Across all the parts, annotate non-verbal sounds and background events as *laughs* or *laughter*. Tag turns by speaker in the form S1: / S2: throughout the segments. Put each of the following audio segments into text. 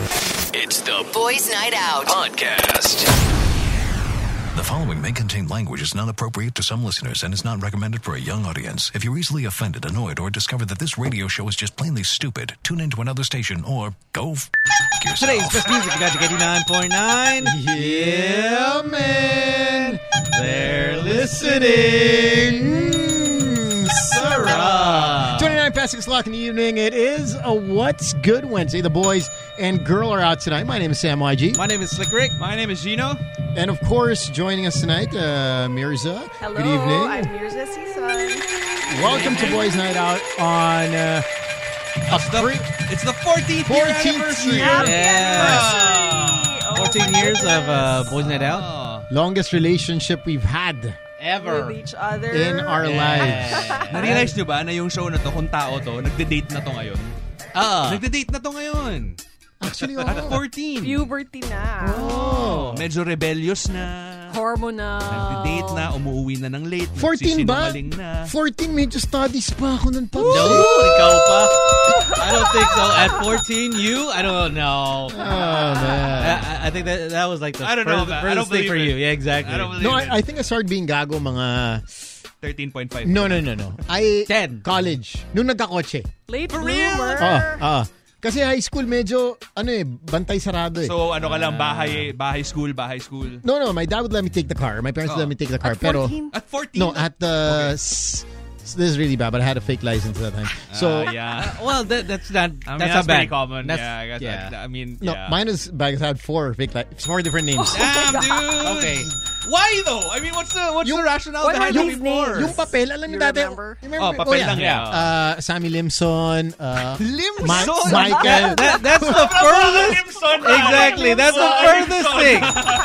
S1: It's the
S2: Boys Night Out.
S1: podcast.
S3: The following may contain language is not appropriate to some listeners and is not recommended for a young audience. If you're easily offended, annoyed, or discover that this radio show is just plainly stupid, tune in to another station or go f- yourself.
S4: Today's best music you got to 89.9.
S5: Yeah, man. They're listening. Mm, Sarah. 29 past 6 o'clock in the evening. It is a What's Good Wednesday. The boys and girl are out tonight. My name is Sam YG.
S4: My name is Slick Rick.
S6: My name is Gino.
S5: And of course, joining us tonight, uh, Mirza.
S7: Hello,
S5: Good evening.
S7: I'm Mirza Sison.
S5: Welcome to Boys Night Out on uh, a
S6: The-
S5: free-
S6: it's the 14th, year
S5: 14th
S6: anniversary.
S5: year.
S7: Happy
S4: Yeah.
S7: anniversary! Oh
S4: 14
S7: my
S4: years of uh,
S7: goodness.
S4: Boys Night Out.
S6: Oh,
S5: longest relationship we've had
S6: ever.
S7: with each other
S5: in our lives.
S6: *laughs* Na-realize nyo ba na yung show na to, kung tao to, nagde-date na to ngayon?
S4: Ah.
S6: Nagde-date na to ngayon.
S5: Actually,
S6: At
S5: *laughs* oh.
S6: 14.
S7: puberty na.
S5: Oh.
S6: Medyo rebellious na.
S7: Hormonal.
S6: Nagde-date na, umuwi na ng late.
S5: 14 ba?
S6: nagsisinungaling na.
S5: 14, medyo studies pa ako nun pa.
S4: No, ikaw pa. I don't think so. At 14, you? I don't know.
S5: Oh, man.
S4: I, I- I think that that was like the
S6: I don't know,
S4: furthest,
S6: man. I
S4: furthest
S6: don't
S4: thing
S6: believe
S4: for
S6: it.
S4: you. Yeah, exactly.
S6: I don't believe
S5: No,
S6: it.
S5: I, I think I started being gago mga...
S6: 13.5.
S5: No, no, no, no. I...
S4: Ten.
S5: College. Nung nagkakotse.
S7: Late
S6: For real?
S7: bloomer.
S5: Oo, ah. Kasi high school medyo, ano eh, bantay sarado eh.
S6: So, ano ka lang, bahay, bahay school, bahay school.
S5: no, no, my dad would let me take the car. My parents would
S6: Oh.
S5: let me take the car.
S7: At
S5: pero,
S7: 14?
S6: At 14?
S5: no, at the... s- s- this is really bad, but I had a fake license at that time. So,
S6: Ah, yeah.
S4: *laughs* Well, that, that's not.
S6: I mean,
S4: that's,
S6: that's
S4: not bad.
S6: pretty common.
S4: That's,
S6: yeah, I guess
S4: yeah.
S6: that- I mean,
S5: no,
S6: yeah.
S5: mine is bad 'cause I had four fake licenses. Four different names.
S6: Damn,
S5: *laughs*
S6: dude.
S4: Okay.
S6: Why though? I mean, what's the what's
S5: Yung-
S6: the rationale
S7: What
S6: behind
S7: are
S6: having
S7: these
S6: more?
S5: ah. Yung papel, alam niyo
S7: You
S5: dati.
S7: remember?
S6: Oh, papel lang, yeah.
S5: Uh, Sammy Limson.
S6: *laughs*
S5: Uh,
S6: Limson.
S5: Ma-
S6: *laughs*
S5: Michael. *laughs*
S4: That- that's the furthest.
S6: Limson.
S4: Exactly. That's the
S6: Limson.
S4: furthest thing.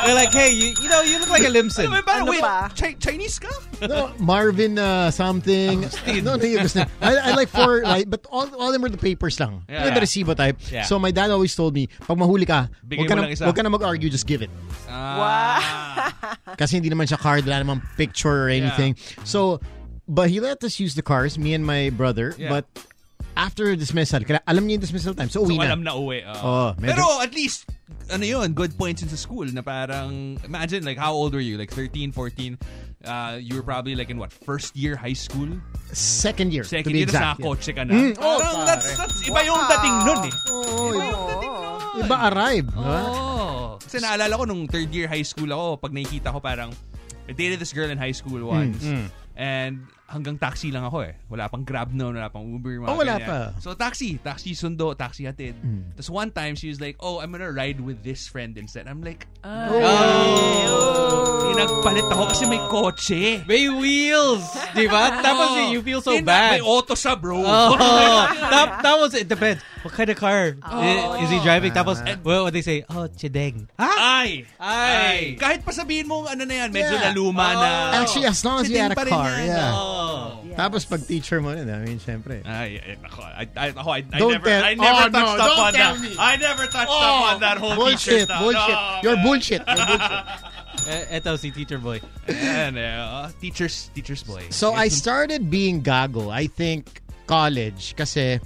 S4: They're like, hey, you, you know, you look like a Limson.
S6: Wait, by the
S7: Ano
S6: way,
S7: pa?
S6: Chi- Chinese ka?
S5: no, Marvin uh, something. no, no, yun, basta. I, I like four, like, but all, all of them were the papers lang.
S6: Yeah.
S5: Yeah. Resibo type.
S4: Yeah.
S5: So my dad always told me, pag mahuli ka,
S6: Bigay
S5: huwag ka,
S6: mo
S5: na,
S6: lang isa.
S5: huwag ka na mag-argue, just give it.
S6: Ah.
S5: Kasi hindi naman siya card, wala namang picture or anything. So, but he let us use the cars, me and my brother.
S6: Yeah.
S5: But after dismissal, kaya alam niya yung dismissal time, so uwi
S6: So
S5: na.
S6: alam na uwi. ah.
S5: Oo, medyo-
S6: Pero at least ano yun, good points in sa school na parang imagine like how old were you? Like 13, 14. Uh, you were probably like in what? First year high school?
S5: Second year, to
S6: Second
S5: be
S6: year
S5: exact.
S6: na
S5: yeah.
S6: kotse ka na.
S5: Mm, oh,
S6: Parang that's, that's iba yung dating nun eh. Iba
S5: Oo,
S7: Oh.
S5: iba-
S6: yung dating nun.
S5: iba arrive. ha?
S6: Oh. Kasi naalala ko nung third year high school ako, pag nakikita ko parang, I dated this girl in high school once.
S5: Hmm.
S6: And hanggang taxi lang ako eh. Wala pang Grab noon, wala pang Uber. Mga
S5: Oh, wala
S6: ganyan.
S5: pa. Hmm.
S6: So taxi, taxi sundo, taxi hatid. Tapos one time, she was like, oh, I'm gonna ride with this friend instead. I'm like, oh. Nagpalit ako kasi may kotse.
S4: May wheels, di ba? Tapos eh, you feel so
S6: Hindi,
S4: bad.
S6: May auto siya, bro. *laughs*
S4: Oh, *laughs* that, that was it depends. What kind of car i- is he driving? Tapos well, what they say? Oh, chideng.
S6: Ay!
S4: Ay.
S6: Kahit pa sabihin mo ano na yan, medyo
S5: Yeah. Oh.
S6: naluma na.
S5: Actually, as long as you
S6: Sitting
S5: had a
S6: pa rin
S5: car,
S6: yan,
S5: yeah.
S6: oh.
S5: Tapos pag teacher mo rin, I mean, syempre.
S6: Ay, ay, nako. I, I, ako, I, I
S5: Don't
S6: never,
S5: tell-
S6: I never
S5: Oh, no,
S6: touched up
S5: don't
S6: on
S5: tell
S6: that.
S5: me. Oh,
S6: I never touched up on that whole teacher
S5: bullshit,
S6: stuff.
S5: bullshit.
S6: Oh,
S5: You're
S6: man.
S5: bullshit. You're
S6: *laughs*
S5: bullshit.
S4: Eh, Eto si teacher boy.
S6: Ayan, eh, oh, teachers, teachers boy.
S5: So I started being gago, I think, college. Kasi,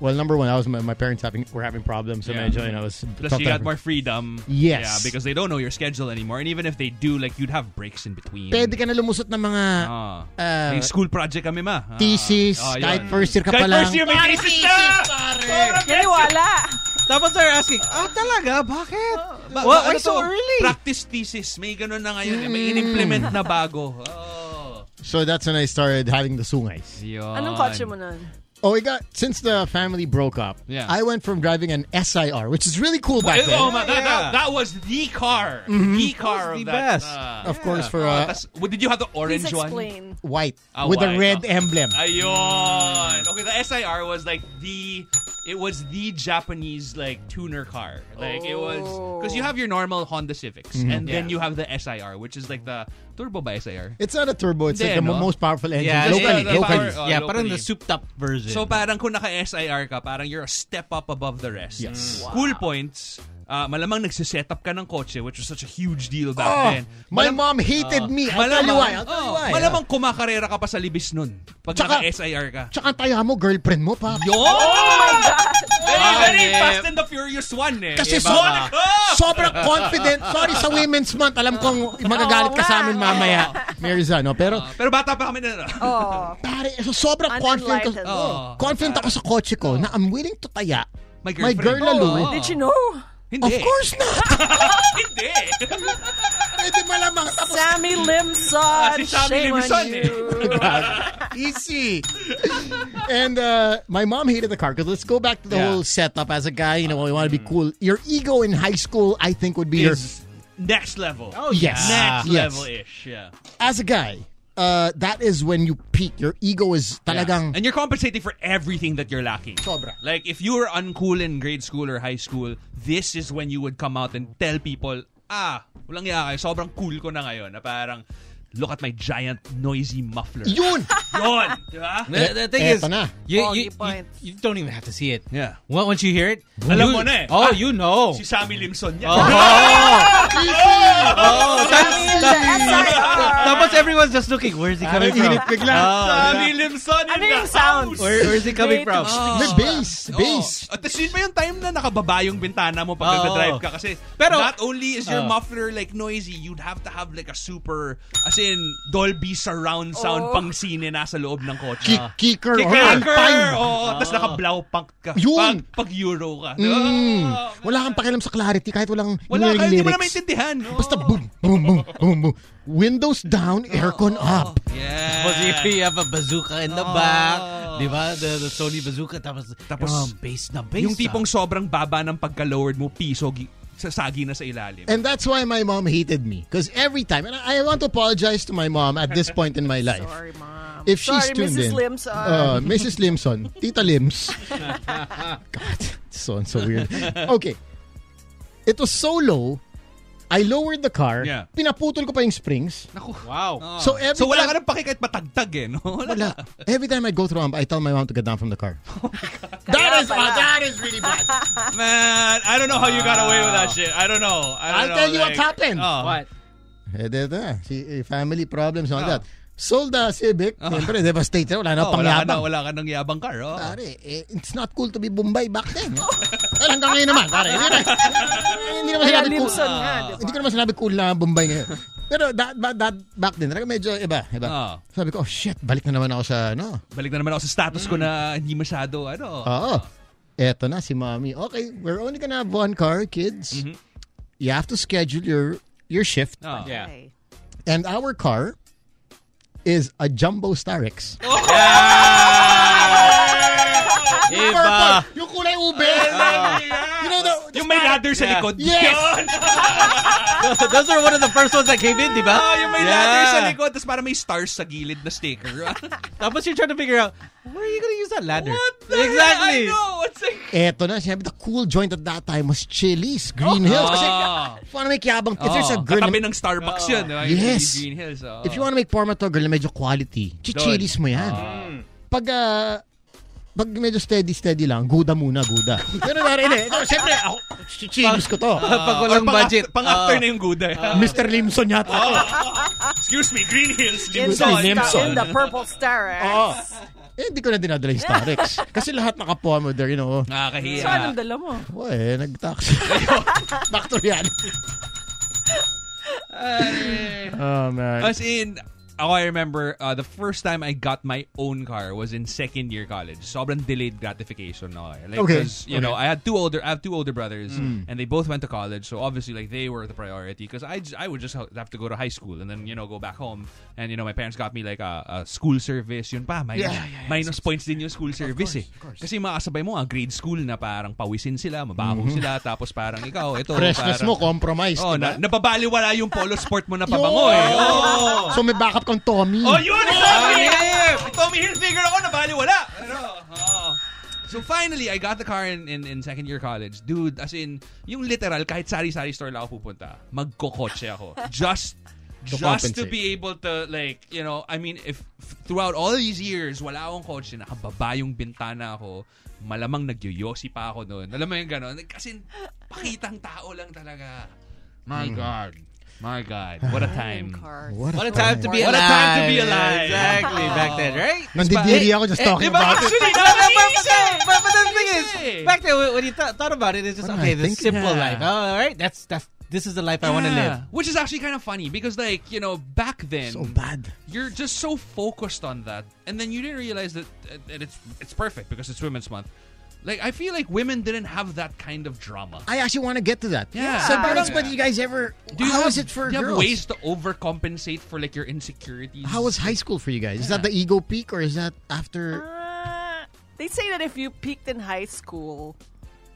S5: well, number one, I was my, my parents having were having problems. So
S6: Yeah.
S5: medyo, you know, I was...
S6: Plus, you got more freedom.
S5: Yes.
S6: Yeah, because they don't know your schedule anymore. And even if they do, like, you'd have breaks in between.
S5: Pwede ka na lumusot ng mga
S6: Ah.
S5: Ah.
S6: May school project kami, ma. Ah.
S5: thesis,
S6: Ah, yun.
S5: kahit first year ka
S6: Kahit
S5: pa lang.
S6: first year, may thesis na! Sobrang
S7: Naniwala.
S4: Tapos they're asking, ah, talaga? Bakit?
S6: Ba-
S4: Why-
S6: ba-
S4: why
S6: ano
S4: Oh. so
S6: to?
S4: early?
S6: Practice thesis. May ganun na ngayon. eh. May
S5: Mm.
S6: in-implement na bago. Oh.
S5: So that's when I started having the sungays.
S6: Yun.
S7: Anong kotse mo nun?
S5: Oh, we got... Since the family broke up,
S6: Yeah.
S5: I went from driving an SIR, which is really cool back
S6: Eh,
S5: then.
S6: Oh my, that, that,
S4: Yeah.
S6: that was the car. The car of
S4: Mm-hmm. That was the
S6: that.
S4: best. Oh.
S6: ah.
S5: Of course, for
S6: Ah,
S5: uh,
S6: tas- what, did you have the
S7: Please
S6: orange one?
S7: explain.
S5: white
S6: Ah,
S5: with a
S6: white,
S5: red
S6: ah.
S5: emblem.
S6: Ayun. Okay, the SIR was like the it was the Japanese like tuner car. Like it was because you have your normal Honda Civics
S4: Mm-hmm.
S6: and then you have the SIR, which is like the turbo by SIR.
S5: It's not a turbo. It's
S6: Hindi,
S5: like the
S6: no?
S5: mo- most powerful engine.
S4: Yeah,
S6: yeah,
S5: locally,
S6: the
S5: locally.
S6: power- oh,
S4: yeah,
S6: locally.
S4: parang the souped up version.
S6: So parang kung naka-SIR ka, parang you're a step up above the rest.
S5: Yes.
S6: Cool points. ah, malamang nagsiset up ka ng kotse, which was such a huge deal back
S5: Oh,
S4: Ah!
S6: then. Ah,
S5: my
S6: Malam- Ah,
S5: mom hated me. I'll tell you
S6: Malamang,
S5: why. I'll tell you
S6: oh,
S5: why.
S6: malamang kumakarera ka pa sa libis nun. Pag
S5: Tsaka-
S6: naka-SIR ka.
S5: Tsaka ang taya mo, girlfriend mo pa.
S6: Yo! Oh my God! Ganyan, ganyan,
S1: eh.
S6: Fast and the Furious 1 eh.
S5: Kasi
S6: Iba
S5: so,
S6: ka.
S5: sobrang confident. Sorry sa Women's Month. Alam
S6: Oh,
S5: kong magagalit ka sa amin mamaya, Mirzan. No? Pero
S6: Pero bata pa kami na. *laughs*
S7: Oh.
S5: pare, so sobrang confident. Ko,
S7: Unenlightened.
S6: Ah.
S5: Oo. confident ako sa kotse ko na I'm willing to taya
S6: My
S5: my girl
S6: girlfriend.
S5: lalo.
S6: Oo.
S7: Did you know?
S6: Hindi.
S5: Of course not. *laughs*
S6: Hindi.
S5: Pwede malamang. Tapos
S6: *laughs*
S7: Sammy Limson.
S6: si Sammy
S7: shame
S6: Limson,
S7: on *laughs* you.
S5: Easy. and uh, my mom hated the car because let's go back to the
S6: Yeah.
S5: whole setup as a guy. You know, you want to be cool. Your ego in high school, I think, would be your
S6: Is next level.
S5: Oh, yes.
S6: Next
S5: Yes.
S6: level ish. Yeah.
S5: as a guy. Uh, that is when you peak. Your ego is talagang.
S6: And you're compensating for everything that you're lacking.
S5: Sobra.
S6: Like if you were uncool in grade school or high school, this is when you would come out and tell people, ah, walang iya kayo, sobrang cool ko na ngayon. Na parang, look at my giant noisy muffler. *laughs*
S5: Yun!
S6: Yun! Di ba?
S4: The, the thing
S5: Eto
S4: is,
S5: na.
S4: you,
S7: Foggy
S4: you, you,
S7: points.
S4: you don't even have to see it.
S6: Yeah.
S4: Well, once you hear it,
S6: Alam
S4: you-
S6: mo na eh. Ah.
S4: Oh, you know.
S6: Si Sammy Limson yan. *laughs*
S4: Ah! Oh, that's,
S7: Sammy is the SIR.
S4: tapos everyone's just looking. Where's he coming from? Ah,
S5: init bigla.
S6: Sammy Limson in
S7: Ano
S6: the
S7: yung sound?
S6: house!
S4: Where, where's he coming
S7: Wait,
S4: from?
S5: May base. Base.
S6: Oh. At tapos yun pa yung time na nakababa yung bintana mo
S4: Oo.
S6: pag nagda-drive ka kasi
S4: Pero-
S6: not only is your
S4: Oo.
S6: muffler like noisy, you'd have to have like a super as in Dolby surround sound
S7: Oo.
S6: pang sine nasa loob ng kotse. Ah.
S5: Kick, kicker. or
S6: Kicker! Oh.
S5: untimed.
S6: Oo, tapos naka-blow punk ka.
S5: Yun.
S6: Pag, pag Euro ka.
S5: Mm.
S6: Oo.
S5: Wala kang pakialam sa clarity kahit walang
S6: Wala ka,
S5: hinihiling
S6: hindi mo na
S5: lyrics.
S6: maintindihan. Oo.
S5: Basta boom, boom, boom, boom, boom. Windows down, aircon up.
S4: Tapos
S6: Yeah.
S4: *laughs* you have a bazooka in the back. Di ba? The, the Sony bazooka. Tapos, tapos bass na bass.
S6: Yung tipong
S4: ah.
S6: sobrang baba ng pagka-lowered mo, piso, gi- sasagi na sa ilalim.
S5: And that's why my mom hated me. Because every time, and I I want to apologize to my mom at this point in my life.
S7: Sorry, mom.
S5: If she's
S7: Sorry,
S5: tuned
S7: Mrs.
S5: in,
S7: Limson.
S5: uh, Mrs. Limson, Tita Lims. God, so and so weird. Okay, it was so low. I lowered the car.
S6: Yeah.
S5: Pinaputol ko pa yung springs.
S6: Naku. Ah.
S4: Wow.
S5: So every
S6: So wala ka
S5: time,
S6: nang paki kahit matagtag eh, no?
S5: wala. Every time I go through, I tell my mom to get down from the
S6: *laughs*
S5: car. that
S7: Kaya
S5: is
S7: pala.
S5: that is really bad.
S6: Man, I don't know how you got away with that shit. I don't know. I don't
S5: I'll
S6: know,
S5: tell you
S6: like-
S5: what happened.
S6: Oh.
S4: What?
S5: Eh, di- di- si- eh, family problems and all
S6: Oh.
S5: that. Sold the Civic. Siyempre, devastated. Wala na
S6: Oh, wala, ka
S5: pangyabang.
S6: na, wala ka nang yabang car. Oh.
S5: Pare, eh, it's not cool to be Bombay back then. Eh, hanggang ngayon naman, pare. Hindi na, hindi naman
S7: Kaya
S5: sinabi cool.
S7: Limson nga, di ba?
S5: Hindi ko naman sinabi cool na Bombay ngayon. Pero that, that, that back then, talaga medyo iba. iba.
S6: Ah.
S5: Sabi ko, oh shit, balik na naman ako sa, ano.
S6: Balik na naman ako sa status ko na hindi masyado, ano.
S5: Oo. Eto na, si mommy. Okay, we're only gonna have one car, kids. You have to schedule your your shift.
S6: Oh.
S4: Yeah.
S7: Okay.
S5: And our car is a Jumbo Starix.
S4: Iba.
S5: Purple. Yung kulay ube. you know, the,
S6: Yung may ladder sa
S4: Yeah.
S6: likod.
S5: Yes!
S6: Yun!
S4: *laughs* Those are one of the first ones that came in, di ba?
S6: Ah, yung may
S4: Yeah.
S6: ladder sa likod, tapos parang may stars sa gilid na sticker. *laughs*
S4: Tapos you're trying to figure out, where are you gonna use that ladder?
S6: What the
S4: exactly.
S6: I
S7: Oh,
S6: know! It's like,
S5: Eto na, siyempre, the cool joint at that time was Chili's, Green Hills. Kasi,
S6: Ah.
S5: if you wanna make yabang, if there's a
S4: Oh,
S5: girl,
S6: Oh, katabi
S5: na-
S6: ng Starbucks yun. di ba? Yung
S5: Yes.
S6: Green Hills. oh.
S5: if you wanna make format to a girl na medyo quality, chichilis mo yan.
S4: Mm.
S5: Pag, ah, pag medyo steady-steady lang, guda muna, guda. Pero na rin eh. No, Siyempre, ako, chichilis ko to.
S4: Pag
S6: Or
S4: walang
S6: pang
S4: budget.
S6: After, pang after na yung guda.
S5: Mr. Limson yata.
S6: Excuse me, Green Hills.
S7: In the,
S5: Limson.
S7: in the purple star. eh.
S5: Oo. Eh, hindi ko na dinadala yung
S6: *laughs*
S5: Starex. Kasi lahat nakapuha mo there, you know.
S6: Nakakahiya.
S7: So, anong dala mo?
S5: Oh, eh, nag-tax. *laughs* Back to reality. oh, man.
S6: As in, ako I remember uh, the first time I got my own car was in second year college. Sobrang delayed gratification na ako. eh. Like,
S5: Okay.
S6: 'cause, you
S5: Okay. Mm.
S6: know, I had two older, I have two older brothers, and they both went to college. So obviously, like they were the priority because I, j- I would just ha- have to go to high school and then you know go back home. And you know, my parents got me like a, a school service. Yun pa, minus,
S5: Yeah, yeah, yeah.
S6: minus points din yung school service. eh. Kasi makasabay mo ang grade school na parang pawisin sila, mabaho sila, tapos parang ikaw, ito
S5: Mm-hmm.
S6: parang,
S5: Freshness mo, compromise.
S6: Oh, na,
S5: diba?
S6: nababaliwala yung polo sport mo na pabango eh. Oh.
S5: So may backup kang Tommy.
S6: Oh, yun! Tommy Hilfiger! Tommy Hilfiger ako, nabaliwala! Pero, oo. So finally, I got the car in, in, in second year college. Dude, as in, yung literal, kahit sari-sari store lang ako pupunta, magkokotse ako. Just,
S5: *laughs* To
S6: just to
S5: compensate.
S6: be able to, like, you know, I mean, if throughout all these years, wala akong kotse, nakababa yung bintana ako, malamang nagyoyosi pa
S5: Hmm.
S6: ako noon. Alam mo yung gano'n? Kasi, pakitang tao lang talaga. My God. My God, what a time!
S7: Cars.
S4: What a time to be alive.
S6: What a time to be alive.
S4: Exactly, back then, right?
S5: Nandidiri ako just talking
S4: diba?
S5: about it.
S4: Actually,
S7: But-
S4: no,
S7: but-
S4: no, but,
S7: but-
S4: but- but- but the thing is,
S6: Easy.
S4: back then, when- when you th- thought about it, it's just,
S5: What am I
S4: okay, this
S5: thinking?
S4: simple
S6: Yeah.
S4: life. All right, that's, that's, this is the life I want to
S6: Yeah.
S4: live.
S6: Which is actually kind of funny because, like, you know, back then,
S5: So bad.
S6: you're just so focused on that, and then you didn't realize that, that it's it's perfect because it's Women's Month. Like, I feel like women didn't have that kind of drama.
S5: I actually want to get to that.
S6: Yeah.
S5: So, parents,
S6: Yeah.
S5: but you guys ever?
S6: do you
S5: how
S6: have,
S5: is it for
S6: do you
S5: girls?
S6: have ways to overcompensate for like your insecurities?
S5: How was high school for you guys? Is that the ego peak or is that after?
S7: Uh, they say that if you peaked in high school,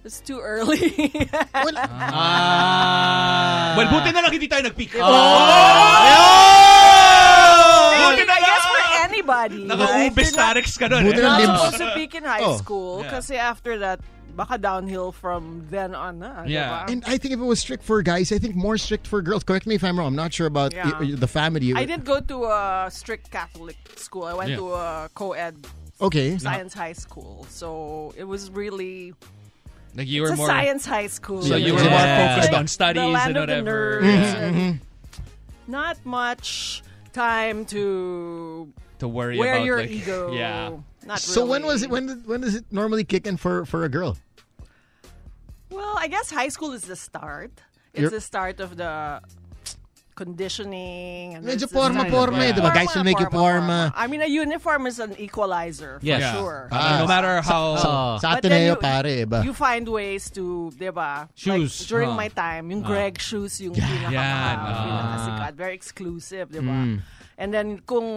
S7: it's too early. *laughs*
S6: Uh,
S5: Well,
S4: Ah.
S6: Well, buti na lang hindi tayo nag-peak.
S7: I guess for anybody. right?
S6: Naka-ubis
S7: You're not-
S6: tarex ka nun.
S5: Buti
S6: eh.
S5: na
S7: You're
S5: limbs.
S7: not supposed to peak in high
S5: Oh.
S7: school
S6: Yeah.
S7: kasi after that, baka downhill from then on na. di
S6: Yeah.
S7: ba?
S5: and I think if it was strict for guys, I think more strict for girls. Correct me if I'm wrong. I'm not sure about
S7: Yeah.
S5: i- the family.
S7: I didn't go to a strict Catholic school. I went
S6: Yeah.
S7: to a co-ed
S5: Okay.
S7: science high school. So it was really
S6: Like you were
S7: it's a
S6: more.
S7: science high school.
S6: So you were
S5: Yeah.
S6: more focused on
S7: Like,
S6: studies
S7: the land
S6: and
S7: of the
S6: whatever.
S7: nerds
S6: Yeah.
S7: and
S5: Mm-hmm.
S7: Not much time to
S6: To worry
S7: wear
S6: about
S7: your
S6: like,
S7: ego.
S6: Yeah.
S7: Not
S5: So when
S7: really.
S5: was it? When did, when does it normally kick in for for a girl?
S7: Well, I guess high school is the start. It's
S5: You're-
S7: the start of the conditioning. And
S5: Medyo
S7: it's the
S5: porma
S7: start-
S5: porma,
S6: yeah.
S5: eh, diba? Guys will make you porma. Ah.
S7: I mean, a uniform is an equalizer for
S4: Yes.
S6: Yeah.
S7: sure.
S6: I mean, no matter how.
S4: Oh.
S5: Sa
S7: But then
S5: Ateneo
S7: you-
S5: pare, iba.
S7: You find ways to, di ba?
S4: Shoes,
S7: Like, during
S4: huh.
S7: my time,
S6: Ah.
S7: yung Greg shoes, yung pinaka
S6: Yan, ah.
S7: pinakasikat. Very exclusive, di ba?
S6: Mm.
S7: And then, kung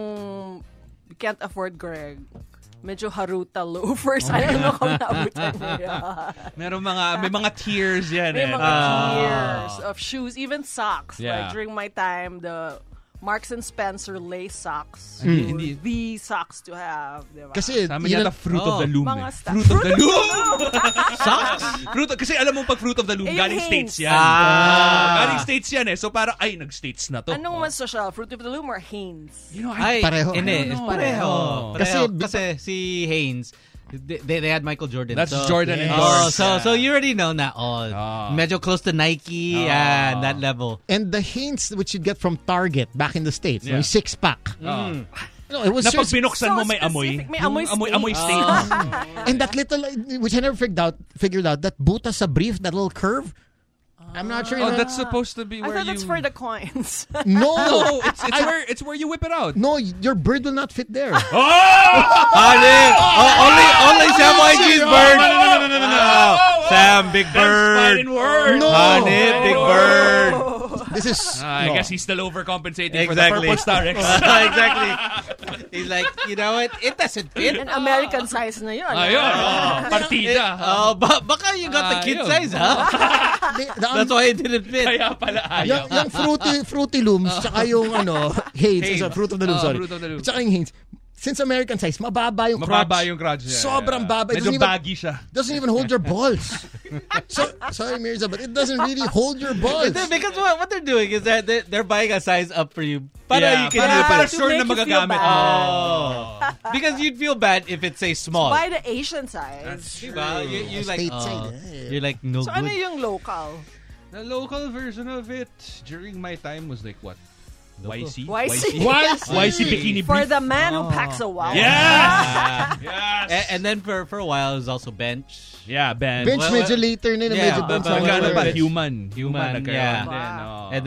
S7: you can't afford Greg, medyo haruta loafers. *laughs* I don't know kung naabutan
S6: *laughs*
S7: niyo. yan.
S6: Meron mga, may mga tears yan eh.
S7: May mga
S6: Ah.
S7: years of shoes, even socks.
S6: Yeah.
S7: Like during my time, the Marks and Spencer lace socks were
S6: Mm. Hindi.
S7: the socks to have. di ba?
S5: Kasi
S6: Sabi
S5: yun
S6: niya,
S5: ang-
S6: the fruit of
S4: Oh.
S6: the loom.
S7: Mga
S6: eh.
S7: sta-
S6: Fruit of the loom!
S4: Socks?
S6: *laughs* fruit, of- kasi alam mo pag fruit of the loom,
S7: Eh, yung
S6: galing states
S7: Hanes.
S6: yan.
S4: Ah.
S6: Galing states yan eh. So parang, ay, nag-states na to.
S7: *laughs*
S6: Oh.
S7: Anong mas social? Fruit of the Loom or Hanes?
S6: You know, I,
S4: Ay,
S5: Pareho.
S4: Hindi,
S5: I don't
S4: it's
S6: know.
S4: pareho.
S6: Oh.
S4: Kasi,
S5: Kasi-
S4: kasi si Haynes, they, they they had Michael Jordan.
S6: That's
S4: so,
S6: Jordan
S5: Yes.
S6: and
S4: Oh,
S6: Doris.
S4: so so you already know na all.
S6: Ah.
S4: Medyo close to Nike
S6: Ah.
S4: and that level.
S5: and the hints which you'd get from Target back in the States,
S6: Yeah.
S5: yung six pack.
S6: Mm.
S5: No, it was
S6: Na pag
S5: serious.
S6: binuksan
S7: So
S6: mo, may amoy.
S7: specific, may
S6: Yung
S7: amoy
S6: amoy,
S7: state.
S6: amoy states.
S5: and that little which I never figured out figured out that butas sa brief, that little curve. I'm not *laughs* sure.
S6: Oh,
S5: you know-
S6: that's supposed to be
S7: Ah. I
S6: where
S7: thought
S6: you...
S7: it's for the coins.
S6: *laughs*
S5: no,
S6: No, it's, it's where it's where you whip it *laughs* out.
S5: no, your bird will not fit there.
S6: Oh.
S4: Ali, oh, only only Sam YG's bird.
S6: no, no, no, no, no, no.
S4: Sam Big
S6: That's
S4: Bird.
S6: fine word.
S5: No.
S4: Honey, Big
S6: *laughs*
S4: Bird. *laughs*
S5: This is.
S6: I
S5: no.
S6: guess he's still overcompensating for
S4: Exactly.
S6: the purple star eh? X.
S4: *laughs* exactly. He's like, you know what? It doesn't fit.
S7: *laughs* *laughs* An American size na yun. ah.
S6: Ayun, oh, partida.
S4: Oh, ba- baka you got the kid
S6: Ayun.
S4: size, huh?
S6: *laughs*
S5: The, the,
S4: That's why it didn't fit.
S6: Kaya pala
S5: Yung,
S6: ayaw. Oh.
S5: yung fruity, fruity looms, tsaka yung
S6: *laughs*
S5: ano, Hanes,
S6: Hanes.
S5: so, fruit of the loom,
S6: Oh,
S5: sorry.
S6: fruit of the loom.
S5: Tsaka yung Hanes. Since American size, mababa yung
S6: Mababa
S5: crotch.
S6: yung crotch niya.
S5: Sobrang baba. It
S6: Medyo
S5: doesn't even-
S6: baggy siya.
S5: Doesn't even hold your
S6: *laughs*
S5: balls. so, sorry, Mirza, but it doesn't really hold your balls.
S4: Because because what, what they're doing is that they're, they're buying a size up for you. Para
S6: Yeah,
S4: you can
S6: para-
S4: use
S6: para
S4: it.
S7: to
S6: sure na
S7: make you feel
S6: magagamit.
S7: bad.
S6: Oh.
S4: *laughs* Because you'd feel bad if it's a small.
S7: By the Asian size.
S4: Diba? You, you like,
S5: Stateside,
S4: oh,
S5: eh.
S4: you're like, no
S7: So ano
S4: good.
S7: yung local?
S6: The local version of it during my time was like what? YC?
S7: YC.
S5: Why?
S6: YC bikini
S7: *laughs* For
S6: brief.
S7: the man
S6: Ah.
S7: who packs a wallet.
S6: Yes!
S4: Ah.
S6: Yes!
S4: A- and then for, for a while, it was also bench.
S6: yeah, Ben.
S5: Bench
S4: Well,
S5: medyo
S4: well,
S5: later na,
S4: yeah,
S5: medyo
S4: but-
S5: dun sa
S4: but-
S5: mga-
S4: Magkano
S6: Magkano
S4: ba?
S6: ba? Human.
S4: Human,
S6: Human.
S7: diba?
S4: yeah. And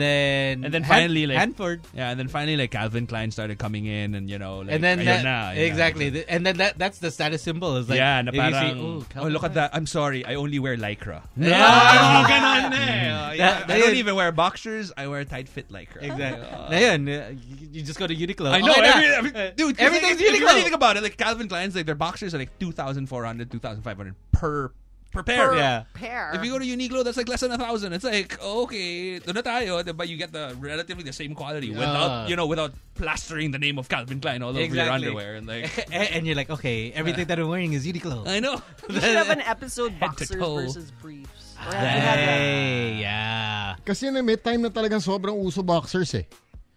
S6: Uh,
S4: then
S6: And then
S4: Han-
S6: finally, like-
S4: Hanford.
S6: Yeah, and then finally, like Calvin Klein started coming in, and you know, like,
S4: and
S6: ayun
S4: then that,
S6: na, ayun na.
S4: exactly, Th- and then that that's the status symbol. Is like,
S6: yeah, na
S4: if you see,
S6: parang,
S4: "Ooh,
S6: oh,
S4: Calvin
S6: look at
S4: Klein."
S6: that. I'm sorry, I only wear lycra. *laughs*
S4: Yeah.
S6: Ah, ganun eh. Oh, yeah.
S4: That-
S6: I don't
S4: that-
S6: even wear boxers. I wear tight fit lycra.
S4: Exactly. Na yun, uh, you- you just go to Uniqlo.
S6: I know,
S4: Okay na.
S6: every, every, dude. 'cause
S4: Uh, Everything's
S6: if, if you
S4: Uniqlo.
S6: really think about it, like Calvin Klein's, like their boxers are like 2,400, 2,500 per per pair.
S7: Per
S4: Yeah. *laughs*
S7: pair.
S6: If you go to Uniqlo, that's like less than a thousand. It's like okay, doon na tayo, but you get the relatively the same quality without you
S4: Yeah.
S6: know without plastering the name of Calvin Klein all over your
S4: Exactly.
S6: underwear and like
S4: *laughs* and, and you're like, okay, everything that I'm wearing is Uniqlo.
S6: I know. *laughs*
S7: You should have an episode
S6: toe.
S7: boxers
S6: Ah,
S7: versus briefs. Or have you had that?
S4: Hey, yeah.
S5: Kasi na may time na talagang sobrang uso boxers eh.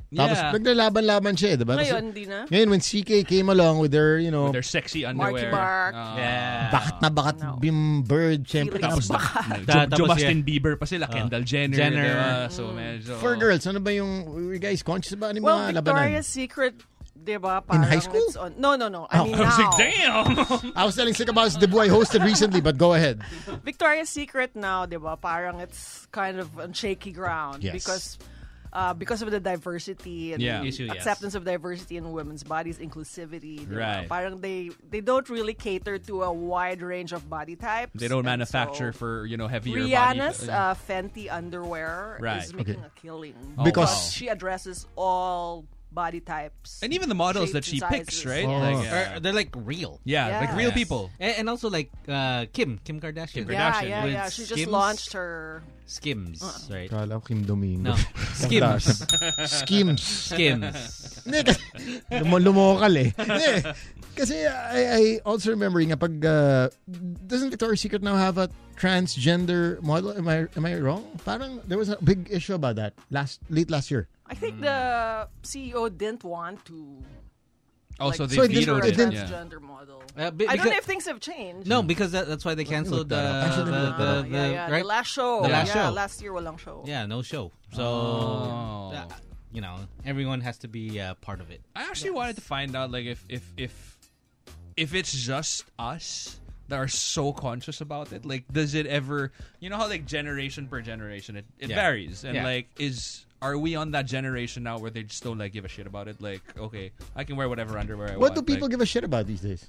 S5: Tapos
S6: Yeah.
S5: naglalaban-laban siya, eh, diba? Kasi-
S7: Ngayon, di na.
S5: Ngayon, when CK came along with their, you know,
S6: Their sexy underwear.
S7: Bark.
S6: Ah.
S5: bakat na bakat
S7: No.
S5: bim bird, syempre. Tapos,
S7: Felix Baka.
S6: Jo,
S4: Tapos
S6: jo
S4: yan.
S6: Justin Bieber pa sila, Kendall Jenner.
S4: Ah. Jenner.
S6: diba? So, medyo...
S5: for girls, ano ba yung, were you guys conscious ba ni mga
S7: Well,
S5: labanan?
S7: Victoria's Secret, di ba?
S5: In
S7: Parang
S5: high school?
S7: it's on- no, no, no. I
S5: Oh.
S7: mean
S6: I was
S7: now.
S6: like, damn!
S5: I was telling Sick about the boy I hosted recently, but go ahead.
S7: Victoria's Secret now, di ba? Parang it's kind of on shaky ground.
S5: Yes.
S7: Because uh, because of the diversity and
S6: Yeah.
S7: the
S6: Issue, yes.
S7: acceptance of diversity in women's bodies, inclusivity. di ba?
S6: Right.
S7: Parang they they don't really cater to a wide range of body types.
S6: they don't
S7: And
S6: manufacture
S7: so
S6: for, you know, heavier
S7: Rihanna's
S6: body.
S7: uh, Fenty underwear
S6: Right. Oh,
S7: is making
S5: Okay.
S7: a killing
S5: Because-
S7: because she addresses all body types.
S6: and even the models that
S7: shapes
S6: she
S7: and
S6: picks,
S7: sizes.
S6: right?
S5: Oh.
S6: Like,
S4: Or
S6: uh,
S4: they're like real.
S6: yeah, like real
S7: Yes.
S6: people.
S4: And, and also like uh, Kim, Kim
S7: Yeah,
S4: Kardashian.
S6: production
S7: yeah,
S4: with
S7: yeah. She just
S4: Skims.
S7: launched her.
S4: Skims,
S7: Uh-uh.
S4: right?
S5: Kala ko Kim Domingo.
S4: No, Skims,
S5: *laughs* Schemes.
S4: Skims.
S7: *laughs*
S5: Hindi, kasi, lumo- lumokal eh. Hindi, kasi I, I also remember nga pag, uh, doesn't Victoria's Secret now have a transgender model? Am I, am I wrong? Parang there was a big issue about that last late last year.
S7: I think the CEO didn't want to
S6: Also,
S7: like,
S6: Oh, they
S5: Oh, So it didn't-
S6: vetoed
S5: it
S6: it.
S5: didn't-
S6: yeah.
S7: transgender model.
S4: Uh, be-
S7: I don't know
S4: because-
S7: if things have changed.
S4: No, because that, that's why they canceled uh,
S5: that up. I should
S4: the,
S5: look that
S4: the,
S7: Uh,
S5: up.
S4: the,
S7: yeah, yeah,
S4: right?
S7: the last show.
S4: The last
S7: yeah,
S4: show.
S7: last year walang show.
S4: Yeah, no show. So,
S6: Oh.
S4: uh, you know, everyone has to be uh, part of it.
S6: I actually wanted to find out, like, if if if if it's just us that are so conscious about it. Like, does it ever? You know how like generation per generation, it, it
S4: Yeah.
S6: varies, and
S4: Yeah.
S6: like, is are we on that generation now where they just don't like give a shit about it? Like, okay, I can wear whatever underwear I want.
S5: What do people
S6: like,
S5: give a shit about these days?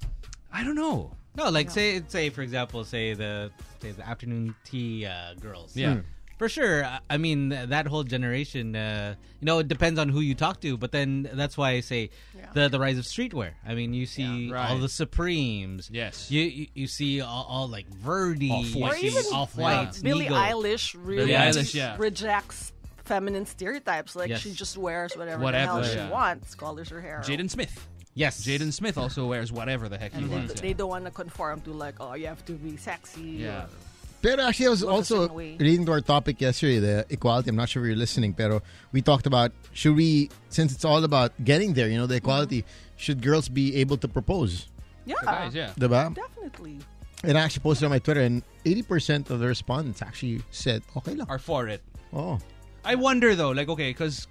S6: I don't know.
S4: No, like say say for example, say the say the afternoon tea uh, girls.
S6: Yeah.
S7: Hmm.
S4: For sure. I- I mean, th- that whole generation, uh, you know, it depends on who you talk to, but then that's why I say the, the rise of streetwear. I mean, you see
S6: Yeah.
S4: all
S6: Right.
S4: the Supremes.
S6: Yes.
S4: You you, you see all, all like Verdi,
S6: Off-White.
S7: Or
S6: Like
S7: even
S6: she's
S4: Off-White,
S7: uh, Billie
S4: Nigo.
S7: Eilish really
S6: Billie Eilish, yeah.
S7: rejects feminine stereotypes. Like
S4: Yes.
S7: she just wears whatever,
S6: Whatever,
S7: the
S6: yeah.
S7: hell she wants, colors her hair.
S6: Jaden Smith.
S4: Yes.
S6: Jaden Smith also wears whatever the heck he
S7: they,
S6: wants.
S7: they don't want to conform to like, oh, you have to be sexy.
S6: Yeah.
S7: or-
S5: Pero actually, I was
S7: Look a
S5: also
S7: certain way.
S5: reading to our topic yesterday, the equality. I'm not sure if you're listening, pero we talked about should we, since it's all about getting there, you know, the equality, should girls be able to propose?
S7: yeah,
S6: Guys, yeah.
S5: Diba?
S7: definitely.
S5: And I actually posted on my Twitter, and 80% of the respondents actually said, okay lang.
S6: Are for it.
S5: Oh.
S6: I wonder though, like okay, because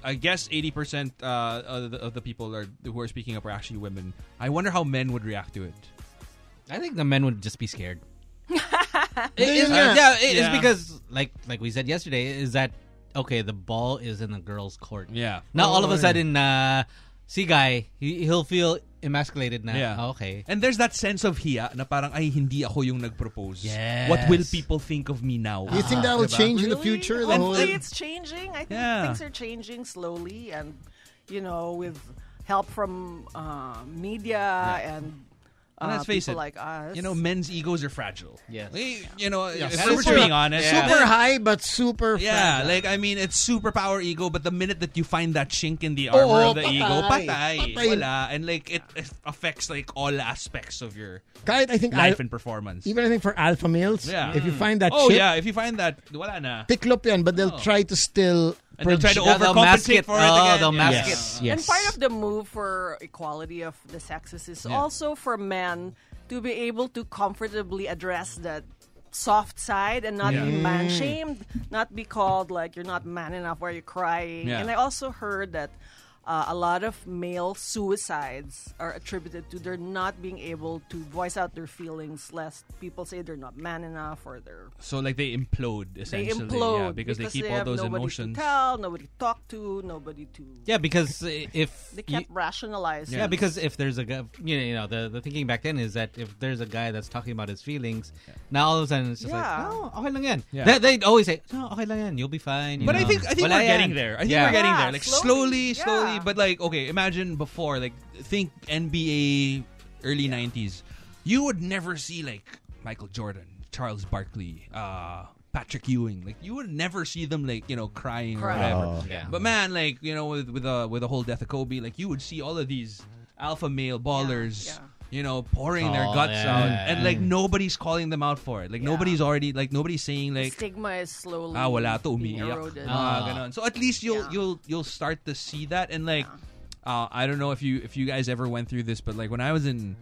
S6: I guess eighty percent uh, of, the, of the people are who are speaking up are actually women. I wonder how men would react to it.
S4: I think the men would just be scared.
S5: There
S4: It's-
S5: you
S4: yeah,
S5: go.
S4: it-
S6: Eh, Yeah.
S4: it's because like like we said yesterday is that okay? The ball is in the girls' court.
S6: Yeah.
S4: Now all of
S5: Oh,
S4: a
S5: yeah.
S4: sudden, uh, see guy, he, he'll feel emasculated
S5: Ah,
S4: now.
S6: Yeah.
S4: Oh, okay.
S6: And there's that sense of hiya na parang ay hindi ako yung nagpropose.
S4: Yes.
S6: What will people think of me
S7: Ah,
S6: now?
S5: You think that will change in the
S7: Really?
S5: future? The whole,
S7: Hopefully, it's changing. I think
S6: Yeah.
S7: things are changing slowly, and you know, with help from uh, media and, uh,
S6: And let's face
S7: people
S6: it,
S7: like us.
S6: You know, men's egos are fragile.
S4: Yes.
S6: We- you know, if
S5: Yeah,
S6: we're being honest.
S5: super high, but super
S6: Yeah, like I mean, it's superpower ego, but the minute that you find that chink in the armor
S5: Oo,
S6: of the
S5: patay.
S6: ego, patay,
S5: Patay.
S6: wala, and like it, it affects like all aspects of your
S5: Kahit I think,
S6: life
S5: al-
S6: and performance.
S5: even I think for alpha males,
S6: Yeah.
S5: if you find that
S6: oh
S5: shit,
S6: yeah, if you find that, wala na.
S5: tiklop yan, but they'll try to still...
S6: And they'll try to
S4: Yeah, they'll mask
S6: overcompensate
S4: it.
S6: for it
S4: oh,
S6: again.
S4: they'll
S6: Yeah.
S5: Yes.
S4: mask it.
S5: Yes.
S7: and part of the move for equality of the sexes is also for men to be able to comfortably address that soft side and not be man
S6: Mm.
S7: shamed, not be called like you're not man enough or you're crying.
S6: Yeah.
S7: And I also heard that. Uh, a lot of male suicides are attributed to their not being able to voice out their feelings, lest people say they're not man enough or they're
S6: So like they implode
S7: they
S6: essentially,
S7: implode
S6: yeah, because, they keep all
S7: have
S6: those
S7: nobody
S6: emotions.
S7: to tell, nobody to talk to, nobody to
S4: Yeah, because if
S7: they can't
S4: you-
S7: rationalize.
S4: yeah, because if there's a guy, you know, you know, the, the thinking back then is that if there's a guy that's talking about his feelings, now all of a sudden it's just
S7: Yeah.
S4: like, no, okay lang yan.
S6: Yeah.
S4: They, would always say, no, okay lang yan, you'll be fine. you
S6: But I
S4: know.
S6: think I think
S4: Wala
S6: we're getting
S4: yan.
S6: there. I think
S4: Yeah.
S6: we're getting
S7: Yeah,
S6: there. Like slowly, slowly,
S7: slowly, yeah.
S6: but like okay, imagine before like think NBA early 90s. You would never see like Michael Jordan, Charles Barkley, uh Patrick Ewing. Like you would never see them like, you know, crying or
S7: Crying.
S6: whatever.
S5: Oh.
S4: Yeah.
S6: But man, like, you know, with with uh, with the whole death of Kobe, like you would see all of these alpha male ballers
S7: yeah.
S6: you know, pouring their
S4: Oh,
S6: guts
S4: yeah,
S6: out,
S4: yeah,
S6: and like nobody's calling them out for it. Like nobody's already like nobody's saying like
S7: Stigma is slowly
S6: ah wala to
S7: being
S6: umiiyak. Ah.
S7: eroded.
S6: Mga ganon. So at least you'll
S7: Yeah.
S6: you'll you'll start to see that and like uh, I don't know if you if you guys ever went through this, but like when I was in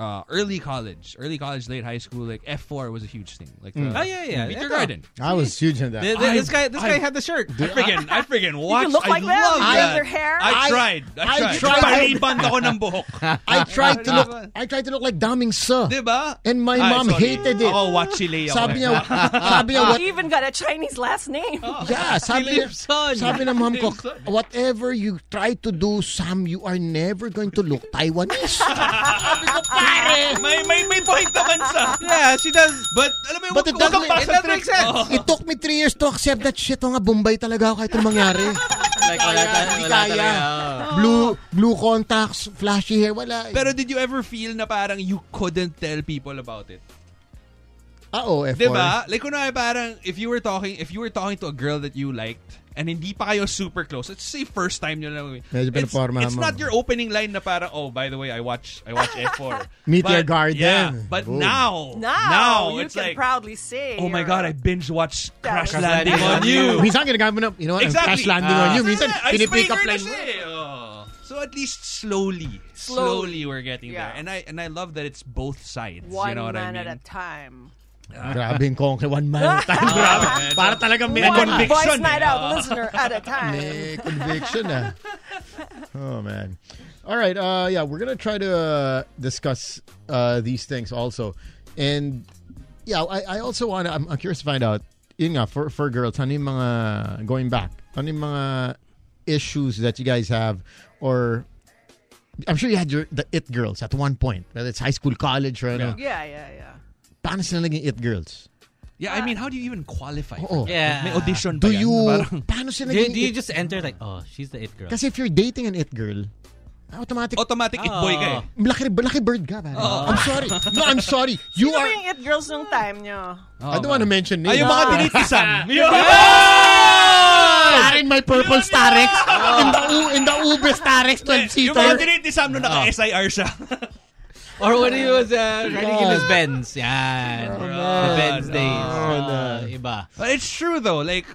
S6: uh, early college, early college, late high school, like F four was a huge thing. Like the,
S4: Oh, yeah, yeah,
S6: beat
S4: yeah,
S6: your
S4: no.
S6: garden.
S5: I was huge in
S4: Th-
S5: that.
S4: th-
S6: I-
S4: this guy, this guy
S6: I-
S4: had the shirt.
S6: I freaking, I freaking watched.
S7: look like
S6: I
S7: them,
S6: love
S7: you have
S6: that.
S7: their hair.
S6: I,
S5: I-
S6: tried. I
S5: I
S6: tried.
S5: tried.
S6: Paliband ako ng buhok.
S5: I tried to
S6: *laughs*
S5: look. I tried to look like Daming Sir.
S6: Diba?
S5: And my
S6: Ay,
S5: mom
S6: sorry. Oh,
S5: hated it.
S6: Ako, Wachile ako.
S5: Sabi niya, sabi niya,
S6: *laughs*
S5: what,
S7: He even got a Chinese last name.
S4: Oh.
S5: yeah, sabi niya,
S4: Philipson.
S5: sabi ng mom
S6: *laughs*
S5: ko,
S6: Philipson.
S5: whatever you try to do, Sam, you are never going to look
S6: *laughs*
S5: Taiwanese.
S6: May, may, may point naman sa.
S4: Yeah, she does.
S6: But, alam mo,
S5: But
S6: wag-
S5: it
S6: wag
S5: doesn't-
S6: kang
S5: it
S6: pasa
S4: doesn't
S6: trip.
S4: make sense. Oh.
S6: Oo.
S5: It took me three years to accept that shit. O nga, Bombay talaga ako kahit anong
S6: *laughs*
S5: mangyari.
S4: Like, wala,
S5: Kaya,
S4: ta-
S5: hindi
S4: wala
S5: kaya.
S4: talaga.
S5: Blue, blue contacts, flashy hair, wala.
S6: Pero did you ever feel na parang you couldn't tell people about it?
S5: ah, oh, F4.
S6: Diba? Like, kunwari parang, if you were talking, if you were talking to a girl that you liked, and hindi pa kayo super close, let's say first time nyo lang. it's,
S5: Medyo pinaporma
S6: it's
S5: mo.
S6: not your opening line na parang, oh, by the way, I watch, I
S5: *laughs*
S6: watch F4.
S5: Meet
S6: But-
S5: your garden.
S6: Yeah, but
S5: Boom.
S6: now,
S7: Now, you
S6: it's like,
S7: can proudly say.
S6: oh my
S7: you're
S6: god, I
S7: a-
S6: binge watched Crash
S7: Crash
S6: Landing on You.
S5: Minsan ginagamit na, you know, I'm
S6: Exactly. Ah.
S5: crash landing on you. Minsan,
S6: Yeah,
S5: pinipick
S6: icebreaker
S5: up
S6: na
S5: line mo.
S6: siya eh. Oh. So at least slowly, slowly,
S7: Slowly.
S6: we're getting
S7: Yeah.
S6: there, and I and I love that it's both sides.
S7: One
S6: you know what
S7: man
S6: I mean?
S7: at a time.
S5: Grabe yung concrete. *laughs* One man at a time. Grabe. Para talaga may
S7: One
S6: conviction eh.
S7: voice night out listener at
S6: *laughs*
S7: a time.
S5: May conviction na. Oh, man. All right. Uh, yeah, we're going to try to uh, discuss uh, these things also. And, yeah, I, I also want to, I'm, I'm curious to find out, yun nga, for, for girls, ano yung mga, going back, ano yung mga issues that you guys have or I'm sure you had your the it girls at one point, whether it's high school, college, or ano.
S7: Yeah, yeah, yeah.
S5: Paano sila naging it girls?
S6: Yeah, I mean, how do you even qualify?
S5: Oo.
S6: for that?
S4: Yeah.
S6: May audition ba
S5: Do
S6: yan?
S5: you,
S6: *laughs* Parang-
S5: paano sila
S4: *laughs* Do,
S5: naging
S4: you- do you
S5: it-
S4: just enter like, oh, she's the it girl?
S5: Kasi if you're dating an it girl, automatic
S6: automatic it boy ka
S7: Oh.
S6: eh.
S5: Laki, laki bird ka, pare.
S6: Oh.
S5: I'm sorry. No, I'm sorry. You
S7: Sino
S5: are...
S7: ba yung it girls nung time nyo?
S5: I don't want to mention names.
S6: Ay, yung mga
S7: Ah. *laughs*
S6: tinitisan. Yun!
S5: Star in my purple Starex. In the, U- in the Ube Starex
S6: Oh. Yung mga
S5: 12-seater.
S6: tinitisan nung naka-SIR
S5: *laughs*
S6: siya.
S4: Or when he was uh, riding in his Benz. Yan. the Benz
S6: no.
S4: days. Ah, iba.
S6: Oh, But it's true though, like,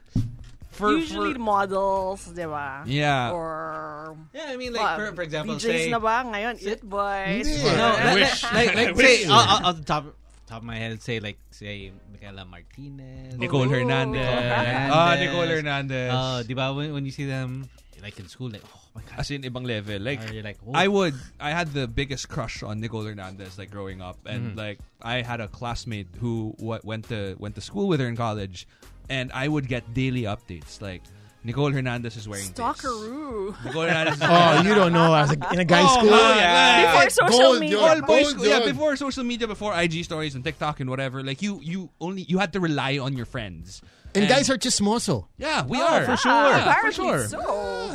S6: for...
S7: Usually
S6: for-
S7: models, di ba?
S6: Yeah.
S7: Or...
S4: Yeah, I mean, like,
S7: Well,
S4: for, for example,
S7: DJs
S4: say...
S7: na ba ngayon? It boys.
S5: Hindi.
S4: No,
S5: I
S4: like,
S6: wish. *laughs*
S4: like,
S6: I
S4: like, say,
S6: wish.
S4: uh, uh, on the top, top of my head, say, like, say, Michaela Martinez.
S6: Nicole
S7: Ooh.
S6: Hernandez.
S4: Hernandez.
S6: Ah, Nicole Hernandez.
S5: Ah,
S4: Oh, di ba? When, when you see them, like, in school, like, oh my God.
S6: As in, ibang level. Like,
S4: Or you're like, oh.
S6: I would. I had the biggest crush on Nicole Hernandez, like growing up, and like I had a classmate who w- went to went to school with her in college, and I would get daily updates like Nicole Hernandez is wearing this.
S7: Stalkeroo.
S6: Nicole *laughs* Hernandez. Is
S5: Oh, you don't know. I was like, in a guy's
S6: Oh,
S5: school.
S6: hell yeah.
S7: Before social
S5: gold,
S7: media.
S5: yun.
S6: all boys,
S5: Gold
S6: yeah,
S5: yun.
S6: before social media, before IG stories and TikTok and whatever, like you, you only you had to rely on your friends.
S5: And guys are chismoso.
S6: yeah, we are
S4: for sure.
S6: Yeah, for
S7: Apparently
S6: sure.
S7: so.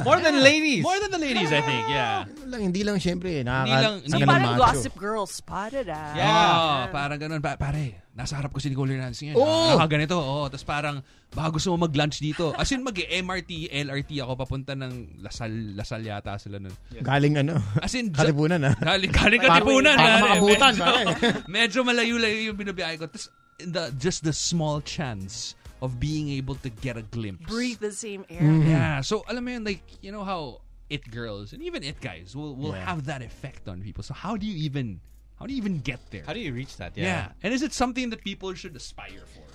S4: More than ladies.
S6: More than the ladies, I think. Yeah,
S5: Ano Lang, hindi lang siyempre. Nakaka-
S6: Hindi lang-
S5: sa
S6: hindi-
S5: ganun
S7: Parang
S5: macho.
S7: Gossip Girl spotted ah.
S6: Yeah. parang ganun. Pa- pare, nasa harap ko si Nicole Hernandez ngayon.
S5: Oo.
S6: Ah, ganito. Oh, Tapos parang, baka gusto mo mag-lunch dito. As in, mag-MRT, LRT ako papunta ng Lasal, Lasal yata sila nun.
S5: Galing ano.
S6: As in, ja-
S5: Kalipunan ah.
S6: Galing, galing
S5: Para-
S6: Katipunan.
S5: para
S6: pare.
S5: makabutan,
S6: ah.
S5: eh.
S6: Medyo-
S7: *laughs*
S5: pare.
S6: *laughs* Medyo malayo-layo yung binabiyahe ko. Tapos, the, just the small chance of being able to get a glimpse.
S7: Breathe the same air.
S6: Yeah. So, alam mo yun, like, you know how it girls and even it guys will, will have that effect on people. So, how do you even, how do you even get there?
S4: How do you reach that?
S6: Yeah.
S4: Yeah.
S6: And is it something that people should aspire for?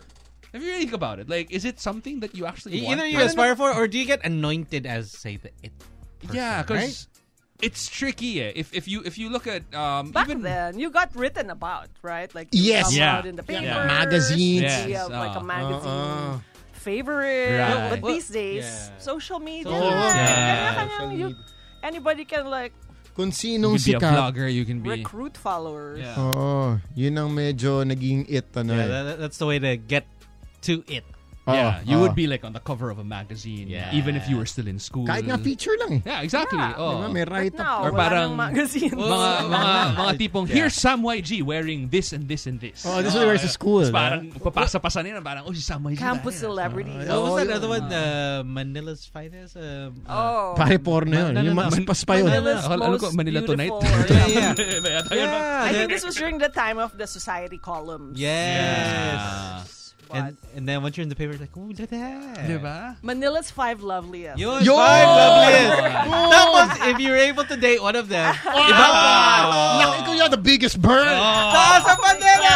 S6: If you think about it, like, is it something that you actually
S4: E-
S6: want?
S4: Either you
S6: I don't
S4: aspire for, or do you get anointed as, say, the it
S6: know. yeah,
S4: person,
S6: because
S4: right?
S6: it's tricky. Eh? If if you if you look at um
S7: Back
S6: even
S7: then, you got written about, right? Like you
S5: Yes.
S7: come
S6: Yeah.
S7: out in the
S5: Yeah.
S7: papers.
S5: Magazines.
S7: you
S6: Yes.
S7: have, like
S6: Ah.
S7: a
S4: Uh-huh.
S7: magazine
S5: Ah, ah.
S7: favorite.
S6: Right.
S7: But these days,
S4: Yeah.
S7: social media.
S4: Social
S7: na.
S4: media.
S7: Kanya-kanyang
S5: Social
S7: you, anybody can like
S5: Kung
S6: you
S5: sinong
S6: can be a
S5: sikat.
S6: vlogger, you can be
S7: recruit followers.
S6: Yeah.
S5: Oo. Yun ang medyo naging it. Ano,
S4: Yeah,
S5: eh.
S4: that, that's the way to get to it.
S6: yeah,
S5: Oo,
S6: you
S5: oo.
S6: would be like on the cover of a magazine,
S4: Oh, Yeah.
S6: even if you were still in school.
S5: Kahit nga feature lang.
S6: Yeah, exactly.
S7: Yeah.
S6: Oh.
S5: Diba? May right
S7: But
S5: up.
S7: now,
S6: Or
S7: wala
S6: parang-
S7: nang magazines.
S6: mga mga mga tipong
S4: Yeah.
S6: here's Sam YG wearing this and this and this.
S5: Oh, this is what he wears to school,
S6: Tapos
S5: no?
S6: Parang papasa pa sa nila parang oh si Sam YG.
S7: Campus
S6: tayo.
S7: celebrities.
S5: Oh,
S4: What was that
S5: yeah.
S4: other one? Uh, Manila's finest. Um,
S7: *laughs*
S4: uh,
S7: Oh.
S5: eh. Pare porno yun.
S4: No, no,
S5: Yung
S4: no.
S5: mas mas pa yun.
S7: Manila's
S6: Akala- akala ko
S7: most
S6: Manila Tonight.
S7: beautiful.
S4: Yeah, yeah.
S6: Yata yun, no?
S4: yeah,
S7: I
S4: that-
S7: think this was during the time of the society columns.
S4: yes.
S7: But
S4: And and then once you're in the paper, it's like, ooh, look at that.
S6: Diba?
S7: Manila's five loveliest.
S4: Yo,
S5: Yo!
S4: five loveliest.
S5: Oh!
S4: That was if you were able to date one of them.
S5: Laki ko yun, the biggest bird.
S4: Taas ang bandera!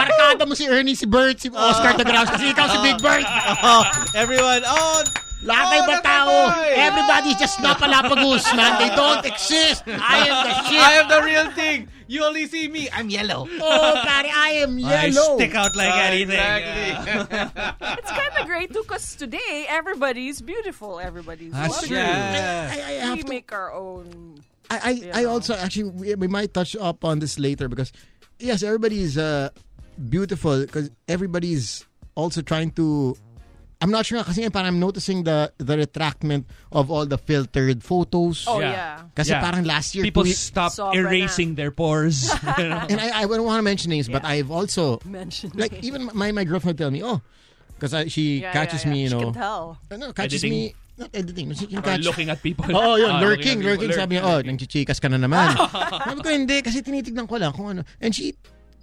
S5: Barkada mo si Ernie, si Bert, si Oscar the Grouch, kasi ikaw si Big Bird.
S4: Oh, everyone, oh,
S5: Lahat
S4: Oh,
S5: ng ibang tao,
S4: nakatoy!
S5: everybody's just napalapagos, man. They don't exist. I am the shit.
S4: I am the real thing. You only see me. I'm yellow.
S5: Oh, pare, I am
S6: I
S5: yellow.
S6: stick out like anything.
S4: Exactly.
S7: It's kind of great too because today everybody's beautiful. Everybody's
S6: That's
S7: lovely.
S6: true.
S5: *laughs*
S4: Yeah.
S5: I, I
S7: We
S5: have to
S7: make our own.
S5: I, I, I also actually we, we might touch up on this later because yes, everybody is uh, beautiful because everybody is also trying to. I'm not sure kasi parang I'm noticing the the retractment of all the filtered photos.
S7: Oh,
S6: Yeah.
S7: yeah.
S5: Kasi parang last year
S6: people
S5: two-
S6: stop
S7: Sobra
S6: erasing their pores.
S7: *laughs*
S6: *laughs*
S5: and I I don't want to mention names, but I've also
S7: Mention
S5: like
S7: names.
S5: even my my girlfriend tell me oh because she
S7: Yeah,
S5: catches
S7: yeah, yeah.
S5: me you
S7: She
S5: know
S7: can tell.
S5: no catches
S6: Editing.
S5: me not editing she can
S6: Or
S5: catch
S6: looking at people.
S5: Oo, Oh, yun.
S6: Ah,
S5: lurking,
S6: looking at
S5: lurking.
S6: people.
S5: Sabi niya, oh, nagchichikas ka na
S6: *laughs*
S5: naman. sabi ko, hindi. Kasi tinitignan ko lang kung ano. And she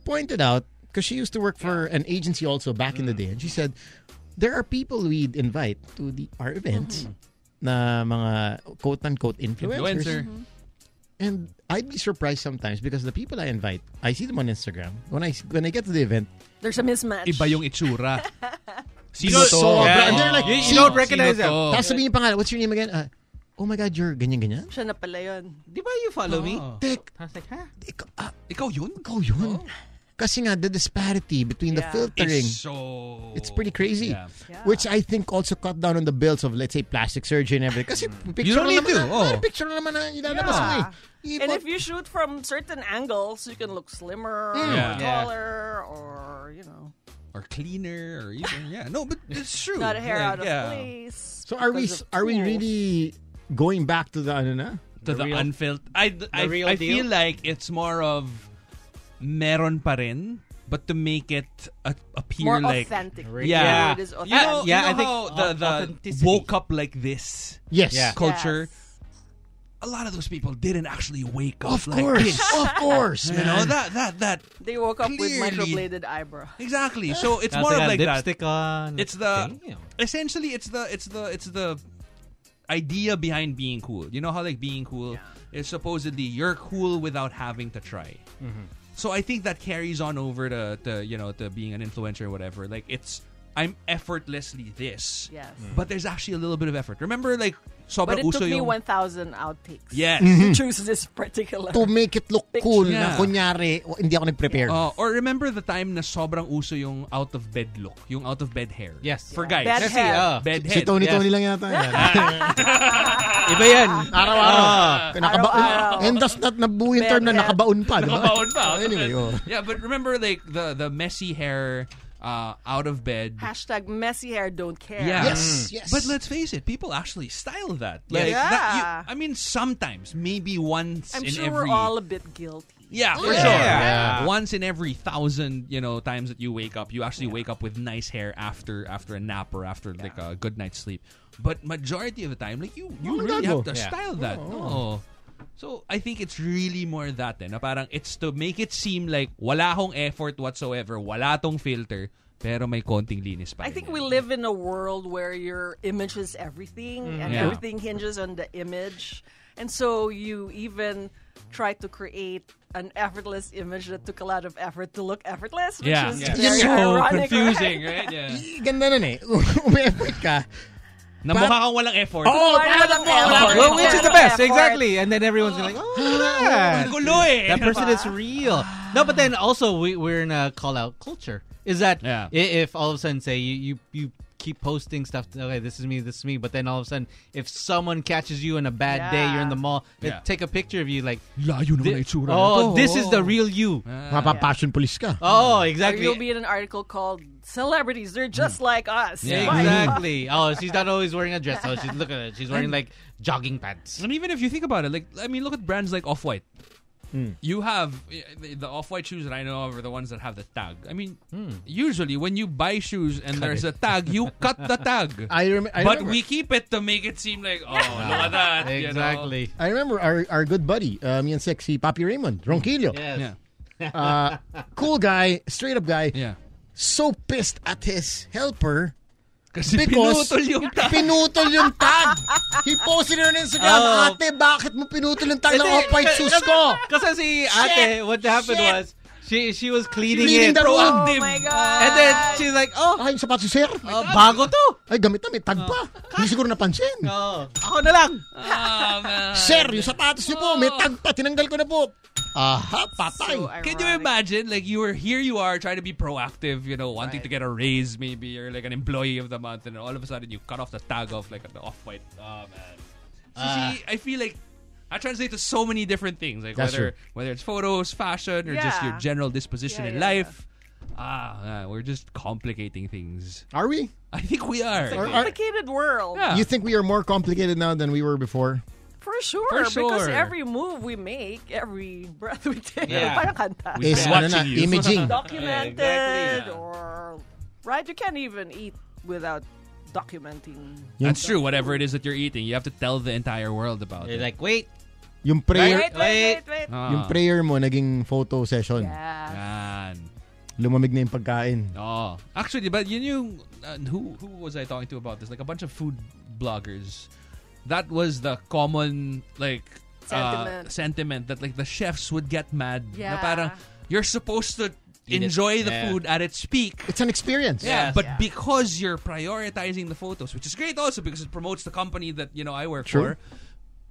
S5: pointed out, because she used to work for an agency also back in the
S6: Mm.
S5: day. And she said, there are people we'd invite to the our events
S6: Mm-hmm.
S5: na mga quote-unquote influencers.
S6: Influencer. Mm-hmm.
S5: And I'd be surprised sometimes because the people I invite, I see them on Instagram. When I when I get to the event,
S7: There's a mismatch.
S6: Iba yung
S5: *laughs*
S6: itsura. Sino
S5: Sino
S6: to?
S5: to?
S6: Yeah.
S5: And they're like,
S4: you, you
S5: sino-
S4: don't recognize
S6: sino
S4: them.
S6: to?
S5: tapos sabihin pa nga, what's your name again? Ah, oh my God, you're ganyan-ganyan?
S7: Siya na pala yun.
S4: Di ba you follow me?
S6: Oh.
S5: Tek,
S4: I was like, huh?
S5: ikaw, ah,
S6: Ikaw yun?
S5: ikaw yun? Kasi nga, the disparity between the
S7: Yeah.
S5: filtering.
S6: It's so...
S5: It's pretty crazy.
S6: Yeah.
S7: Yeah.
S5: Which I think also cut down on the bills of, let's say, plastic surgery and everything. Kasi
S6: Mm.
S5: picture
S4: don't
S5: na
S4: need
S5: naman
S4: to,
S5: na-
S4: oh.
S5: ah, *laughs* picture na naman na ilalabas mo eh. Ipo-
S7: And if you shoot from certain angles, you can look slimmer
S6: Yeah.
S7: or
S4: Yeah.
S7: taller or, you know,
S6: Or cleaner or even... Yeah. No, but it's true.
S7: not a hair
S6: Like,
S7: out of
S6: yeah.
S7: place.
S5: so are we
S7: because of
S5: are we
S7: tools.
S5: really going back to the ano na?
S6: to the,
S4: real-
S6: unfiltered. I, I,
S4: real
S6: I
S4: deal?
S6: feel like it's more of meron pa rin, but to make it a, appear
S7: more
S6: like
S7: authentic?
S6: yeah,
S7: It is
S6: you know,
S7: authentic.
S4: Yeah,
S6: you
S4: I
S6: know
S4: think
S6: how the the
S4: authenticity.
S6: woke up like this
S5: Yes.
S4: Yeah.
S6: culture.
S7: Yes.
S6: A lot of those people didn't actually wake up
S5: Of
S6: like
S5: course.
S6: this.
S5: of
S6: *laughs*
S5: course.
S6: You know that that that
S7: They woke up with
S6: Clearly.
S7: microbladed eyebrow.
S6: exactly. So it's
S4: Tapos
S6: more
S4: they
S6: of
S4: got
S6: like that.
S4: lipstick on.
S6: It's the
S4: Damn.
S6: essentially it's the it's the it's the idea behind being cool. You know how like being cool is supposedly you're cool without having to try.
S7: Mm-hmm.
S6: So I think that carries on over to, to you know to being an influencer or whatever. Like it's I'm effortlessly this.
S7: Yes.
S6: But there's actually a little bit of effort. Remember like sobrang
S7: But it took
S6: uso
S7: me
S6: yung
S7: 1,000 outtakes
S6: *laughs* Yes.
S7: *laughs* to choose this particular.
S5: To make it look cool
S6: Yeah.
S5: na kunyari, w- hindi ako nag-prepare.
S6: Uh, or remember the time na sobrang uso yung out of bed look, yung out of bed hair.
S4: Yes.
S6: For guys.
S7: Yeah. Bed
S4: Kasi,
S7: hair.
S4: ah,
S6: Bed
S5: si
S6: head.
S5: Tony
S4: yes.
S5: Tony lang yata. yan. *laughs*
S4: Iba yan.
S5: Araw-araw.
S6: Ah.
S5: Nakaba-
S7: Araw-araw.
S5: And that's not nabuo yung term na
S7: Bedhead.
S5: nakabaon pa. di ba?
S6: Nakabaon pa. Mm.
S5: Anyway, oh.
S6: Yeah, but remember like the the messy hair uh, out of bed.
S7: Hashtag messy hair, don't care.
S6: Yeah.
S5: Yes, yes.
S6: But let's face it, people actually style that. Like
S7: Yeah.
S6: that you, I mean sometimes, maybe once
S7: I'm
S6: in
S7: sure
S6: every
S7: we're all a bit guilty.
S6: Yeah, for
S5: Yeah.
S6: sure.
S5: Yeah.
S6: Once in every thousand, you know, times that you wake up, you actually wake up with nice hair after after a nap or after like a good night's sleep. But majority of the time, like you, you
S5: Oh,
S6: really
S5: gago.
S6: have to
S4: Yeah.
S6: style that.
S5: Oh.
S6: No. So I think it's really more that eh, na parang it's to make it seem like wala hong effort whatsoever, wala tong filter, pero may konting linis pa. rin
S7: I think
S6: yan.
S7: we live in a world where your image is everything and
S6: Mm, Yeah.
S7: everything hinges on the image. And so you even try to create an effortless image that took a lot of effort to look effortless, which
S6: yeah,
S7: is
S6: yeah.
S7: very
S5: So
S7: ironic, right?
S6: confusing, right?
S7: *laughs*
S6: Yeah.
S5: Ganda nun eh. *laughs* Umi-effort ka.
S6: na mukha kang walang effort.
S5: Oo,
S7: Why
S5: parang
S7: walang
S5: mo, wala
S7: effort?
S5: kang-
S4: Well, which is the
S7: Yeah.
S4: best, exactly. And then everyone's like, oh, look at
S6: Ang
S4: that.
S6: gulo eh.
S4: That person is real. No, but then also we, we're in a call out culture. Is that
S6: Yeah.
S4: i- if all of a sudden say you you, you keep posting stuff. Okay, this is me, this is me. But then all of a sudden, if someone catches you on a bad day, you're in the mall, they
S6: Yeah.
S4: take a picture of you like,
S6: Yeah, you
S4: thi- oh, this is the real you.
S7: Oh.
S5: Mapapassion police ka.
S4: Oh,
S7: Or
S4: exactly.
S7: you'll be in an article called "Celebrities, They're
S6: Mm.
S7: Just Like Us."
S4: Yeah,
S7: Why?
S4: exactly. Oh, she's not always wearing a dress. Oh, she's look at it. She's wearing like jogging pants.
S6: And even if *laughs* you think about it, like I mean, look at brands like Off White.
S5: Hmm.
S6: You have eh, the, the Off-White shoes that I know of are the ones that have the tag. I mean,
S5: Hmm.
S6: usually when you buy shoes and there's a tag,
S5: *laughs*
S6: you cut the tag.
S5: I, rem- I
S6: but
S5: remember. Ah,
S6: we keep it to make it seem like oh, look at that. you know.
S4: Exactly.
S5: I remember our, our good buddy, uh, me and sexy Papi Raymond, Ronquillo.
S4: Yes.
S6: Yeah.
S5: Cool guy, straight up guy.
S6: Yeah.
S5: So pissed at his helper
S6: Kasi
S5: Because-
S6: pinutol
S5: *laughs*
S6: yung tag.
S5: pinutol yung tag. He posted it on Instagram,
S4: Oh.
S5: ate, bakit mo pinutol yung tag ng
S4: Hindi,
S5: off-white
S4: kasi-
S5: shoes ko?
S4: eh, Kasi si ate, what happened
S5: Shit!
S4: was she she was cleaning,
S5: Cleaning
S4: it,
S5: the room.
S7: Oh
S6: Active.
S7: my god!
S4: and then she's like, oh,
S5: Ay, Ah, yung sapatos, sir.
S4: uh, bago to.
S5: Ay, gamit na, may tag
S6: Oh.
S5: pa. Hindi siguro napansin.
S4: Oh,
S7: ako na lang.
S6: Ah, man.
S5: Sir, yung sapatos niyo po,
S6: Oh.
S5: may tag pa, tinanggal ko na po. Aha, patay.
S7: So
S6: Can you
S7: ironic.
S6: imagine? Like you were here, you are trying to be proactive, you know, wanting to get a raise, maybe you're like an employee of the month, and all of a sudden you cut off the tag of like an off-white. Oh man, so,
S7: Uh.
S6: see, I feel like I translate to so many different things, like
S5: That's
S6: whether
S5: true.
S6: whether it's photos, fashion, or just your
S7: Yeah.
S6: general disposition in
S7: Yeah, yeah,
S6: life. Ah, man, we're just complicating things.
S5: Are we?
S6: I think we are.
S5: Or are-
S7: Complicated world.
S6: Yeah.
S5: You think we are more complicated now than we were before?
S7: For sure.
S6: For
S7: Because
S6: sure.
S7: every move we make, every breath we take, *laughs*
S4: Yeah.
S7: parang kanta.
S6: We-
S5: Is
S6: Yeah.
S5: ano na,
S6: Watching you. *laughs*
S5: imaging.
S7: documented
S4: exactly.
S7: or right you can't even eat without documenting
S6: That's true. Whatever it is that you're eating, you have to tell the entire world about
S4: You're
S6: it.
S4: like, wait,
S5: Yung
S7: wait
S5: prayer,
S7: wait wait, wait.
S6: Ah,
S5: yung prayer mo naging photo session.
S7: yeah
S6: man.
S5: Lumamig na yung pagkain.
S6: Oh, actually, but you knew uh, who who was I talking to about this? Like a bunch of food bloggers. That was the common like uh,
S7: Sentiment.
S6: sentiment that like the chefs would get mad. Na
S7: Yeah.
S6: parang, you're supposed to
S4: Eat it.
S6: enjoy the
S4: Yeah.
S6: food at its
S4: *laughs*
S6: peak.
S5: It's an experience.
S6: Yeah,
S4: Yes.
S6: but
S7: Yeah.
S6: because you're prioritizing the photos, which is great also because it promotes the company that you know I work for.
S5: True.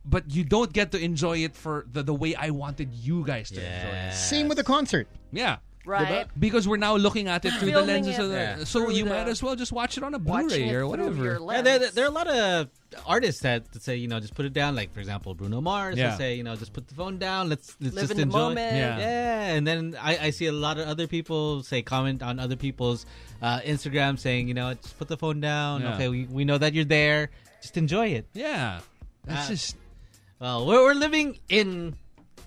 S6: But you don't get to enjoy it for the, the way I wanted you guys to enjoy it.
S5: Same with the concert.
S6: Yeah.
S7: right
S6: Because we're now looking at it through the
S7: Filming
S6: lenses
S7: it
S6: of the.
S4: Yeah.
S6: So
S7: through
S6: you
S7: the-
S6: might as well just watch it on a Blu-ray or
S7: Watching it through your
S6: whatever.
S4: Yeah,
S7: lens.
S4: there, there are a lot of artists that, that say, you know, just put it down. Like for example, Bruno Mars.
S6: Yeah.
S4: They say, you know, just put the phone down. Let's let's
S7: live
S4: just
S7: in the
S4: enjoy.
S7: moment
S6: Yeah.
S4: Yeah, and then I, I see a lot of other people say comment on other people's uh, Instagram saying, you know, just put the phone down.
S6: Yeah.
S4: Okay, we, we know that you're there. Just enjoy it.
S6: Yeah, that's
S4: Uh,
S6: just
S4: Well, we're, we're living in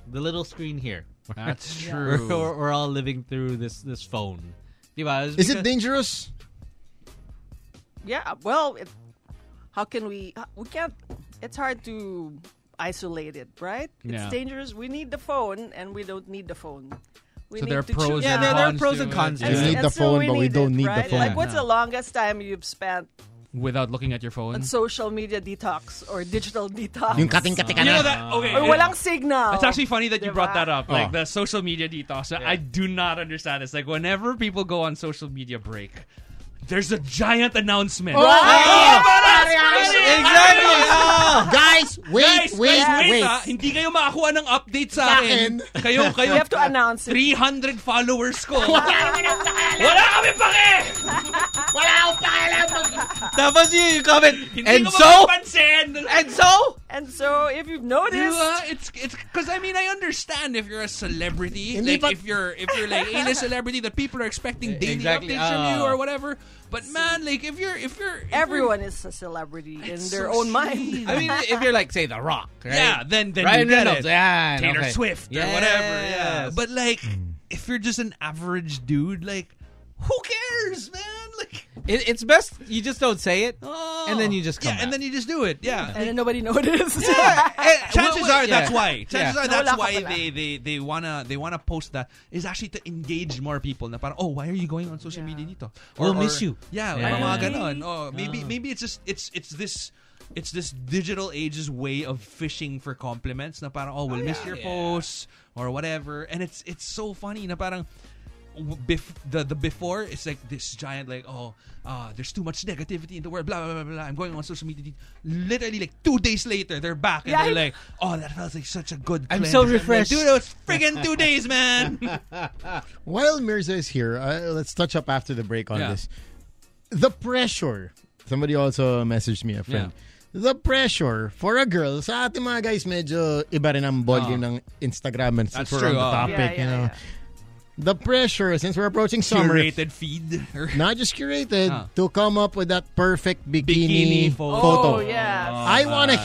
S4: the little screen here.
S6: that's *laughs*
S4: We're,
S6: true.
S4: we're, we're all living through this this phone. Diba? It's
S5: Is it
S4: because-
S5: dangerous?
S7: yeah well it, how can we uh, we can't it's hard to isolate it right
S6: Yeah.
S7: it's dangerous we need the phone and we don't need the phone we
S6: So
S7: need
S6: there are
S7: to choose-
S6: pros
S4: Yeah,
S6: and
S4: there, there are
S6: cons
S4: pros
S6: to
S4: and
S6: it,
S4: cons.
S6: yeah.
S4: to
S5: We
S7: and,
S4: it.
S5: need
S7: and
S5: the
S7: still
S5: phone,
S7: we
S5: but we
S7: need
S5: don't
S7: it,
S5: need the
S7: right?
S5: phone.
S7: Like, what's
S6: Yeah. Mm.
S7: the longest time you've spent
S6: Without looking at your phone.
S7: on social media detox or digital detox?
S5: Yung kating-kating ka
S6: you
S5: na.
S6: know that? Okay.
S7: Or
S6: it-
S7: walang signal.
S6: It's actually funny that you brought that
S7: Diba?
S6: up, like
S5: Oh.
S6: the social media detox. I do not understand this. Like whenever people go on social media break, there's a giant announcement.
S7: Ah,
S6: *laughs*
S4: Ah! Exactly. Oh.
S5: Guys, wait,
S6: Guys,
S5: wait,
S6: guys, wait,
S5: wait.
S6: ah. Hindi kayo makakuha ng update sa akin.
S5: Sa
S7: *laughs*
S6: Kayo, kayo.
S7: You have to announce it.
S6: 300 followers ko. Wala kami
S4: eh!
S6: pake!
S4: Tapos yun, yung comment.
S6: Hindi
S4: And
S6: ko
S4: so,
S6: mapapansin.
S4: and so,
S7: And so, if you've
S6: You,
S7: noticed,
S6: uh, it's it's because I mean I understand if you're a celebrity,
S5: Hindi
S6: like
S5: pa-
S6: if you're if you're like in a celebrity that people are expecting daily
S4: exactly,
S6: updates from
S4: ah.
S6: you or whatever. But man, like if you're if you're if you're-
S7: everyone is a celebrity in
S6: It's
S7: their
S6: so
S7: own
S6: sweet.
S7: mind.
S4: I mean,
S7: *laughs*
S4: if you're like, say, The Rock, right?
S6: yeah, then then
S4: Ryan
S6: you get
S4: Reynolds,
S6: it.
S4: yeah,
S6: Taylor
S4: okay.
S6: Swift or
S4: Yes.
S6: whatever. Yeah, but like if you're just an average dude, like who cares, man? Like.
S4: It, it's best you just don't say it,
S6: Oh.
S4: and then you just come
S6: yeah, and then
S4: back.
S6: you just do it. Yeah.
S7: and then nobody *laughs* noticed.
S6: *laughs* Eh, chances
S4: Well, well,
S6: are that's
S4: yeah.
S6: why. Chances are
S4: Yeah.
S7: No,
S6: that's
S7: wala ka
S6: why
S7: pala.
S6: they, they, they wanna they wanna post that is actually to engage more people. Na parang, oh, why are you going on social media dito?
S4: We'll miss you.
S6: Yeah, mga
S4: Yeah. Yeah.
S6: ganon. Oh, maybe maybe it's just it's it's this it's this digital age's way of fishing for compliments. Na parang, oh, we'll miss your
S4: Yeah.
S6: posts or whatever. And it's it's so funny. Na parang w- bef- the the before it's like this giant like oh uh, there's too much negativity in the world blah blah blah blah, blah. I'm going on social media literally like two days later they're back and
S7: Yeah,
S6: they're
S7: I-
S6: like oh that felt like such a good
S4: I'm
S6: cleanse."
S4: so
S6: And like,
S4: refreshed.
S6: dude it was friggin' two days man *laughs*
S5: While Mirza is here, uh, let's touch up after the break on
S6: Yeah.
S5: this. the pressure. Somebody also messaged me, a friend. The pressure for a girl, sa ating mga guys, medyo iba rin ang ballgame ng Instagram and since
S6: Ah. That's
S5: we're
S6: true,
S5: on the
S6: oh.
S5: topic,
S7: Yeah, yeah,
S5: you know.
S7: yeah.
S5: The pressure, since we're approaching summer,
S6: Curated feed.
S5: not just curated,
S6: Ah.
S5: to come up with that perfect bikini,
S6: Bikini photo. Uh,
S7: Oh, yeah.
S6: Ah,
S5: I want to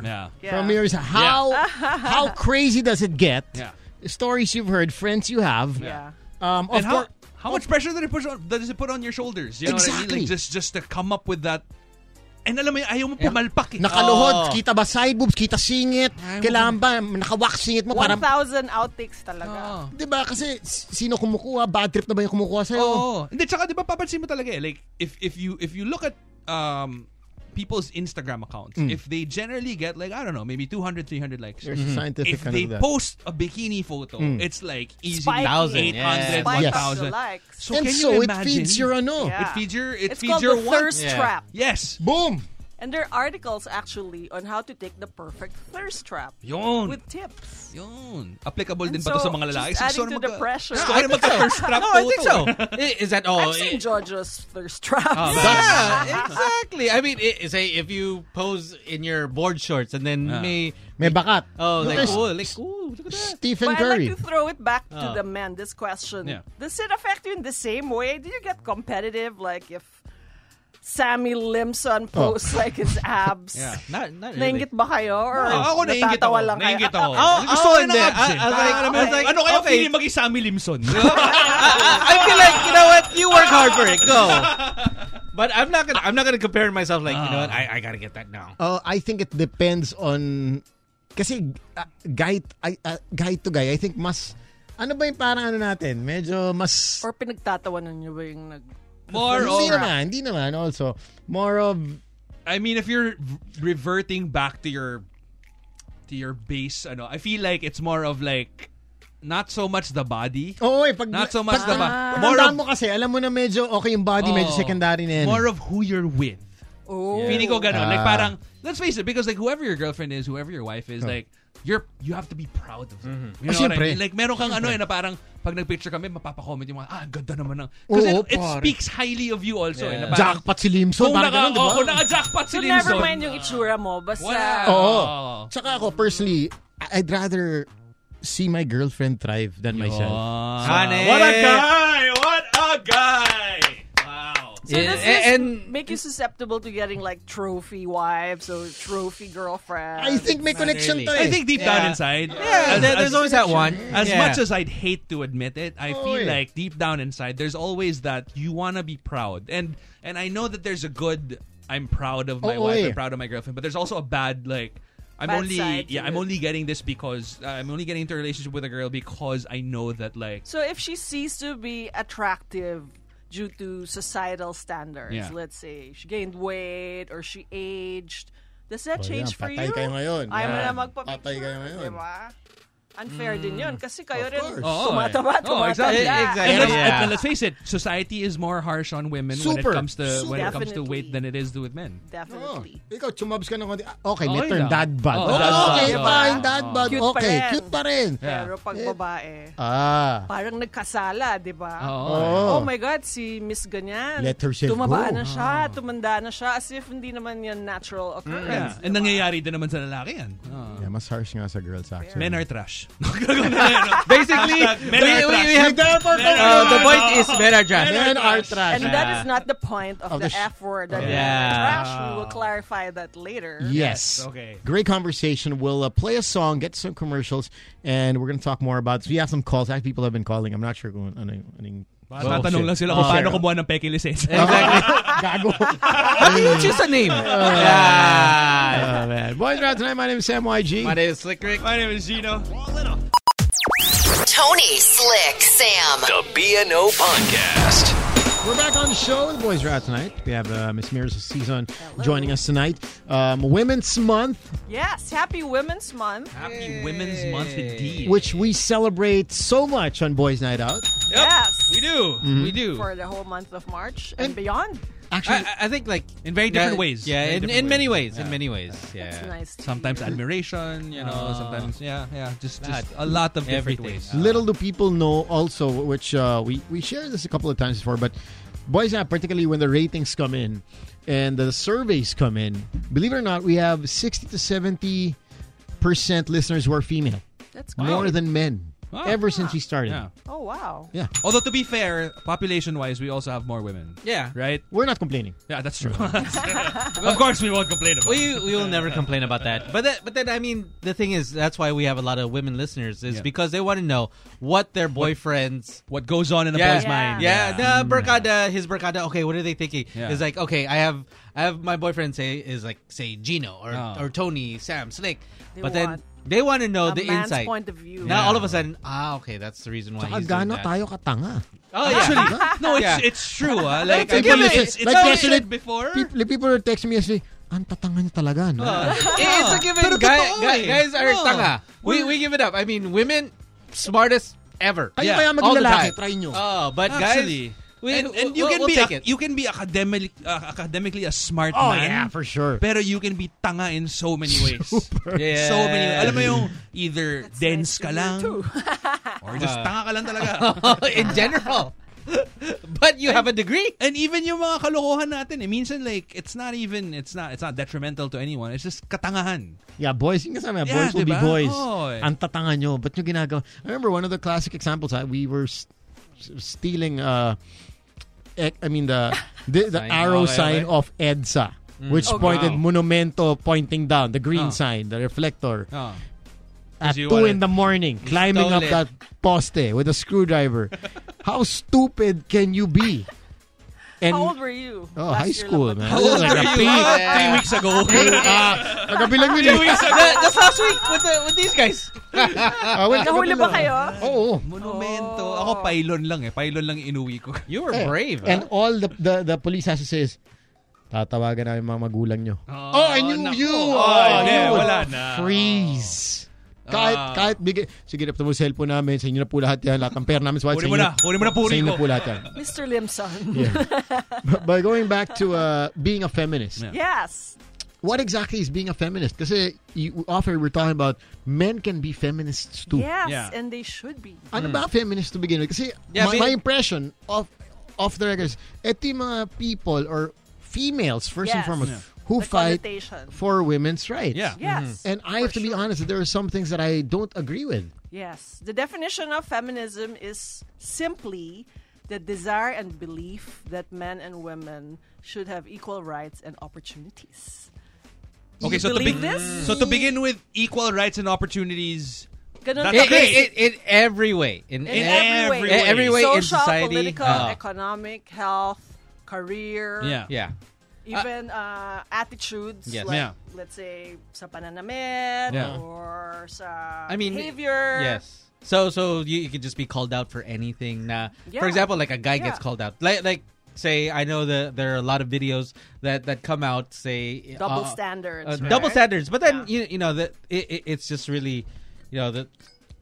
S6: *laughs* yeah.
S7: Yeah.
S5: from yours how
S7: *laughs*
S5: how crazy does it get?
S6: Yeah.
S5: Stories you've heard, friends you have.
S7: Yeah.
S5: Um, of
S6: And how,
S5: course,
S6: how much pressure does it, push on, does it put on your shoulders? You know what I mean?
S5: Exactly.
S6: Like just, just to come up with that. And alam mo, yun, ayaw mo pumalpak eh. Oh.
S5: nakaluhod, kita ba side boobs, kita singit, kailangan ba nakawax singit mo para
S7: 1,000 outtakes talaga.
S6: Oh.
S5: 'di ba kasi s- sino kumukuha, bad trip na ba yung kumukuha sa'yo?
S6: Oo. Hindi, tsaka di ba papansin mo talaga eh, like, if, if you, if you look at, um, people's Instagram accounts,
S5: Hmm.
S6: if they generally get like, I don't know, maybe 200, 300 likes,
S5: There's a scientific
S6: Mm-hmm. if
S5: kind
S6: they
S5: of that. Hmm.
S6: post a bikini photo, it's like easy
S7: Spiky.
S6: 800,
S4: 1,000, yeah.
S7: Spike
S5: Yes.
S6: 1,000.
S7: up the likes.
S6: So
S5: and
S6: can
S5: so
S6: you
S5: it
S6: imagine?
S5: feeds your ano.
S7: Yeah.
S6: It feeds your, it
S7: it's
S6: feeds
S7: called
S6: your
S7: the
S6: want.
S7: thirst
S4: Yeah.
S7: trap.
S6: Yes.
S5: Boom.
S7: And there are articles actually on how to take the perfect thirst trap
S6: Yun.
S7: with tips.
S6: Yun. Applicable din
S7: And
S6: ba to
S7: so,
S6: sa mga lalaki?
S7: just
S6: Gusto
S7: adding
S6: na
S7: to the
S6: magka-
S7: pressure.
S6: Gusto ka na magka-first trap eh.
S4: No, I think
S6: photo.
S4: so. *laughs* I- Is that
S6: Oh,
S4: all?
S7: I've
S6: eh.
S7: seen Georgia's thirst traps.
S6: Ah,
S4: yeah, exactly. I mean, i say if you pose in your board shorts and then may
S5: May bakat.
S4: oh like
S5: There's
S4: oh like ooh look at that.
S5: Stephen
S7: But I'd
S5: Curry.
S7: like to throw it back to
S4: Oh.
S7: the men, this question.
S6: Ah. Yeah.
S7: Does it affect you in the same way? Do you get competitive? Like if Sammy Limson
S5: Oh.
S7: posts
S6: *laughs*
S7: like his abs?
S6: Yeah.
S4: Not not really.
S7: Nainggit ba kayo? Or
S6: Ah, ako nainggit
S7: natatawa
S6: ako.
S7: lang kayo?
S6: Nainggit
S7: *laughs*
S6: ako.
S4: Ah, ah,
S6: Gusto
S4: ah,
S6: ko rin ng
S4: hindi.
S6: abs eh.
S4: Ah, ah, like,
S6: Alam mo,
S4: I was like,
S6: ano kaya
S4: okay.
S6: feeling maging Sammy Limson?
S4: I feel like you know what you work hard for it. Go. But I'm not gonna I'm not gonna compare myself like you know
S6: Ah.
S4: what I, I gotta get that now.
S5: Uh, I think it depends on kasi uh, guy I, uh, guy to guy. I think mas ano ba yung parang ano natin? Medyo mas
S7: Or pinagtatawanan niyo ba yung nag...
S6: *laughs* More oh.
S5: hindi
S6: over.
S5: naman, hindi naman also more of
S6: I mean, if you're v- reverting back to your to your base, ano, I feel like it's more of like not so much the body,
S5: Oo,
S7: Oh,
S5: eh, pag
S6: not so much
S5: pag,
S6: the
S5: tama-
S6: ba-
S5: pag
S6: more
S5: tandaan
S6: of-
S5: mo kasi alam mo na medyo okay yung body, medyo
S6: Oh.
S5: secondary na yan.
S6: more of who you're with.
S7: Oh.
S6: Feeling ko ganun. like
S5: Ah.
S6: parang let's face it, because like whoever your girlfriend is, whoever your wife is, like you're you have to be proud of them. You know
S5: Ah,
S6: what I
S5: syempre.
S6: mean? Like meron kang ano eh na parang pag nagpicture kami, mapapa-comment yung mga ah ang ganda naman ng
S5: Oo,
S6: kasi it, it
S5: pare.
S6: speaks highly of you also. Eh, na
S4: Yeah.
S6: parang,
S5: jackpot si Limson,
S6: Kung
S5: parang
S6: naka,
S5: ganun, di ba?
S6: oh, kung naka-jackpot si
S7: So
S6: Limson.
S7: never mind yung itsura mo. Basta...
S6: Wala.
S5: Oo.
S6: Oo.
S5: Tsaka ako, personally, I- I'd rather see my girlfriend thrive than myself.
S6: Ah.
S4: Honey.
S6: What a guy! What a guy! Wow.
S7: So
S4: Yeah,
S7: does this
S4: and-
S7: make you susceptible to getting like trophy wives or trophy girlfriends?
S5: I think may connection to
S4: really.
S5: eh.
S6: I think deep
S4: Yeah.
S6: down inside,
S4: Yeah,
S6: as,
S4: there- there's
S6: as-
S4: always that one.
S6: As
S4: Yeah.
S6: much as I'd hate to admit it, I
S5: Oh,
S6: feel
S5: yeah.
S6: like deep down inside, there's always that you want to be proud, and and I know that there's a good. I'm proud of my
S5: Oh,
S6: wife.
S5: yeah.
S6: I'm proud of my girlfriend, but there's also a bad like. I'm
S7: Bad
S6: only
S7: side to
S6: yeah. I'm
S7: it.
S6: only getting this because uh, I'm only getting into a relationship with a girl because I know that like
S7: So if she ceased to be attractive due to societal standards,
S6: Yeah.
S7: let's say she gained weight or she aged, does
S5: Oh,
S7: that
S5: yan,
S7: change for
S5: patay
S7: you?
S5: kayo ngayon.
S7: Ayaw mo
S5: Yan.
S7: na magpapicture.
S5: Patay kayo ngayon.
S7: Diba? Unfair din yun kasi kayo
S5: Of
S7: rin
S6: Mm.
S5: course.
S6: Oo, eh.
S7: tumataba,
S6: Oo,
S7: tumataba.
S6: exactly.
S4: Exactly.
S6: And let's,
S4: Yeah.
S6: and let's face it, society is more harsh on women
S5: Super.
S6: when it comes to when it comes to
S7: Definitely.
S6: weight than it is with men.
S5: Oh,
S7: Definitely.
S5: ikaw, chumabs ka ng konti. Ah, Okay, may
S6: Okay
S5: term,
S6: lang.
S5: dad bod.
S6: Oh,
S5: okay,
S6: dad bod.
S5: okay,
S7: Diba?
S5: fine, dad bod.
S7: Cute pa
S5: okay,
S7: rin.
S5: cute pa rin.
S6: Yeah.
S7: Pero pag babae,
S5: Ah.
S7: parang nagkasala, di ba?
S6: Oh,
S7: Oh my God, si Miss Ganyan.
S5: Let herself
S7: Tumaba
S5: go.
S7: na siya, tumanda na siya, as if hindi naman yan natural
S6: yeah.
S7: occurrence.
S6: And
S7: diba?
S6: nangyayari din naman sa lalaki yan. Oo.
S5: Yeah, mas harsh nga sa girls actually.
S6: Men are
S5: *laughs*
S6: trash. *laughs* Gagawin na yan, no?
S4: Basically,
S6: Hashtag men
S4: we,
S6: are
S4: we,
S6: trash.
S4: we have uh, the point is better
S5: Men
S4: dress.
S5: are trash.
S7: And that is not the point of,
S5: Of
S7: the,
S5: the sh-
S7: F word. That
S4: Yeah.
S7: is
S4: Yeah.
S7: trash. We will clarify that later.
S5: Yes.
S6: Yes, okay.
S5: Great conversation. We'll uh, play a song, get some commercials, and we're going to talk more about this. We have some calls. Actually, people have been calling. I'm not sure kung ano yung... Ano yung
S6: Baka Tatanong lang sila kung
S5: Oh.
S6: paano kumuha ng peking lisensya.
S4: Eh,
S6: *laughs*
S5: Gago. *laughs*
S4: How do you choose a name?
S6: Ah.
S4: yeah.
S5: Oh, man. Boys Round tonight. My name is Sam YG.
S4: My name is Slick Rick.
S6: My name is Gino.
S1: Tony, Slick, Sam.
S2: The BNO Podcast.
S5: We're back on the show. The boys are out tonight. We have uh, Miss Mears of Season joining us tonight. Um, Women's Month,
S7: Yes. Happy Women's Month.
S6: Happy Women's Month indeed.
S5: which we celebrate so much on Boys Night Out.
S6: Yep,
S7: Yes.
S6: We do.
S4: Mm-hmm.
S6: We do.
S7: For the whole month of March and, beyond.
S5: Actually,
S4: I, I think like
S6: In very different
S4: yeah,
S6: ways.
S4: Yeah,
S6: Very
S4: in,
S6: different
S4: in many ways.
S6: Yeah.
S4: In many ways. Yeah.
S7: It's nice. to
S6: Sometimes
S7: hear.
S6: admiration, you know,
S4: Oh.
S6: sometimes, yeah, yeah, just,
S4: Lahat.
S6: just a lot of different
S4: Everything.
S6: ways.
S5: little do people know also, which uh, we, we shared this a couple of times before, but Boys App, particularly when the ratings come in and the surveys come in, believe it or not, we have 60 to 70 percent listeners who are female,
S7: That's great.
S5: more than men,
S6: Wow.
S5: ever since we started.
S6: Yeah.
S7: Oh wow.
S5: Yeah.
S6: Although to be fair, population-wise, we also have more women.
S4: Yeah.
S6: Right?
S5: We're not complaining.
S6: Yeah, that's
S4: *laughs*
S6: true. of course, we won't complain about. it.
S4: We we will never complain about that. But that, but then I mean the thing is that's why we have a lot of women listeners is
S6: Yeah.
S4: because they want to know what their boyfriends
S6: What goes on in a boy's mind?
S4: Yeah, the Burkada, his Burkada. Okay, what are they thinking?
S6: Yeah.
S4: It's like, okay, I have, I have my boyfriend say is like say Gino or
S6: Oh.
S4: or Tony, Sam, Snake,
S7: They
S4: but then
S7: want
S4: they want to know
S7: a
S4: the
S7: man's
S4: insight.
S7: point of view.
S4: Now all of a sudden, ah, okay, that's the reason why he's doing
S5: Agano
S4: that.
S5: tayo katanga.
S4: Oh *laughs* yeah, no, it's,
S6: Yeah.
S4: it's true.
S6: uh,
S4: ah. Like,
S5: Like,
S4: I mean,
S5: like,
S4: it's,
S5: like,
S4: it's
S5: like,
S4: always
S5: like,
S4: said before.
S5: People, like, people are texting me yesterday, ang tatanga niya talaga. No?
S4: Uh, it's a given.
S6: Pero
S4: Guy,
S6: totoo
S4: guy-
S6: eh.
S4: guys are
S6: Oh.
S4: tanga. We we give it up. I mean, women smartest ever.
S5: Kayo
S6: yeah,
S5: kaya
S4: all the
S5: maglalaki,
S4: time.
S5: try nyo.
S4: Oh, but
S6: Actually,
S4: guys, we,
S6: and, and you
S4: we'll-
S6: can
S4: we'll
S6: be
S4: take
S6: ac-
S4: it.
S6: you can be academic uh, academically a smart
S5: oh,
S6: man.
S5: yeah, for sure.
S6: Pero you can be tanga in so many ways.
S4: Yeah.
S6: So many ways.
S4: *laughs*
S6: Alam mo yung either dense
S7: nice to
S6: ka
S7: hear
S6: lang
S7: too. *laughs*
S6: or just tanga ka lang talaga. *laughs*
S4: in general. but you have a degree.
S6: And even yung mga kalokohan natin, eh, minsan like it's not even it's not it's not detrimental to anyone. It's just katangahan.
S5: Yeah, boys. Yung kasama,
S6: Yeah,
S5: boys will
S6: diba?
S5: be boys.
S6: Oo, eh.
S5: Ang tatanga nyo. Ba't nyo ginagawa? I remember one of the classic examples, ha, we were s- s- stealing, uh, ek- I mean,
S6: *laughs*
S5: the, the, the
S4: Sign.
S5: arrow
S6: Okay,
S5: sign
S6: okay. Mm. Oh,
S5: of EDSA, which
S7: Okay.
S5: pointed
S6: Wow.
S5: monumento pointing down, the green
S6: Ah.
S5: sign, the reflector.
S6: Oh.
S5: at
S6: you wanted-
S5: 2 in the morning, climbing
S4: stole
S5: up
S4: it.
S5: that poste with a screwdriver.
S6: *laughs*
S5: How stupid can you be? And,
S7: How old were you?
S5: Oh,
S7: last
S5: high
S7: year,
S5: school,
S7: Lapat?
S5: man.
S6: How old
S5: Like
S6: were
S5: a
S6: you?
S5: pea.
S6: Ah, Three weeks ago.
S5: Ah, kagabi lang
S6: *laughs*
S5: yun eh.
S4: That- that's last week with the, with these guys.
S5: Ah, well, kagabi
S7: Nahuli ba
S5: lang.
S7: kayo?
S5: Oo.
S6: Monumento. Ako
S7: Oh.
S6: pylon lang eh. Pylon lang inuwi ko.
S4: You were
S5: Eh,
S6: Diba?
S4: brave.
S5: And all the, the the police has to say is, tatawagan namin mga magulang nyo. Oh, and you,
S6: naku.
S5: you,
S6: Oh, hindi,
S5: you would
S6: wala na. Ah.
S5: Freeze. Kahit, kahit bigay, sige, laptop mo yung cellphone namin, sa inyo na po lahat yan, lahat ng pera namin, sa
S6: Kunin mo na. Kunin mo na puri
S5: sa inyo
S6: ko.
S5: na po lahat
S6: *laughs*
S5: yan.
S7: Mr. Limson.
S5: But, but going back to uh, being a feminist,
S6: Yeah.
S7: Yes.
S5: what exactly is being a feminist? Because you, often we're talking about men can be feminists too.
S7: Yes,
S6: Yeah.
S7: and they should be.
S6: Mm.
S5: Ano ba feminist to begin with? Kasi
S4: Yeah,
S5: my,
S4: but-
S5: my impression of of the records, ito yung mga people or females first and
S7: Yes.
S5: foremost
S6: Yeah.
S5: who
S7: The
S5: fight
S7: connotation.
S5: for women's rights.
S6: Yeah.
S7: Yes.
S5: And I
S7: for
S5: have to be
S7: sure.
S5: honest that there are some things that I don't agree with.
S7: Yes. The definition of feminism is simply the desire and belief that men and women should have equal rights and opportunities.
S6: Okay,
S7: You
S6: so to,
S7: believe
S6: beg-
S7: this?
S6: so to begin with, equal rights and opportunities.
S7: Ganun
S6: That's
S7: ba?
S4: in, in, in, in every way. In,
S7: in,
S4: in
S7: every,
S6: every
S7: way.
S6: way. Every
S4: way in
S7: Social,
S4: society.
S7: political,
S4: Uh,
S7: economic, health, career,
S6: Yeah.
S4: Yeah.
S7: even uh, attitudes
S4: Yes.
S7: like
S6: Yeah.
S7: let's say sa pananamit
S6: Yeah.
S7: or sa
S4: I mean,
S7: behavior.
S4: Yes. So so you, you could just be called out for anything. Na,
S7: Yeah.
S4: For example, like a guy
S7: Yeah.
S4: gets called out. Like like say I know that there are a lot of videos that that come out say
S7: Double
S4: uh,
S7: standards.
S4: uh,
S7: right?
S4: double standards. But then
S7: Yeah.
S4: you you know that it, it, it's just really, you know the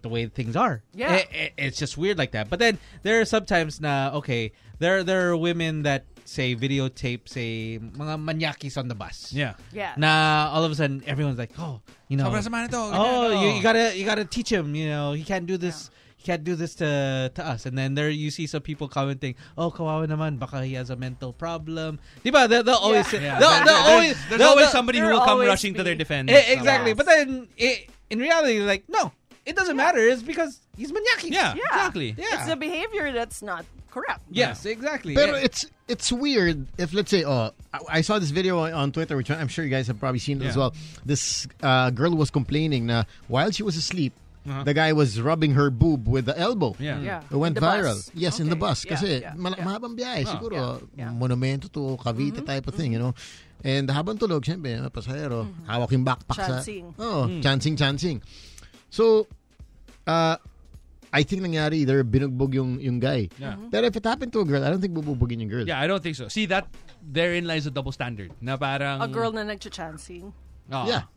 S4: the way things are.
S7: Yeah.
S4: It- it- it's just weird like that. But then there are sometimes na okay, there there are women that say videotape say mga manyakis on the bus.
S6: Yeah.
S7: Yes.
S4: Now all of a sudden everyone's like, oh, you know,
S6: Sobrang sama nito, ganyan,
S4: oh,
S6: ano."
S4: you, you gotta you gotta teach him. You know, he can't do this. He can't do this to to us. And then there you see some people commenting, oh, kawawa naman, baka he has a mental problem. Diba? They'll, they'll always say,
S6: Yeah.
S4: they'll, they'll always
S6: there's, there's
S4: they'll-
S6: always
S4: they'll-
S6: somebody who
S7: There
S6: will come
S7: always
S6: rushing to
S7: be.
S6: their defense.
S4: Eh, exactly.
S7: Yes.
S4: But then, i in reality, like, no, it doesn't matter. It's because he's manyaki.
S6: Yeah,
S7: Yeah.
S6: exactly.
S4: Yeah.
S7: It's the behavior that's not correct.
S4: Yes, exactly. Eh,
S5: But
S4: Yeah.
S5: it's it's weird if let's say oh I, I saw this video on- on Twitter which I'm sure you guys have probably seen it as
S6: Yeah.
S5: well. This uh, girl was complaining na while she was asleep, the guy was rubbing her boob with the elbow.
S6: Uh-huh. Yeah.
S7: Yeah.
S5: It went
S7: In the bus.
S5: viral. Yes, in the
S7: Okay.
S5: bus.
S7: Yeah,
S5: Kasi
S7: yeah,
S5: mala-
S7: yeah. Oh,
S5: mahabang biyahe. Siguro,
S7: yeah, Mm-hmm, yeah.
S5: monumento to, Cavite type of thing, you know. And habang tulog, syempre, mga pasahero,
S7: Mm-hmm.
S5: hawak yung backpack
S7: Chancing.
S5: sa... Oh,
S7: Mm.
S5: chancing, chancing. So, uh, I think nangyari either binugbog yung, yung guy.
S6: Yeah.
S7: Mm-hmm.
S5: But if it happened to a girl, I don't think bububugin yung girl.
S6: Yeah, I don't think so. See that therein lies a double standard. Na parang
S7: A girl na nagchachancing.
S6: Oh.
S5: Yeah.
S7: Ah.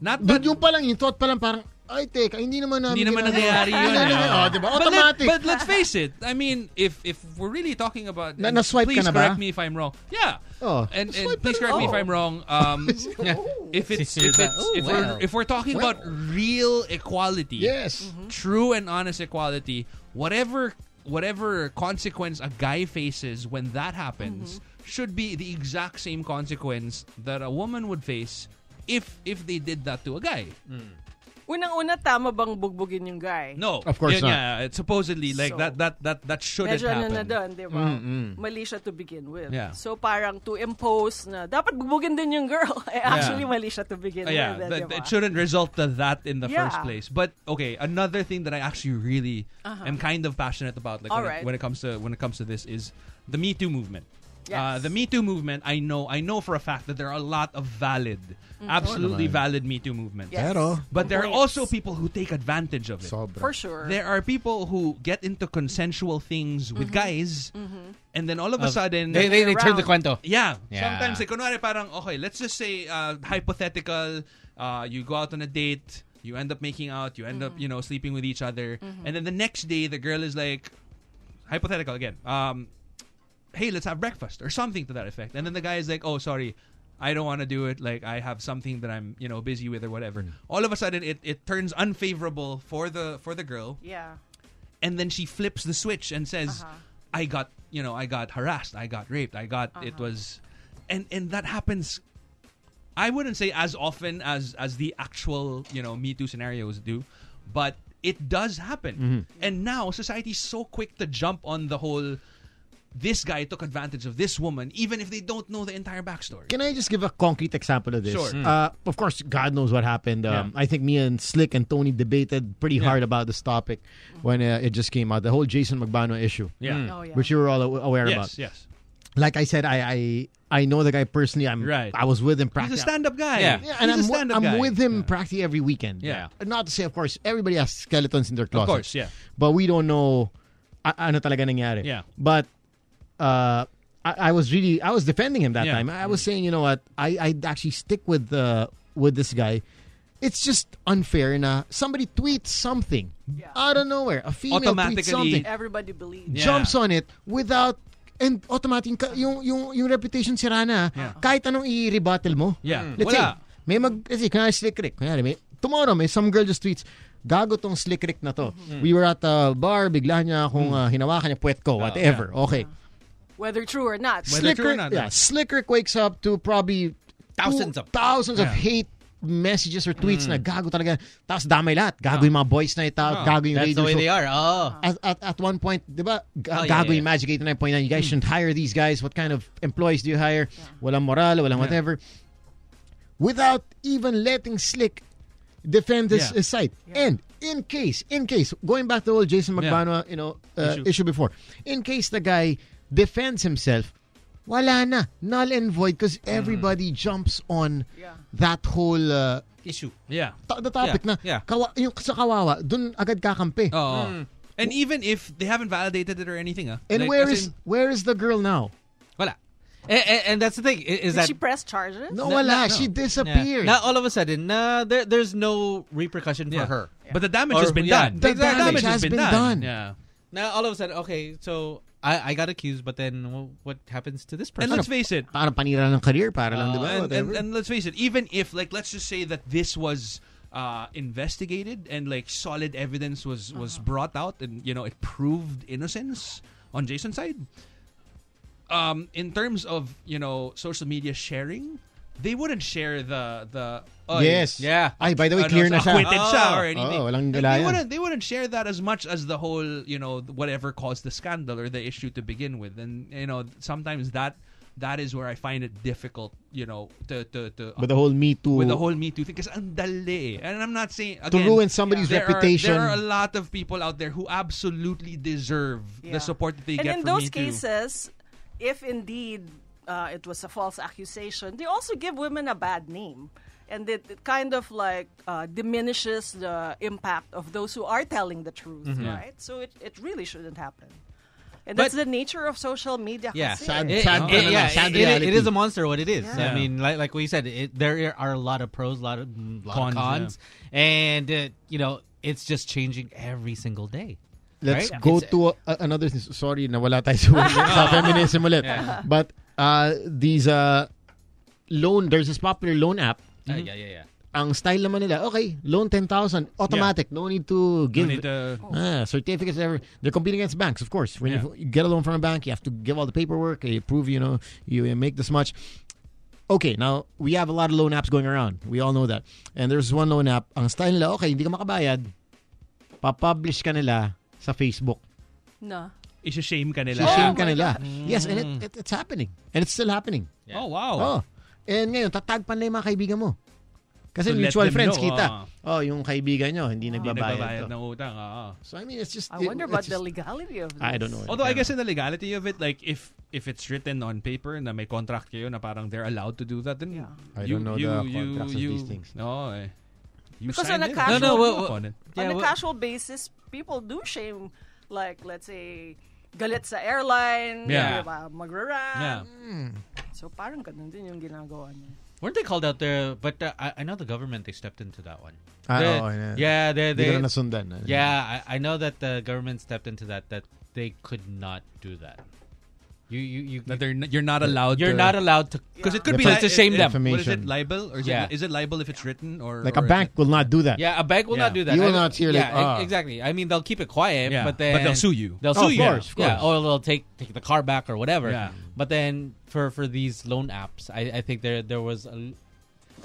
S6: Not
S5: But
S6: that
S5: yung palang, yung thought palang parang, ay, teka, hindi naman namin...
S6: hindi naman
S5: ginagawa."
S6: nangyayari yun.
S5: Hindi naman
S7: eh.
S6: no.
S5: nangyayari. Oh, diba?
S6: But let-
S5: Automatic.
S6: But, let's face it. I mean, if if we're really talking about
S5: Na-
S6: and
S5: na-swipe ka
S6: please
S5: na ba?
S6: correct me if I'm wrong. Yeah.
S5: Oh,
S6: and, and
S5: swipe ka
S6: please
S5: na Oh.
S6: correct me if
S5: ba?
S6: I'm wrong.
S5: *laughs*
S6: Um if it's if it's
S4: Oh,
S6: if
S4: well.
S6: we're if we're talking about real equality.
S5: Yes.
S7: Mm-hmm.
S6: True and honest equality, whatever whatever consequence a guy faces when that happens should be the exact same consequence that a woman would face if if they did that to a guy.
S7: Unang-una, tama bang bugbugin yung guy?
S6: No,
S5: Of course
S6: Yun
S5: not.
S6: nga, it's supposedly like
S7: So-
S6: that that that that shouldn't
S7: Medyo ano
S6: happen.
S7: na doon, di ba? Mali siya to begin with.
S6: Yeah.
S7: So parang to impose na dapat bugbugin din yung girl. *laughs* Eh, actually, mali siya to
S6: Uh,
S7: begin
S6: yeah,
S7: with. eh,
S6: that-
S7: di ba?
S6: it shouldn't result to that in the first
S7: Yeah.
S6: place. But okay, another thing that I actually really
S7: Uh-huh.
S6: am kind of passionate about, like when,
S7: Alright.
S6: it, when it comes to when it comes to this, is the Me Too movement. Uh,
S7: Yes.
S6: the Me Too movement, I know, I know for a fact that there are a lot of valid,
S7: Mm-hmm.
S6: absolutely valid Me Too movements.
S7: Yes.
S8: Pero,
S6: But there are
S7: Complaints.
S6: also people who take advantage of it.
S5: Sobra.
S7: For sure.
S6: There are people who get into consensual things
S7: Mm-hmm.
S6: with guys, and then all of a sudden,
S4: They, they, they turn
S7: around.
S4: the kwento.
S6: yeah.
S4: Yeah.
S6: Sometimes, like, kunwari parang, okay, let's just say, uh, hypothetical, uh, you go out on a date, you end up making out, you end up, you know, sleeping with each other. And then the next day, the girl is like, hypothetical again, um, hey, let's have breakfast or something to that effect. And then the guy is like, oh, sorry. I don't want to do it. Like I have something that I'm, you know, busy with or whatever. All of a sudden, it, it turns unfavorable for the for the girl,
S7: Yeah.
S6: and then she flips the switch and says i got you know i got harassed i got raped i got it was and and that happens i wouldn't say as often as as the actual you know me too scenarios do but it does happen
S5: Mm-hmm.
S6: and now society's so quick to jump on the whole this guy took advantage of this woman even if they don't know the entire backstory
S5: Can I just give a concrete example of this?
S6: Sure. Mm.
S5: Uh, of course, God knows what happened. Um, I think me and Slick and Tony debated pretty hard about this topic when uh, it just came out. The whole Jason McBano issue,
S6: yeah
S7: Oh, yeah.
S5: which you were all aw- aware
S6: yes
S5: about.
S6: yes
S5: Like I said, I, I I know the guy personally. I'm
S6: Right.
S5: I was with him
S6: he's a
S5: practically.
S6: stand-up guy
S4: Yeah.
S5: yeah, and
S6: he's
S5: I'm,
S6: a
S5: wi-
S6: stand-up
S5: I'm
S6: guy
S5: with him practically every weekend.
S6: Yeah.
S5: Not to say, of course, everybody has skeletons in their closet.
S6: course, yeah.
S5: But we don't know a- ano talaga nangyari.
S6: Yeah.
S5: But uh, I-, I was really, I was defending him that
S6: Yeah. Mm.
S5: time. I was saying, you know what, I I'd actually stick with uh, with this guy. It's just unfair na somebody tweets something out of nowhere. A female tweets
S6: Automatically-
S5: something,
S7: Everybody believes.
S6: Yeah.
S5: jumps on it without and automatic ka- yung yung yung reputation sira na ah. kahit anong i-rebuttal mo.
S6: Yeah.
S5: Let's
S6: Wala.
S5: say, may mag, let's say, kunwari slick Rick. Kunwari, may, tomorrow, may some girl just tweets, gago tong slick Rick na to.
S6: Mm-hmm.
S5: We were at a bar, bigla niya
S6: Mm.
S5: akong uh, hinawakan niya, puwet ko,
S6: Ah,
S5: whatever. Okay.
S7: Whether true or not.
S6: Whether
S5: Slick
S6: true or
S5: Rick,
S6: not, no.
S5: yeah, Slick Rick wakes up to probably
S4: Thousands
S5: two-
S4: of- Mm.
S5: thousands of hate messages or tweets na gago talaga. Tapos damay lahat. Gago yung mga boys na ito, gago yung
S4: Oh. That's
S5: radio
S4: the way
S5: show
S4: they are. Oh.
S5: at, at, at one point, di ba, g-
S4: Oh, yeah,
S5: gago
S4: yeah, Mm.
S5: yung Magic 89.9, you guys shouldn't hire these guys. What kind of employees do you hire? Walang moral, walang whatever. Without even letting Slick defend his,
S6: Yeah.
S5: his site. And in case, in case, going back to the whole Jason
S6: Yeah.
S5: McBano, you know, uh,
S6: Issue.
S5: issue. before, in case the guy defends himself, wala na, null and void because
S6: Mm-hmm.
S5: everybody jumps on
S7: Yeah.
S5: that whole uh,
S4: Issue.
S6: yeah
S5: to- the topic
S4: Yeah,
S5: na
S4: yeah.
S5: kawa- yung sa kawawa, dun agad kakampi.
S6: Oh. And even if they haven't validated it or anything, ah.
S5: Hmm. And
S6: Like,
S5: where
S6: as
S5: is
S6: in-
S5: where is the girl now?
S4: Wala. And, and that's the thing i- is
S7: Did
S4: that
S7: she press charges?
S5: No,
S4: No,
S5: wala.
S4: no, no.
S5: She disappeared.
S4: Now all of a sudden, nah, there, there's no repercussion for
S6: Yeah.
S4: her.
S6: But the damage
S4: Or-
S6: has been
S4: yeah,
S6: done.
S4: the
S5: damage has been done.
S6: Yeah.
S4: Now all of a sudden, okay, so I, I got accused, but then w- what happens to this person?
S6: And let's face it.
S5: Parang panira ng career, para lang, di ba?
S6: Ah, and,
S5: Uh, Whatever.
S6: and, and let's face it. Even if, like, let's just say that this was uh, investigated and like solid evidence was was
S5: Uh-huh.
S6: brought out, and you know it proved innocence on Jason's side. Um, in terms of you know social media sharing, they wouldn't share the the. "Oy,
S5: yes.
S4: Yeah.
S5: Ay, by the way,
S6: ano,
S5: clear na siya.
S6: acquitted siya
S4: Oh.
S6: or anything.
S5: Oh, walang
S6: Like,
S5: galayan.
S6: they wouldn't they wouldn't share that as much as the whole, you know, whatever caused the scandal or the issue to begin with. And you know, sometimes that that is where I find it difficult, you know, to to, to
S5: But the whole Me Too.
S6: with the whole Me Too thing because ang dali. eh. And I'm not saying again,
S5: ruin somebody's
S6: there
S5: reputation.
S6: Are, there are a lot of people out there who absolutely deserve
S7: Yeah.
S6: the support that they
S7: and
S6: get
S7: in
S6: from
S7: those
S6: Me Too.
S7: cases, if indeed uh, it was a false accusation, they also give women a bad name. And it, it kind of like uh, diminishes the impact of those who are telling the truth, right? So it, it really shouldn't happen. And that's the nature of social media.
S4: Yeah,
S7: kasi.
S5: Sad-
S4: It-
S5: sad
S4: it-
S5: ganun,
S4: yeah,
S5: sad
S4: it- it-
S5: reality.
S4: it is a monster. What it is.
S6: Yeah.
S4: I mean, like like we said, it, there are a lot of pros, a lot of, mm, lot
S6: Cons,
S4: of cons, and uh, you know, it's just changing every single day.
S5: Let's
S4: Right?
S5: go
S4: It's-
S5: to a, a- another. Sorry, nawala tayo
S6: *laughs*
S5: sa, sa feminism ulit. But uh, these uh, loan, there's this popular loan app
S4: Mm-hmm. yeah, yeah, yeah.
S5: ang style naman nila, okay, loan 10,000, automatic. No need to give
S6: need to-
S5: ah, certificates. Ever. They're competing against banks, of course. When you, you get a loan from a bank, you have to give all the paperwork, you prove, you know, you you make this much. Okay, now, we have a lot of loan apps going around. We all know that. And there's one loan app, ang style nila, okay, hindi ka makabayad, papublish ka nila sa Facebook.
S7: No.
S6: Isha-shame ka nila.
S5: Shame
S7: Oh.
S5: ka nila. Yes,
S6: Mm.
S5: and it, it- it's happening. And it's still happening.
S6: Oh, wow.
S5: Oh. And ngayon, tatag pa nila yung mga kaibigan mo.
S6: To
S5: Kasi
S6: let
S5: mutual
S6: them
S5: friends
S6: know,
S5: kita.
S6: ah.
S5: Oh, yung kaibigan nyo, hindi
S6: Nagbabayad
S5: nagbabayad. to.
S6: ng utang. ah, Oo.
S5: So, I mean, it's just...
S7: I
S5: it- it's
S7: wonder about the
S5: just-
S7: legality of this.
S5: I don't know.
S6: Although I guess in the legality of it, like if if it's written on paper na may contract kayo na parang they're allowed to do that, then
S7: Yeah.
S5: I
S6: you,
S5: don't know
S6: you,
S5: the
S6: you,
S5: contracts of
S6: you,
S5: these things.
S6: No, eh. You
S7: Because
S6: signed
S7: on a
S6: it.
S7: casual-
S4: No, no, well,
S6: upon it.
S7: on
S4: Yeah,
S7: a
S4: well-
S7: casual basis, people do shame, like, let's say, galit sa airline,
S6: Yeah.
S7: diba, magra-ram.
S6: Yeah.
S7: So parang ganun din yung ginagawa niya.
S4: Weren't they called out there? But uh, I, I know the government they stepped into that one.
S5: Ah,
S4: They-
S5: oo, yeah.
S4: yeah, they,
S5: Hindi
S4: they,
S5: ko na nasundan. eh.
S4: yeah. I, I know that the government stepped into that. That they could not do that. You you you.
S6: That they're n- you're not allowed. to,
S4: you're not allowed to
S6: because it could
S5: Yeah.
S6: be
S5: Defa-
S6: like
S4: to shame them.
S6: What is it
S5: Defamation.
S6: libel or is,
S4: Yeah.
S6: it, is it libel if it's written or
S5: Like
S6: or
S5: a
S6: is
S5: bank
S6: it-
S5: will not do that.
S4: Yeah, a bank will not
S6: Yeah.
S4: do that.
S5: You will
S4: I
S5: not
S4: don't-
S5: hear like,
S4: yeah, e-
S5: ah.
S4: exactly. I mean, they'll keep it quiet,
S6: Yeah,
S4: but
S6: but
S4: then
S6: they'll sue you.
S4: They'll
S5: Oh,
S4: sue
S5: of
S4: you.
S5: course, of
S4: Yeah,
S5: course.
S4: or they'll take take the car back or whatever.
S6: Yeah.
S4: But then for for these loan apps, I, I think there there was a l-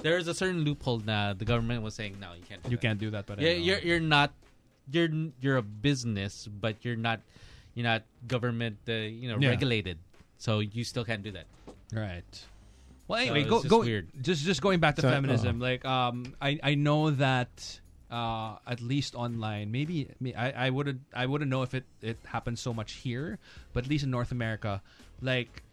S4: there is a certain loophole now. The government was saying no, you can't. Do
S6: You
S4: that.
S6: can't do that, but I
S4: Yeah,
S6: know.
S4: you're you're not you're n- you're a business, but you're not you're not government uh, you know
S6: Yeah.
S4: regulated, so you still can't do that.
S6: Right. Well, anyway,
S4: it's
S6: go,
S4: just
S6: go
S4: weird.
S6: just just going back to
S5: So,
S6: feminism. Like, um, I, I know that uh, at least online, maybe may- I I wouldn't I wouldn't know if it it happens so much here, but at least in North America, like,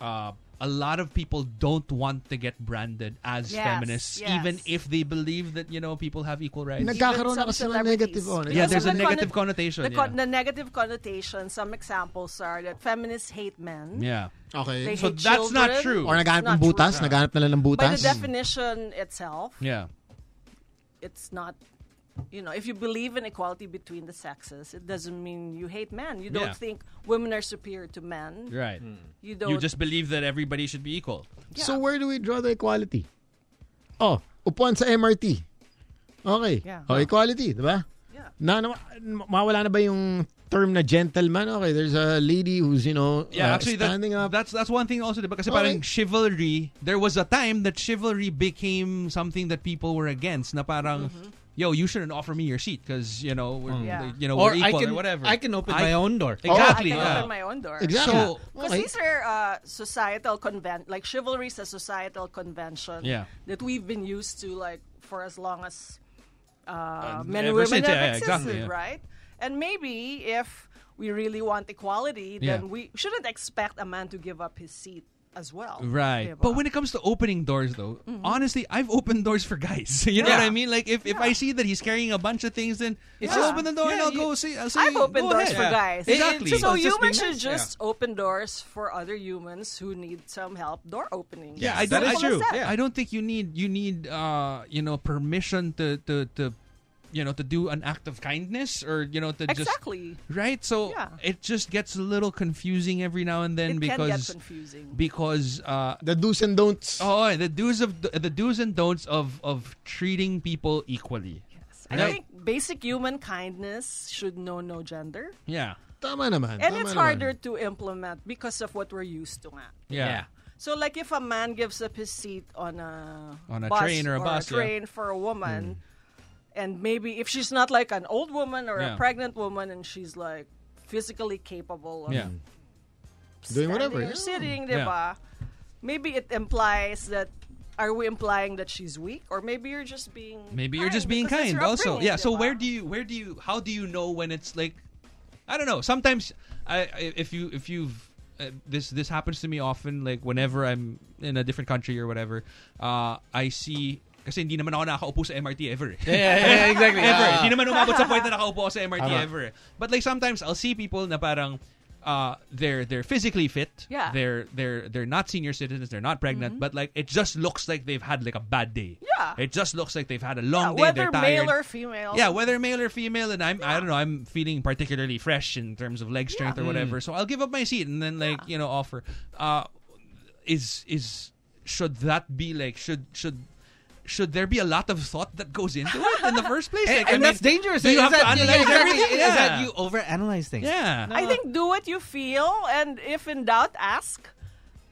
S6: uh, a lot of people don't want to get branded as
S7: Yes,
S6: feminists, even
S7: yes.
S6: if they believe that you know people have equal rights.
S5: Nagkakaroon na
S7: Even
S5: kasi
S7: some
S5: ng negative
S7: celebrities.
S5: on it.
S6: Yeah,
S7: Because
S6: there's a
S7: of the
S6: negative
S7: conno-
S6: connotation,
S7: The, con-
S6: yeah.
S7: the negative connotation. Some examples are that feminists hate men.
S6: yeah.
S5: Okay.
S7: They
S6: So
S7: hate
S6: that's not
S7: children.
S6: true.
S5: Or naghanap ng
S7: Not true.
S5: butas, naghanap nila ng
S7: By
S5: butas.
S7: the definition itself,
S6: Yeah.
S7: it's not. You know, if you believe in equality between the sexes, it doesn't mean you hate men. You
S6: Yeah.
S7: don't think women are superior to men.
S6: Right.
S4: Hmm.
S7: You don't.
S6: You just believe that everybody should be equal.
S5: So where do we draw the equality? Oh, upuan sa MRT. Okay.
S7: Yeah.
S5: Oh, equality, di ba?
S7: Yeah.
S5: Na, na, mawala na ba yung term na gentleman? Okay, there's a lady who's, you know,
S6: Yeah,
S5: uh,
S6: actually, that,
S5: standing up.
S6: that's that's one thing also. Because
S5: Okay.
S6: parang chivalry, there was a time that chivalry became something that people were against. Na parang,
S4: Mm-hmm.
S6: yo, you shouldn't offer me your seat because you know we're
S7: Yeah.
S6: you know
S4: Mm. Or
S6: we're
S4: I
S6: equal
S4: can
S6: or whatever.
S4: I can open
S6: I- Oh,
S4: my own Oh, door.
S7: Yeah,
S6: Exactly.
S7: I can
S6: yeah.
S7: open my own door.
S5: Exactly.
S6: So-
S7: Because
S5: Okay.
S7: these are uh, societal conven like chivalry's a societal convention
S6: Yeah.
S7: that we've been used to like for as long as uh, men
S6: ever
S7: and women
S6: since,
S7: have
S6: yeah, yeah,
S7: existed,
S6: exactly, yeah.
S7: right? And maybe if we really want equality, then
S6: Yeah.
S7: we shouldn't expect a man to give up his seat as well.
S6: Right.
S7: diba?
S6: But when it comes to opening doors, though,
S4: Mm-hmm.
S6: honestly, I've opened doors for guys. *laughs* You know
S7: Yeah.
S6: what I mean? Like, if, if I see that he's carrying a bunch of things, then
S4: It's
S6: I'll
S4: just-
S6: open the door and
S4: yeah,
S6: I'll go
S4: you-
S6: see. I'll say,
S7: I've opened
S6: go
S7: doors
S6: ahead.
S7: for
S6: Yeah.
S7: guys.
S4: It-
S6: Exactly.
S4: it's
S7: So
S4: just being
S7: humans should
S4: nice, yeah.
S7: just open doors for other humans who need some help door opening.
S6: Yeah, I
S7: It's
S6: don't,
S7: simple
S6: I,
S7: as that.
S6: I don't think you need you need uh you know permission to to to you know to do an act of kindness or you know to
S7: Exactly.
S6: just right. So
S7: Yeah.
S6: it just gets a little confusing every now and then
S7: It can
S6: because
S7: get confusing.
S6: because uh
S5: the do's and don'ts.
S6: oh the do's of the do's and don'ts of of treating people equally.
S7: I
S6: Right.
S7: think basic human kindness should know no gender.
S6: Yeah.
S5: Tama naman.
S7: And
S5: tama
S7: it's
S5: naman.
S7: harder to implement because of what we're used to. nga.
S6: Yeah.
S7: So like if a man gives up his seat on a
S6: On a
S7: bus
S6: train or a bus, yeah. Hmm.
S7: train for a woman and maybe if she's not like an old woman or a
S6: Yeah.
S7: pregnant woman and she's like physically capable of
S6: Yeah.
S5: Doing
S7: standing
S5: whatever,
S7: or
S5: yeah.
S7: sitting,
S6: Yeah.
S7: diba? Maybe it implies that are we implying that she's weak or maybe you're just being
S6: Maybe you're just being
S7: because that's
S6: kind
S7: your
S6: also.
S7: upbringing,
S6: Yeah, so
S7: diba?
S6: where do you where do you how do you know when it's like I don't know. Sometimes I I- if you if you've uh, this this happens to me often like whenever I'm in a different country or whatever, uh I see kasi hindi naman ako nakakaupo sa MRT ever. eh.
S4: Yeah, yeah, yeah, exactly. Uh,
S6: ever.
S4: Yeah.
S6: Hindi naman umabot sa
S7: *laughs*
S6: point na nakaupo ako sa MRT
S5: Tama.
S6: ever. eh. But like sometimes I'll see people na parang uh, they're they're physically fit.
S7: Yeah. Mm-hmm.
S6: They're they're they're not senior citizens. They're not pregnant. But like it just looks like they've had like a bad day.
S7: Yeah.
S6: It just looks like they've had a
S7: Yeah,
S6: long day.
S7: whether
S6: they're tired.
S7: male or female.
S6: yeah, whether male or female, and I'm I don't know, I'm feeling particularly fresh in terms of leg strength or whatever. So I'll give up my seat and then like you know offer. Uh, is is should that be like should should should there be a lot of thought that goes into it in the first *laughs* place?
S4: And,
S6: Like, I
S4: and
S6: mean,
S4: that's dangerous.
S6: do you
S4: is
S6: have
S4: that,
S6: to analyze
S4: exactly,
S6: everything?
S4: Is that
S6: Yeah.
S4: you overanalyze things?
S6: Yeah.
S7: I think do what you feel, and if in doubt, ask.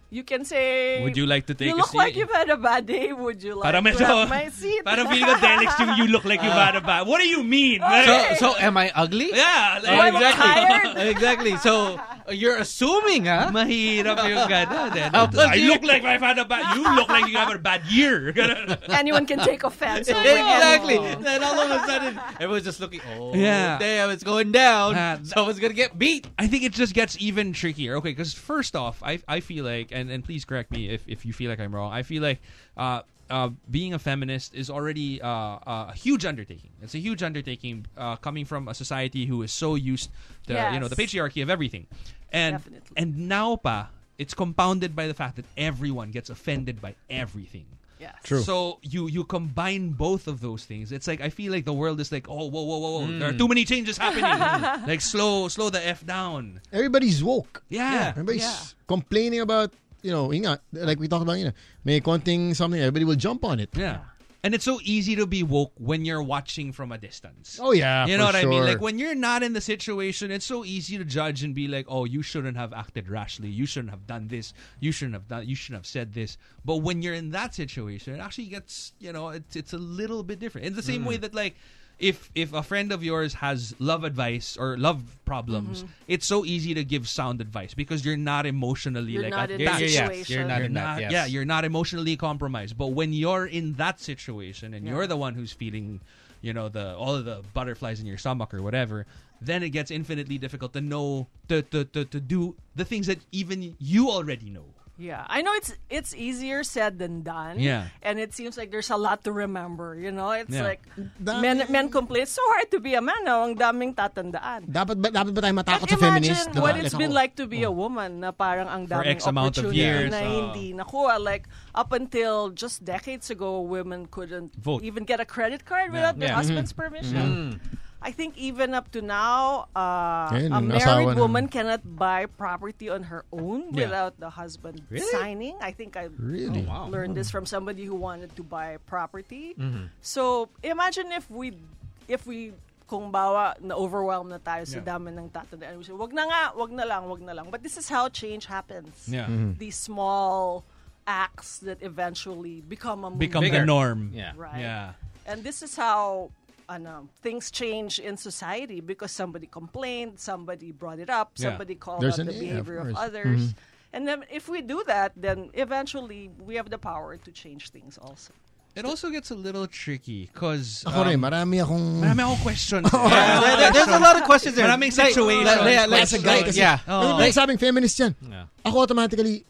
S7: You can say,
S6: Would you like to take
S7: You
S6: a
S7: look like
S6: seat?"
S7: you've had a bad day. Would you like
S6: Parang
S7: to
S6: medyo,
S7: have my seat?"
S6: parang feeling ko Telex yung you look like you've had a bad. What do you mean?
S4: So,
S6: Like,
S4: so am I ugly?
S6: yeah.
S4: Oh,
S6: Like,
S7: I'm
S4: exactly.
S7: tired.
S4: *laughs* exactly. So you're assuming, huh? *laughs*
S6: mahirap yung gano'n. eh.
S4: Oh, plus
S6: I
S4: you-
S6: look
S4: *laughs*
S6: like I've had a bad, you look like you have a bad year. *laughs* Ganun.
S7: *laughs* Anyone can take
S6: *laughs*
S7: offense. oh, over
S4: Exactly.
S7: anything.
S4: Then all of a sudden, everyone's just looking. Oh,
S6: Yeah.
S4: damn, it's going down.
S6: Uh,
S4: Someone's gonna get beat.
S6: I think it just gets even trickier. Okay, because first off, I, I feel like, and, and please correct me if, if you feel like I'm wrong, I feel like uh, uh, being a feminist is already uh, uh, a huge undertaking. It's a huge undertaking uh, coming from a society who is so used to, you know, the
S7: Yes.
S6: patriarchy of everything. And,
S7: Definitely.
S6: and now pa, it's compounded by the fact that everyone gets offended by everything.
S7: Yes.
S6: So you you combine both of those things. It's like I feel like the world is like, oh, whoa, whoa, whoa, whoa. There are too many changes happening. like slow, slow the f down.
S5: Everybody's woke.
S6: Yeah.
S5: Everybody's
S7: Yeah.
S5: complaining about, you know, ingat, like we talked about, you know, may konting something, everybody will jump on it.
S6: Yeah. And it's so easy to be woke when you're watching from a distance.
S5: Oh, yeah.
S6: you know
S5: for
S6: what I mean?
S5: sure.
S6: Like when you're not in the situation, it's so easy to judge and be like, "Oh, you shouldn't have acted rashly. You shouldn't have done this. You shouldn't have done. You shouldn't have said this." But when you're in that situation, it actually gets you know it's it's a little bit different. It's the same
S5: Mm.
S6: way that like. If, if a friend of yours has love advice or love problems,
S7: Mm-hmm.
S6: it's so easy to give sound advice because you're not emotionally
S7: You're
S6: like
S7: not in
S6: attached.
S7: that
S6: Yeah,
S7: situation.
S8: you're not
S6: you're
S8: in
S6: not,
S8: that. Yes.
S6: yeah, you're not emotionally compromised. But when you're in that situation and you're the one who's feeling, you know, the all of the butterflies in your stomach or whatever, then it gets infinitely difficult to know to to to, to do the things that even you already know.
S7: Yeah, I know it's it's easier said than done.
S6: Yeah.
S7: and it seems like there's a lot to remember. You know, it's
S6: Yeah.
S7: like men men complain it's so hard to be a man. Now ang daming tatandaan.
S5: dapat ba, dapat ba tayo matakot
S7: But
S5: sa
S7: imagine
S5: feminist?
S7: what
S5: Diba?
S7: it's
S5: Like
S7: been
S5: ako.
S7: like to be a woman na parang ang
S6: For
S7: daming
S6: X amount of
S7: opportunity
S6: years,
S7: na
S6: oh.
S7: hindi nakuha. Like, up until just decades ago, women couldn't
S6: Vote.
S7: even get a credit card without their
S6: Yeah.
S7: husband's permission. I think even up to now, uh,
S5: Ayun,
S7: a
S5: yung asawa
S7: married
S5: na-
S7: woman cannot buy property on her own
S6: Yeah.
S7: without the husband signing. I think I Oh,
S5: Really?
S7: learned this
S6: Hmm.
S7: from somebody who wanted to buy property.
S6: Mm-hmm.
S7: So imagine if we if we kung bawa na overwhelm na tayo sa
S6: Yeah.
S7: dami ng tatandaan. We say, wag na nga, wag na lang, wag na lang. But this is how change happens.
S6: Yeah.
S7: These small acts that eventually become a
S6: Become
S7: movement,
S6: the norm.
S8: Yeah.
S7: right?
S6: Yeah.
S7: And this is how ano, things change in society because somebody complained, somebody brought it up,
S6: Yeah. Mm-hmm.
S7: somebody called
S5: There's an-
S7: out the
S5: yeah, of
S7: behavior of,
S5: course.
S7: others. And then if we do that, then eventually we have the power to change things also.
S6: It also gets a little tricky because
S5: Ako rin, marami akong...
S6: Marami akong questions.
S4: Yeah, there- there- there's a lot of questions there.
S6: Maraming
S4: Like,
S6: situations,
S4: like- like-
S5: As a guy kasi,
S4: yeah.
S5: ano ba
S4: Like,
S5: yung sabing feminist yan?
S8: Yeah.
S5: Ako automatically,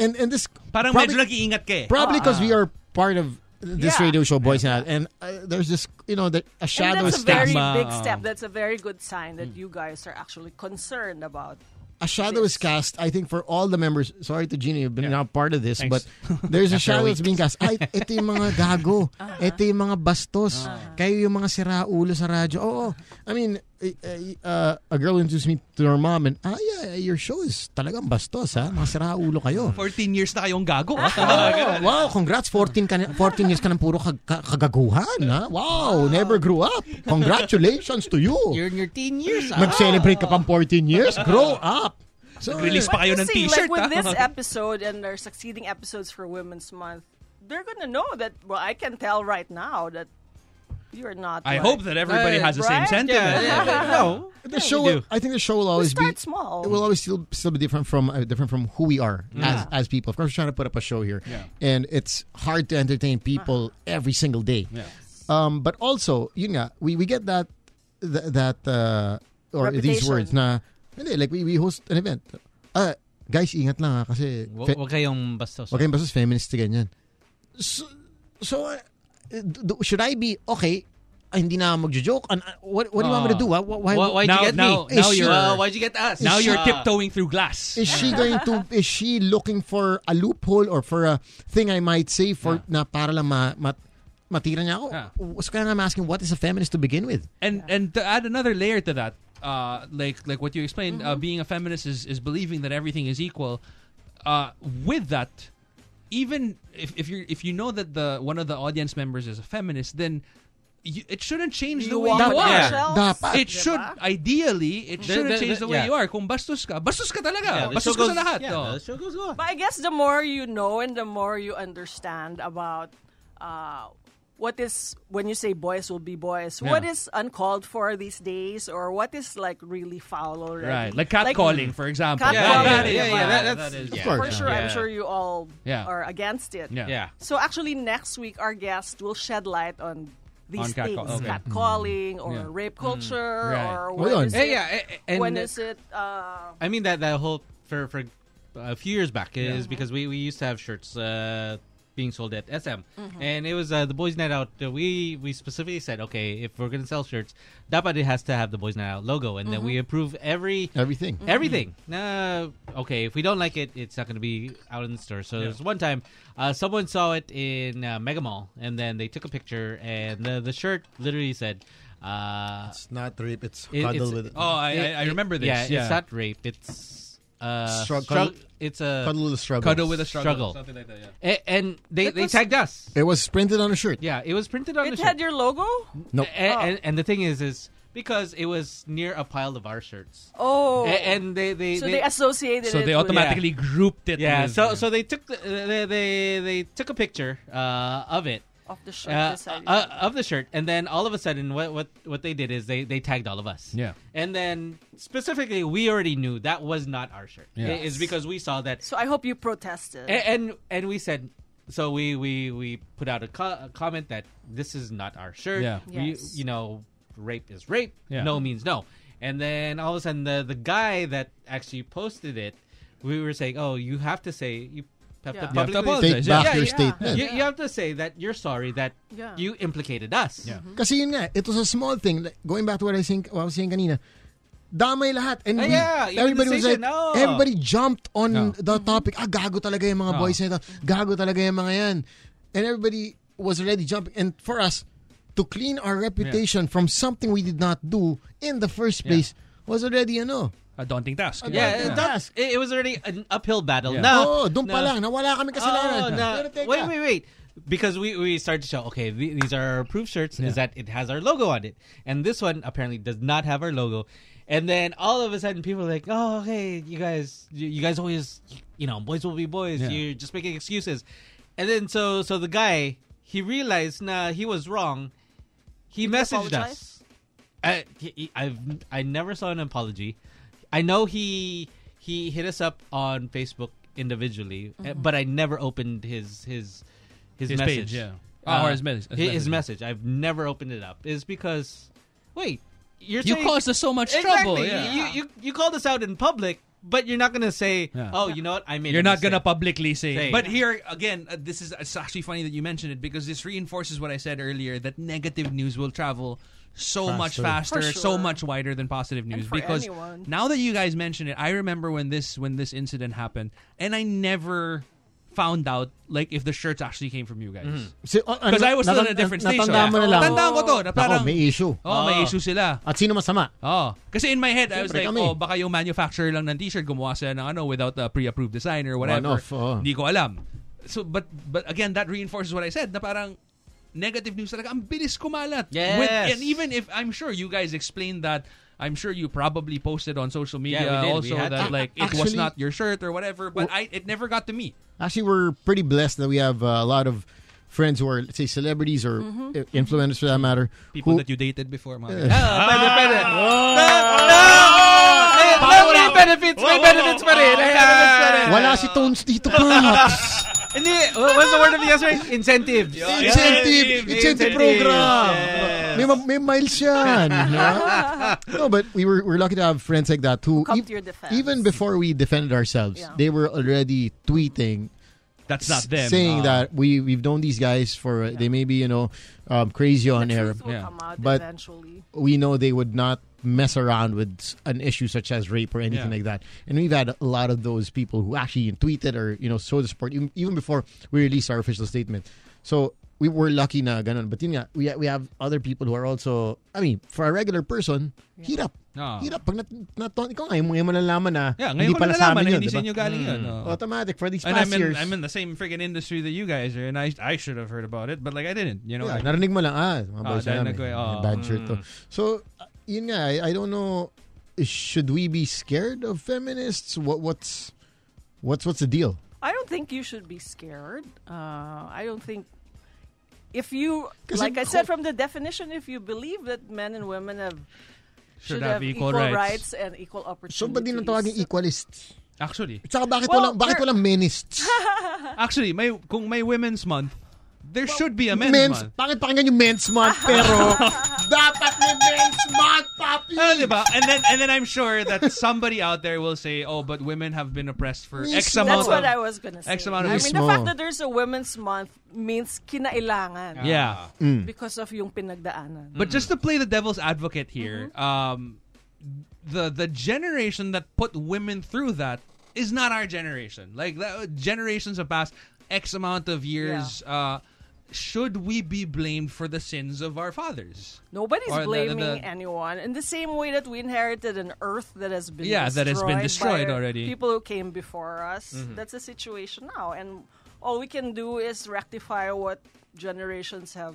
S5: and, and this...
S6: Parang
S5: probably-
S6: medyo nag-iingat ka eh.
S5: Probably because we are part of this
S7: Yeah.
S5: radio show, Boys and Out, and uh, there's this, you know, the, a
S7: And
S5: shadow
S7: that's a very
S5: is
S6: stigma,
S7: big
S6: uh,
S7: step. That's a very good sign that you guys are actually concerned about.
S5: a shadow is cast. I think for all the members. Sorry to Gina, you've been now part of this,
S6: Thanks.
S5: but there's
S6: *laughs* After
S5: a
S6: a
S5: shadow
S6: week.
S5: that's being cast. Ay, ito yung mga gago.
S4: Uh-huh.
S5: Ito yung mga bastos. Kayo yung mga siraulo sa radyo. Oo. I mean, eh, eh, uh, a girl introduced me to her mom and, ah, yeah, your show is talagang bastos, ha? Mga siraulo kayo.
S6: 14 years na kayong gago. ah.
S5: Oh, wow, congrats. 14, ka na, 14 years ka ng puro kag- ka- kagaguhan, ha? Wow, never grew up. Congratulations to you.
S4: You're in your teen years. ah.
S5: Nag-celebrate ka pang 14 years? Grow up. So,
S6: Release pa
S7: But
S6: kayo
S7: you
S6: ng
S7: see,
S6: t-shirt.
S7: like with
S6: ah. *laughs*
S7: this episode and our succeeding episodes for Women's Month, they're gonna know that. Well, I can tell right now that you're not.
S6: I
S7: like-
S6: hope that everybody
S4: Right.
S6: has the same
S7: Right?
S6: sentiment.
S4: Yeah, yeah, but no.
S5: the show
S4: you do.
S5: will, I think the show will
S7: We
S5: always be
S7: start small.
S5: it will always still still be different from uh, different from who we are as as people. Of course, we're trying to put up a show here,
S6: Yeah.
S5: and it's hard to entertain people
S7: Uh-huh.
S5: every single day.
S6: Yeah.
S5: Um, but also, yun nga, we we get that th- that uh, or these
S7: Reputation.
S5: words na hindi, like we we host an event. Uh, guys, ingat lang ha, kasi
S4: Wa-
S5: fe-
S4: Huwag kayong bastos.
S5: Okay, basta feminist ka ganyan. So, so uh, d- should I be, okay, ah, hindi na ako magjo-joke? An- ah, what, what do you want me to do? Why, why,
S4: Why, why'd
S6: Now-
S4: you get
S6: now-
S4: me?
S6: now
S4: Is she-
S6: you're-
S4: Uh, why'd you get us?
S6: Now
S4: Is
S6: you're
S4: she-
S6: tiptoeing through glass.
S5: Is she going to, is she looking for a loophole or for a thing I might say for, na para lang ma, ma, matira niya ako?
S6: Yeah.
S5: So kaya nga I'm asking, what is a feminist to begin with?
S6: and and to add another layer to that, uh, like like what you explained, uh, being a feminist is is believing that everything is equal. Uh, with that, even if, if you if you know that the one of the audience members is a feminist, then you, it shouldn't change the
S7: You
S6: way
S7: walk
S6: you
S7: on
S6: are.
S7: eggshells?
S5: Dapat.
S6: It
S7: Diba?
S6: should ideally it
S4: The-
S6: shouldn't
S4: the-
S6: change the
S4: the-
S6: way
S4: yeah.
S6: you are. Kung bastos ka, bastos ka talaga.
S4: the
S6: bastos
S4: show
S6: ka sa
S4: goes-
S6: lahat.
S4: Yeah,
S6: oh.
S4: the show goes on.
S7: But I guess the more you know and the more you understand about uh, what is when you say boys will be boys, what is uncalled for these days, or what is like really foul already.
S6: Right, like catcalling,
S7: mm.
S6: for example.
S7: Catcalling,
S6: That- that
S4: yeah,
S6: is-
S4: yeah, yeah, that-
S6: that
S4: that's-
S6: is-
S5: Of
S6: yeah.
S5: course.
S7: For sure, I'm
S4: Yeah.
S7: sure you all
S6: Yeah.
S7: are against it.
S6: Yeah.
S4: Yeah.
S7: So actually, next week our guest will shed light on these
S6: On catcall-
S7: things:
S6: okay. Mm.
S7: catcalling or
S6: Yeah.
S7: rape culture,
S6: Right.
S7: or
S5: Well,
S7: when
S5: yeah.
S7: is
S4: Eh,
S7: it?
S4: yeah, eh, eh, and
S7: when is it? Uh,
S4: I mean that that whole for for a few years back is because we, we used to have shirts uh, being sold at SM,
S7: Mm-hmm.
S4: and it was uh, the boys' night out. Uh, we we specifically said, okay, if we're gonna sell shirts, dapat it has to have the boys' night out logo, and then
S7: Mm-hmm.
S4: we approve every
S5: Everything.
S4: everything. Nah, okay, if we don't like it, it's not going to be out in the store. So there's one time, uh, someone saw it in uh, Mega Mall, and then they took a picture, and the, the shirt literally said, uh,
S8: It's not rape. It's
S4: It-
S8: cuddle
S4: it's-
S8: with it.
S6: Oh, I, I, I remember this.
S4: yeah,
S6: Yeah,
S4: it's not rape, it's uh,
S8: Struggle-
S4: strugg- it's a
S8: cuddle with the struggle.
S6: cuddle with a struggle,
S4: Struggle.
S6: something like that. Yeah.
S4: a- and they,
S7: It
S4: they
S7: was-
S4: tagged us.
S5: It was printed on a shirt.
S4: Yeah, it was printed on
S7: it
S4: the
S7: had
S4: shirt.
S7: your Oh. logo.
S5: Nope.
S4: A- and, and the thing is, is because it was near a pile of our shirts,
S7: Oh,
S4: A- and they they
S7: so they, associated
S6: So
S7: it
S6: they
S7: with-
S6: automatically grouped it.
S4: Yeah,
S6: with-
S4: so so they took the, they, they they took a picture uh, of it
S7: of the shirt
S4: uh,
S7: decided.
S4: uh, of the shirt, and then all of a sudden, what what what they did is they they tagged all of us.
S6: Yeah.
S4: and then specifically, we already knew that was not our shirt.
S6: Yeah.
S4: It- It's because we saw that,
S7: so I hope you protested.
S4: a- and and we said. So we, we, we put out a, co- a comment that this is not our shirt.
S6: Yeah.
S7: Yes.
S4: We, you know, rape is rape.
S6: Yeah.
S4: No means no. And then all of a sudden, the, the guy that actually posted it, we were saying, oh, you have to say, you have
S7: Yeah. You
S4: to
S6: have to
S4: publicly
S6: apologize.
S5: Take
S6: Yeah,
S5: back
S7: yeah,
S5: your
S7: yeah.
S5: statement.
S4: you, you have to say that you're sorry that
S7: Yeah.
S4: you implicated us. Yeah.
S5: Kasi yun nga, it was a small thing. Like, going back to what I think, what I was saying kanina, damay lahat. And
S4: Ah,
S5: we-
S4: yeah, even
S5: everybody
S4: the
S5: was like,
S4: station, oh.
S5: everybody jumped on
S6: Oh.
S5: the topic. Ah, gago talaga yung mga
S6: Oh.
S5: boys na ito. Gago talaga yung mga yan. And everybody was already jumping. And for us, to clean our reputation from something we did not do in the first place was already, ano,
S6: a daunting task. uh,
S4: Yeah,
S5: Yeah.
S4: that- it, it was already an uphill battle.
S6: Yeah.
S4: Now,
S5: oh, doon pa
S4: now-
S5: lang, nawala kami kasalanan.
S4: Oh, now-
S5: Pero teka,
S4: wait, wait, wait. Because we, we started to show, okay, the- these are our approved shirts, is that it has our logo on it. And this one apparently does not have our logo. And then all of a sudden, people are like, oh, hey, you guys, you, you guys always, you know, boys will be boys.
S6: Yeah.
S4: You're just making excuses. And then so so the guy, he realized, nah, he was wrong. He messaged us.
S7: apologize?
S4: I, he- he- I've I never saw an apology. I know he he hit us up on Facebook individually, eh, but I never opened his his his,
S6: His
S4: message.
S6: page, yeah.
S5: Uh,
S6: Ah, or his mes- his
S4: hi- His
S6: message.
S4: message. I've never opened it up. Is because wait, you're
S6: You
S4: saying-
S6: caused us so much
S4: exactly,
S6: trouble. Yeah.
S4: You, you you called us out in public, but you're not gonna say,
S6: Yeah.
S4: oh, you know what, I made.
S6: You're
S4: a
S6: not gonna
S4: mistake."
S6: publicly say.
S4: Say.
S6: But here again, uh, this is it's actually funny that you mentioned it because this reinforces what I said earlier that negative news will travel so much faster,
S7: For
S6: so
S7: sure.
S6: much wider than positive news.
S7: for
S6: because
S7: anyone.
S6: now that you guys mention it, I remember when this when this incident happened, and I never found out like if the shirts actually came from you guys.
S5: Si- oh, ano,
S6: Because I was still in
S5: natan-
S6: a different
S5: nat-
S6: station.
S5: Natandaan mo na lang.
S6: Natandaan ko to. Na
S5: Nako,
S6: parang,
S5: may issue. Ah.
S6: Oh, may issue sila.
S5: At sino masama?
S6: Oh, kasi in my head, I was
S5: Siyempre
S6: like,
S5: kami.
S6: oh, baka yung manufacturer lang ng t-shirt gumawa sila ng ano without a pre-approved design or whatever.
S5: One-off,
S4: oh.
S5: oo.
S6: Hindi ko alam. So, but, but again, that reinforces what I said na parang negative news talaga. Ang bilis kumalat.
S4: Yes.
S6: and even if, I'm sure you guys explained that, I'm sure you probably posted on social media
S4: Yeah, we did. We
S6: also
S4: had
S6: that
S4: to.
S6: like it was
S5: Actually-
S6: not your shirt or whatever, but I it never got to me.
S5: Actually, we're pretty blessed that we have uh, a lot of friends who are, let's say, celebrities or uh,
S7: Mm-hmm.
S5: influencers for that matter.
S6: People
S5: who,
S6: that you dated before, mga
S4: Ah,
S6: ganyan.
S4: pwede, pwede. No, no! Eh, no, may benefits, may benefits pa rin. Ayan.
S5: Wala si Tones
S7: *laughs*
S5: dito, Paps!
S4: Hindi, wha- what's the word of the yesterday? Incentives.
S5: incentive! Incentive program! May, ma- may miles
S7: *laughs*
S5: yan! di ba? no, but we were we're lucky to have friends like that who, e-,
S7: Come to your defense.
S5: even before we defended ourselves,
S7: Yeah.
S5: they were already tweeting
S6: That's not
S5: s-
S6: them.
S5: saying
S6: Ah.
S5: that we we've known these guys for uh, they may be you know um, crazy
S7: the
S5: on air,
S7: truth will
S6: Yeah.
S7: come out
S5: But-
S7: eventually.
S5: we know they would not mess around with s- an issue such as rape or anything
S6: Yeah.
S5: like that. And we've had a lot of those people who actually tweeted or you know showed the support even, even before we released our official statement. So we were lucky na ganun. But yun nga, we, we have other people who are also, I mean, for a regular person, hirap.
S4: Oo.
S5: Hirap. Pag nat, nat, ikaw ngayon, ngayon mo nalalaman na
S6: Yeah, ngayon
S5: hindi
S6: ko
S5: pala sa
S6: nalalaman
S5: amin
S6: na
S5: yun,
S6: hindi sa
S5: diba?
S6: inyo galing yun. Mm. oo.
S5: Automatic for these
S6: And
S5: past
S6: I'm in,
S5: years.
S6: I'm in the same friggin' industry that you guys are, and I I should have heard about it, but like I didn't. You know,
S5: Yeah,
S6: like,
S5: narinig mo lang, ah, mga
S6: Ah,
S5: boys
S6: dahil
S5: namin.
S6: nag- oh,
S5: bad shirt to. So, uh, yun nga, I, I don't know, should we be scared of feminists? What What's what's what's the deal?
S7: I don't think you should be scared. Uh, I don't think if you,
S5: 'Cause
S7: like
S5: I'm
S7: I said
S5: co-
S7: from the definition, if you believe that men and women have should,
S6: have
S7: have,
S6: equal
S7: equal,
S6: rights.
S7: rights. and equal opportunities.
S5: So, ba't di natawagin equalists?
S6: actually,
S5: At saka bakit,
S7: Well,
S5: walang, bakit
S7: there-
S5: walang
S7: *laughs*
S5: menists?
S6: actually, may kung may Women's Month, there should be a Men's,
S5: men's,
S6: Month.
S5: bakit pakinggan yung men's
S7: *laughs*
S5: month pero dapat may men's month, papi!
S6: Ah, di ba? And then and then I'm sure that somebody out there will say, "Oh, but women have been oppressed for
S5: Yes,
S6: X
S5: that's
S6: amount."
S7: That's what
S6: of-
S7: I was gonna say.
S6: X amount of
S7: I mean, the
S5: Mismo.
S7: fact that there's a Women's Month means kinailangan
S4: Ah.
S6: Yeah.
S7: because of yung pinagdaanan.
S6: But just
S4: Mm.
S6: to play the devil's advocate here, um, the the generation that put women through that is not our generation. Like that, generations have passed X amount of years. Uh, should we be blamed for the sins of our fathers?
S7: Nobody's
S6: Or the- the-
S7: blaming
S6: the-
S7: anyone. In the same way that we inherited an Earth that has been
S6: Yeah, that
S7: destroyed
S6: has been destroyed
S7: by
S6: already. Mm-hmm.
S7: People who came before us. That's the situation now, and all we can do is rectify what generations have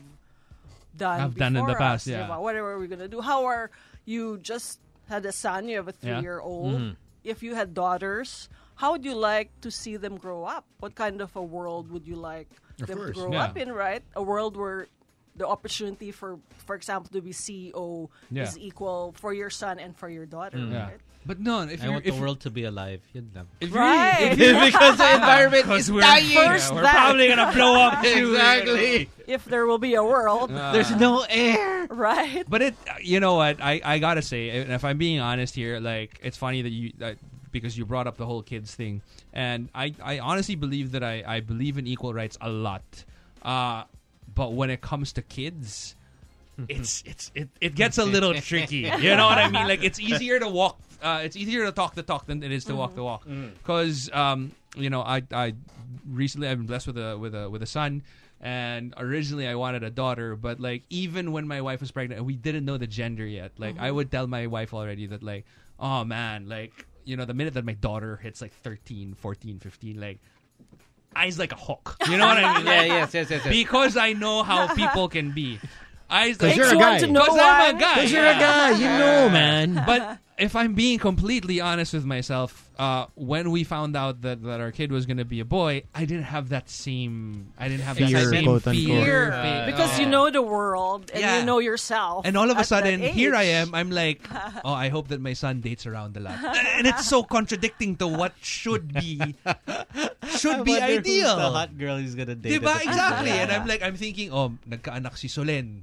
S7: done.
S6: Have done in the
S7: before
S6: past,
S7: us,
S6: yeah.
S7: diba? Whatever we're gonna do. How are you? Just had a son. You have a
S6: Yeah. Mm-hmm.
S7: three-year-old. If you had daughters. How would you like to see them grow up? What kind of a world would you like them
S5: course,
S7: to grow
S6: yeah.
S7: up in? Right, a world where the opportunity for, for example, to be CEO
S6: Yeah. Mm.
S7: is equal for your son and for your daughter. Right?
S6: But no, if
S4: I
S6: you're
S4: want
S6: if,
S4: the world to be alive. Yun lang.
S6: if
S7: Right.
S6: you're, if, *laughs* because the *laughs* environment
S4: is
S6: we're,
S4: dying.
S6: yeah,
S7: First
S6: we're
S7: that.
S6: probably gonna blow up too.
S7: If there will be a world,
S4: There's no air.
S7: *laughs* right?
S6: *laughs* But it, you know what? I, I gotta say, and if I'm being honest here, like it's funny that you that, because you brought up the whole kids thing, and I, I honestly believe that I, I believe in equal rights a lot, uh, but when it comes to kids, it's it's it, it gets a little tricky. *laughs* You know what I mean? Like it's easier to walk, uh, it's easier to talk the talk than it is to walk the walk. Because um, you know, I I recently I've been blessed with a with a with a son, and originally I wanted a daughter, but like even when my wife was pregnant, we didn't know the gender yet. Like I would tell my wife already that like, oh man, like you know, the minute that my daughter hits like 13, 14, 15, like. Eyes like a hook. You know what I
S5: *laughs*
S6: mean?
S4: Yeah,
S6: Like,
S4: yes, yes, yes. yes.
S6: Because I know how people can be. I
S5: Because you're a
S7: one
S5: guy.
S7: to know
S6: because I'm a
S7: one.
S6: guy.
S5: Because you're a guy, you know, man.
S7: *laughs*
S6: But if I'm being completely honest with myself, uh, when we found out that, that our kid was going to be a boy, I didn't have that same. I didn't have that
S5: Fear,
S6: same
S5: quote, unquote.
S6: fear.
S7: Fear,
S4: Uh,
S7: because you know the world and
S6: Yeah.
S7: you know yourself.
S6: And all of a
S7: at that
S6: sudden, here I
S7: age.
S6: am. I'm
S7: *laughs*
S6: like, oh, I hope that my son dates around a lot, and it's so contradicting to what should
S7: *laughs*
S6: be should be
S4: wonder who's
S6: ideal.
S4: The hot girl he's gonna date.
S6: Diba?
S4: at the end.
S6: Exactly.
S4: Yeah.
S6: And I'm like, I'm thinking, oh, nagkaanak si Solen.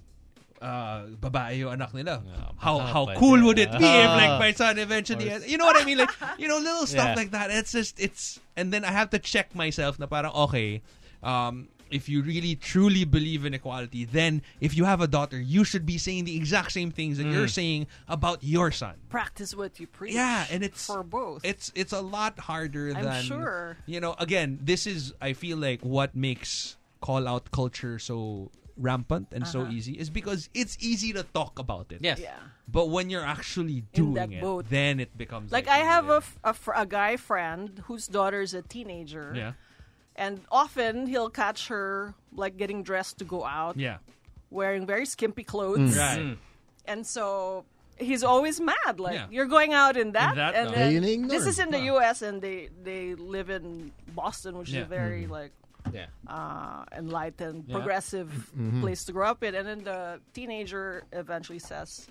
S6: Uh, babae yung anak nila. how
S4: baka
S6: how
S4: pwede.
S6: cool would it be if
S4: Ah.
S6: like my son eventually
S4: Or-
S6: you know what I mean like you know little stuff
S4: Yeah.
S6: like that it's just it's and then I have to check myself na parang okay um if you really truly believe in equality then if you have a daughter you should be saying the exact same things that you're saying about your son
S7: Practice what you preach.
S6: yeah, and it's
S7: for both.
S6: It's it's a lot harder
S7: I'm
S6: than
S7: sure.
S6: You know, again, this is I feel like what makes call out culture so rampant and so
S7: Uh-huh.
S6: easy is because it's easy to talk about it.
S4: Yes.
S7: yeah.
S6: But when you're actually doing
S7: In that
S6: it,
S7: boat.
S6: then it becomes
S7: Like
S6: like
S7: I have
S6: yeah.
S7: a, f- a, fr- a guy friend whose daughter is a teenager,
S6: yeah
S7: and often he'll catch her like getting dressed to go out,
S6: yeah Mm.
S7: wearing very skimpy clothes,
S6: right
S4: Mm.
S7: and so he's always mad. Like
S6: Yeah.
S7: you're going out in that,
S6: that,
S7: and
S6: no.
S5: Yeah,
S7: then-
S5: you ignore.
S7: this is in the U.S. and they they live in Boston, which
S6: Yeah.
S7: is
S6: Mm-hmm.
S7: a very like
S4: Yeah.
S7: uh, enlightened, progressive place to grow up in. And then the teenager eventually says,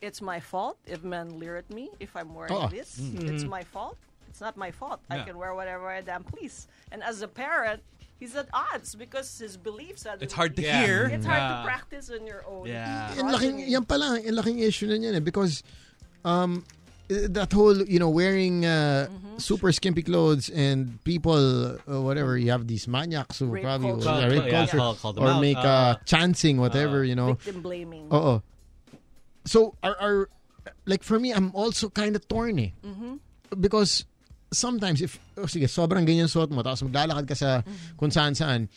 S7: "It's my fault if men leer at me if I'm wearing
S5: Oh.
S7: this. It's my fault. It's not my fault. I
S6: Mm. Mm-hmm. Yeah.
S7: can wear whatever I damn please." And as a parent. He's at odds because his beliefs are.
S6: It's hard to
S7: Yeah.
S6: hear.
S4: Mm.
S7: It's hard
S6: Yeah.
S7: to practice on your own.
S6: Yeah.
S5: Yan laking,
S7: progeny.
S5: yan pala, yan laking issue na yan eh. Because, um, eh, that whole, you know, wearing uh,
S7: Mm-hmm.
S5: super skimpy clothes and people, uh, whatever, you have these maniacs who
S7: Rape
S5: probably
S7: culture. uh,
S5: yeah, rape
S4: Yeah,
S5: culture
S4: call- call them
S5: or
S4: out.
S5: make uh, chancing, whatever, you know.
S7: Victim blaming.
S5: Oo. So, are, are, like for me, I'm also kind of torn eh.
S7: Mm-hmm.
S5: Because sometimes if, oh, sige, sobrang ganyan suot mo, tapos maglalakad ka sa kung saan saan,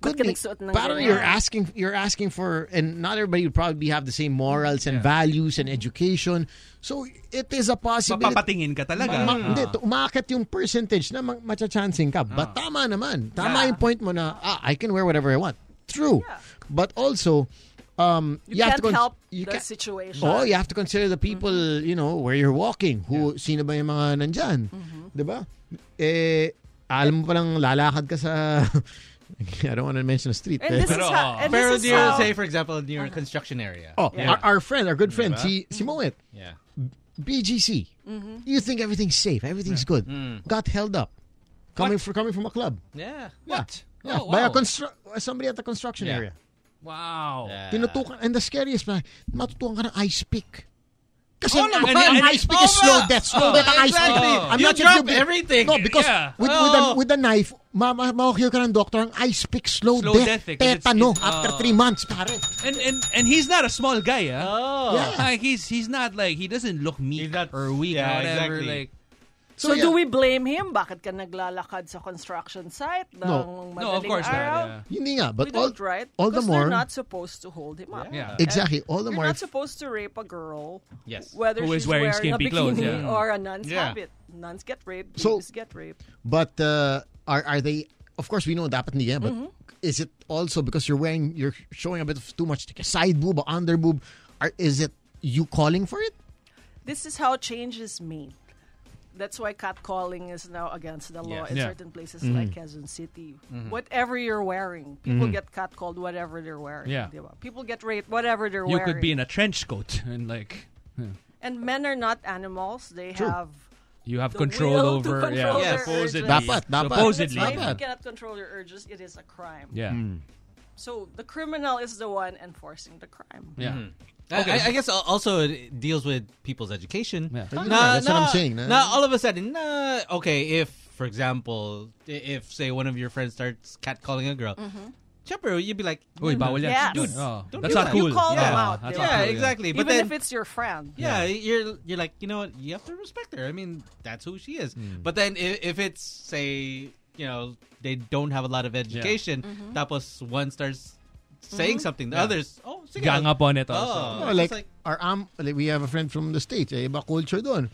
S5: could
S7: Mm-hmm. ka
S5: be.
S7: nagsuot ng
S5: Parang
S7: ganyan?
S5: you're asking you're asking for and not everybody would probably have the same morals and values and education. So it is a possibility.
S6: Mapapatingin ka talaga. Mm.
S4: Mm.
S5: Ma- hindi, to- umaakit yung percentage na ma- machachancing ka. But tama naman. Tama yung point mo na, ah, I can wear whatever I want. True. But also, um, you,
S7: You,
S5: have to con-
S7: can't help
S5: you
S7: the Mm-hmm.
S5: can't-
S7: situation.
S5: Oh, you have to consider the people, you know, where you're walking. Who, sino ba yung mga nandyan?
S7: Mm-hmm.
S5: 'Di ba? Eh, alam mo palang lalakad ka sa... *laughs* I don't want to mention a street.
S7: And
S5: eh.
S7: this is
S6: Pero,
S7: how. And
S4: Pero
S7: this is
S4: near,
S7: how,
S4: say, for example, near a construction area.
S5: oh,
S4: yeah.
S5: our, our friend, our good friend, si,
S7: Mm-hmm.
S5: si Moet,
S4: yeah.
S5: BGC. You think everything's safe, everything's good.
S6: Mm.
S5: Got held up. Coming, for, coming from a club.
S4: Yeah.
S6: What?
S5: Yeah,
S6: Oh,
S5: by
S6: wow.
S5: a constru- uh, somebody at the construction
S4: Yeah.
S5: area.
S6: Wow.
S4: Yeah.
S5: Tinutukan, and the scariest man, matutukan ka ng ice pick. Kasi
S6: Oh,
S5: ang,
S6: naman!
S5: ang
S6: And-
S5: ice pick
S6: oh,
S5: is slow
S6: nga!
S5: death. Slow
S6: Oh,
S5: death ang ice pick.
S6: exactly.
S4: You
S5: sure
S4: drop
S5: you'll be-
S4: everything.
S5: No, because
S6: Yeah.
S5: with, with, a,
S4: Oh.
S5: with a knife, ma ma makakure ka ng doctor, ang ice pick, slow,
S6: Slow
S5: death.
S6: death eh, 'cause it's-
S5: tetano
S6: it's-
S5: after
S6: oh.
S5: three months, pare.
S6: And and and he's not a small guy, yeah.
S4: Oh.
S5: Yeah.
S6: Like he's he's not like he doesn't look meek
S4: He's not-
S6: or weak
S4: yeah,
S6: or whatever.
S4: exactly.
S6: Like
S7: so do we blame him? Bakit ka naglalakad sa construction site?
S5: No.
S7: ng
S6: no, of
S7: madaling
S6: course
S7: araw?
S6: not.
S5: Hindi nga,
S7: We
S5: but all,
S7: don't, right?
S5: all the
S7: Because
S5: more,
S7: they're not supposed to hold him up.
S6: Yeah. yeah.
S5: exactly, all the
S7: You're
S5: more,
S7: not supposed to rape a girl.
S4: Yes.
S7: Whether
S6: Who is
S7: she's
S6: wearing
S7: a
S6: skimpy
S7: bikini
S6: clothes, yeah.
S7: or a nun's
S4: Yeah.
S7: habit. Nuns get raped.
S5: So-
S7: babies get raped.
S5: but uh, are, are they, of course we know dapat hindi yan, but is it also because you're wearing, you're showing a bit of too much side boob or under boob, are, is it you calling for it?
S7: This is how change is made. That's why catcalling is now against the law
S4: Yeah.
S7: in
S6: Yeah. Mm-hmm.
S7: certain places like Quezon City. Whatever you're wearing, people get catcalled. Whatever they're wearing,
S6: Yeah.
S7: diba? People get raped. Whatever they're
S6: You
S7: wearing.
S6: could be in a trench coat and like
S7: and men are not animals. They have.
S6: you have
S7: The
S6: control
S7: will to
S6: over
S7: control
S6: yeah.
S4: their
S6: supposedly.
S7: urges.
S5: Dapat, dapat.
S7: That's
S6: Supposedly.
S7: why if you
S5: Dapat.
S7: cannot control your urges, it is a crime.
S6: Yeah.
S4: Mm.
S6: Mm-hmm.
S7: So the criminal is the one enforcing the crime.
S6: Yeah.
S4: I, I guess al- also it deals with people's education.
S6: Yeah.
S5: Yeah, that's what I'm saying, nah.
S4: nah, all of a sudden, nah, okay, if, for example, i- if, say, one of your friends starts catcalling a girl, Siyempre, you'd be like, "Mm-hmm."
S6: Uy, bawal yan.
S7: Yes.
S6: Dude, oh,
S4: Don't do
S6: that's
S4: that.
S6: not
S4: You
S6: cool.
S7: call
S6: yeah.
S7: them out,
S6: That's
S7: dude.
S6: not
S4: yeah,
S6: cool,
S4: exactly. But
S7: Even
S4: then,
S7: if it's your friend.
S4: yeah, you're you're like, you know what? You have to respect her. I mean, that's who she is.
S6: Hmm.
S4: But then, if, if it's say, you know, they don't have a lot of education, tapos one starts saying something, the
S6: Yeah.
S4: others, oh, sige.
S6: Gang up on it
S4: Oh,
S6: also.
S5: No,
S4: it's
S5: like,
S4: like-
S5: our am like we have a friend from the states, eh, iba culture doon.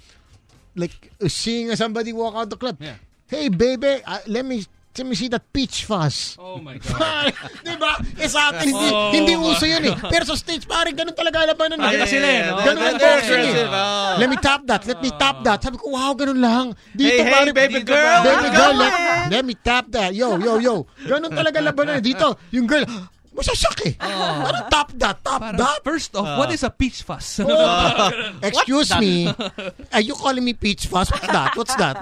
S5: Like seeing somebody walk out the club.
S6: Yeah.
S5: Hey baby, uh, let me let me see that peach fuzz. *laughs*
S6: Oh my god.
S5: Di ba? Eh sa atin, hindi,
S6: Oh
S5: hindi
S6: my
S5: uso
S6: *laughs*
S5: yun eh. Pero sa states, parang ganun talaga labanan.
S6: Parang
S5: eh.
S6: sila eh, no?
S5: Ganun
S6: They're
S5: ang boxing eh.
S4: aggressive, oh.
S5: Let me top that. Let me top that. Sabi ko, wow, ganun lang. Dito,
S4: Hey, hey,
S5: pare,
S4: baby
S5: dito,
S4: girl,
S5: Baby
S4: come
S5: girl,
S4: on.
S5: let, let me top that. Yo, yo, yo. Ganun talaga labanan. eh. Dito, yung girl, masasak eh.
S4: Oh.
S5: Parang top that, top that.
S6: *laughs*
S5: Oh.
S6: First off,
S4: Uh.
S6: what is a peach fuzz?
S5: Excuse me. Are you calling me peach fuzz? What's that? What's
S4: *laughs*
S5: that?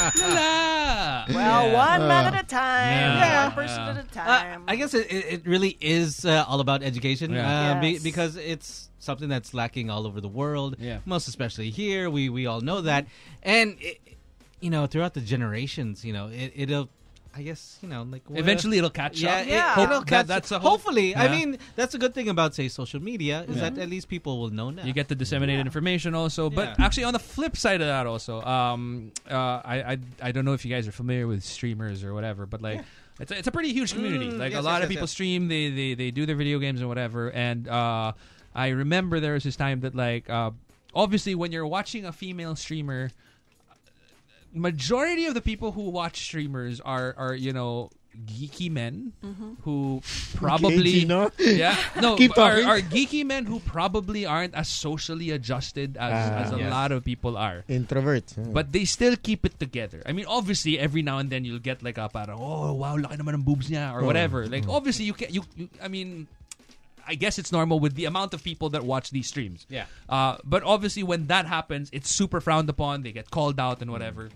S6: Wala.
S7: Well, one man at a time.
S6: Yeah.
S7: One person at a
S4: Uh,
S7: time.
S4: I guess it, it it really is uh, all about education
S6: Yeah.
S4: uh, be-
S7: Yes.
S4: because it's something that's lacking all over the world,
S6: Yeah.
S4: most especially here. We we all know that, and it, you know throughout the generations, you know it, it'll. I guess you know like what-
S6: *laughs* Eventually it'll catch
S4: yeah,
S6: up.
S4: it-
S7: Yeah.
S4: it'll
S6: Hope-
S4: catch-
S6: that- that's a hope.
S4: hopefully. I
S6: Yeah.
S4: mean, that's a good thing about say social media is that at least people will know now.
S6: you get to disseminate information also but
S4: Yeah.
S6: actually on the flip side of that also um uh I, I i don't know if you guys are familiar with streamers or whatever but like it's, a, it's a pretty huge community like
S4: Mm, yes,
S6: a lot
S4: yes,
S6: of
S4: yes,
S6: people
S4: yes.
S6: stream they, they they do their video games and whatever and uh i remember there was this time that like uh obviously when you're watching a female streamer majority of the people who watch streamers are are you know geeky men
S4: Mm-hmm.
S6: who probably
S5: Geeky, no? *laughs*
S6: yeah no
S5: Keep
S6: but are,
S5: talking.
S6: are geeky men who probably aren't as socially adjusted as,
S5: Ah,
S6: as a
S4: Yes.
S6: lot of people are
S5: Introvert.
S6: but they still keep it together. I mean, obviously, every now and then you'll get like a parang, oh wow, laki naman ng boobs niya
S5: Hmm.
S6: or whatever. Like obviously you can you, you I mean, I guess it's normal with the amount of people that watch these streams.
S4: Yeah.
S6: Uh, but obviously when that happens, it's super frowned upon. They get called out and whatever.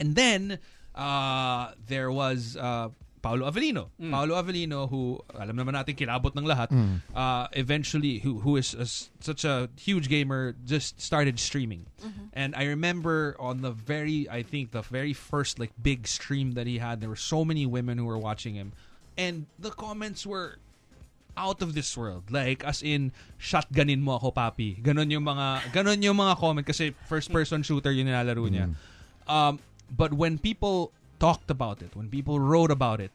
S6: And then uh, there was uh, Paolo Avellino. Paolo Avellino who alam naman natin kilabot ng lahat. Uh, eventually who who is a s- such a huge gamer just started streaming. And I remember on the very I think the very first like big stream that he had there were so many women who were watching him and the comments were out of this world. Like, as in, shotgunin mo ako, papi. Ganon yung mga, ganon yung mga comment kasi first-person shooter yung nilalaro niya. Um, but when people talked about it, when people wrote about it,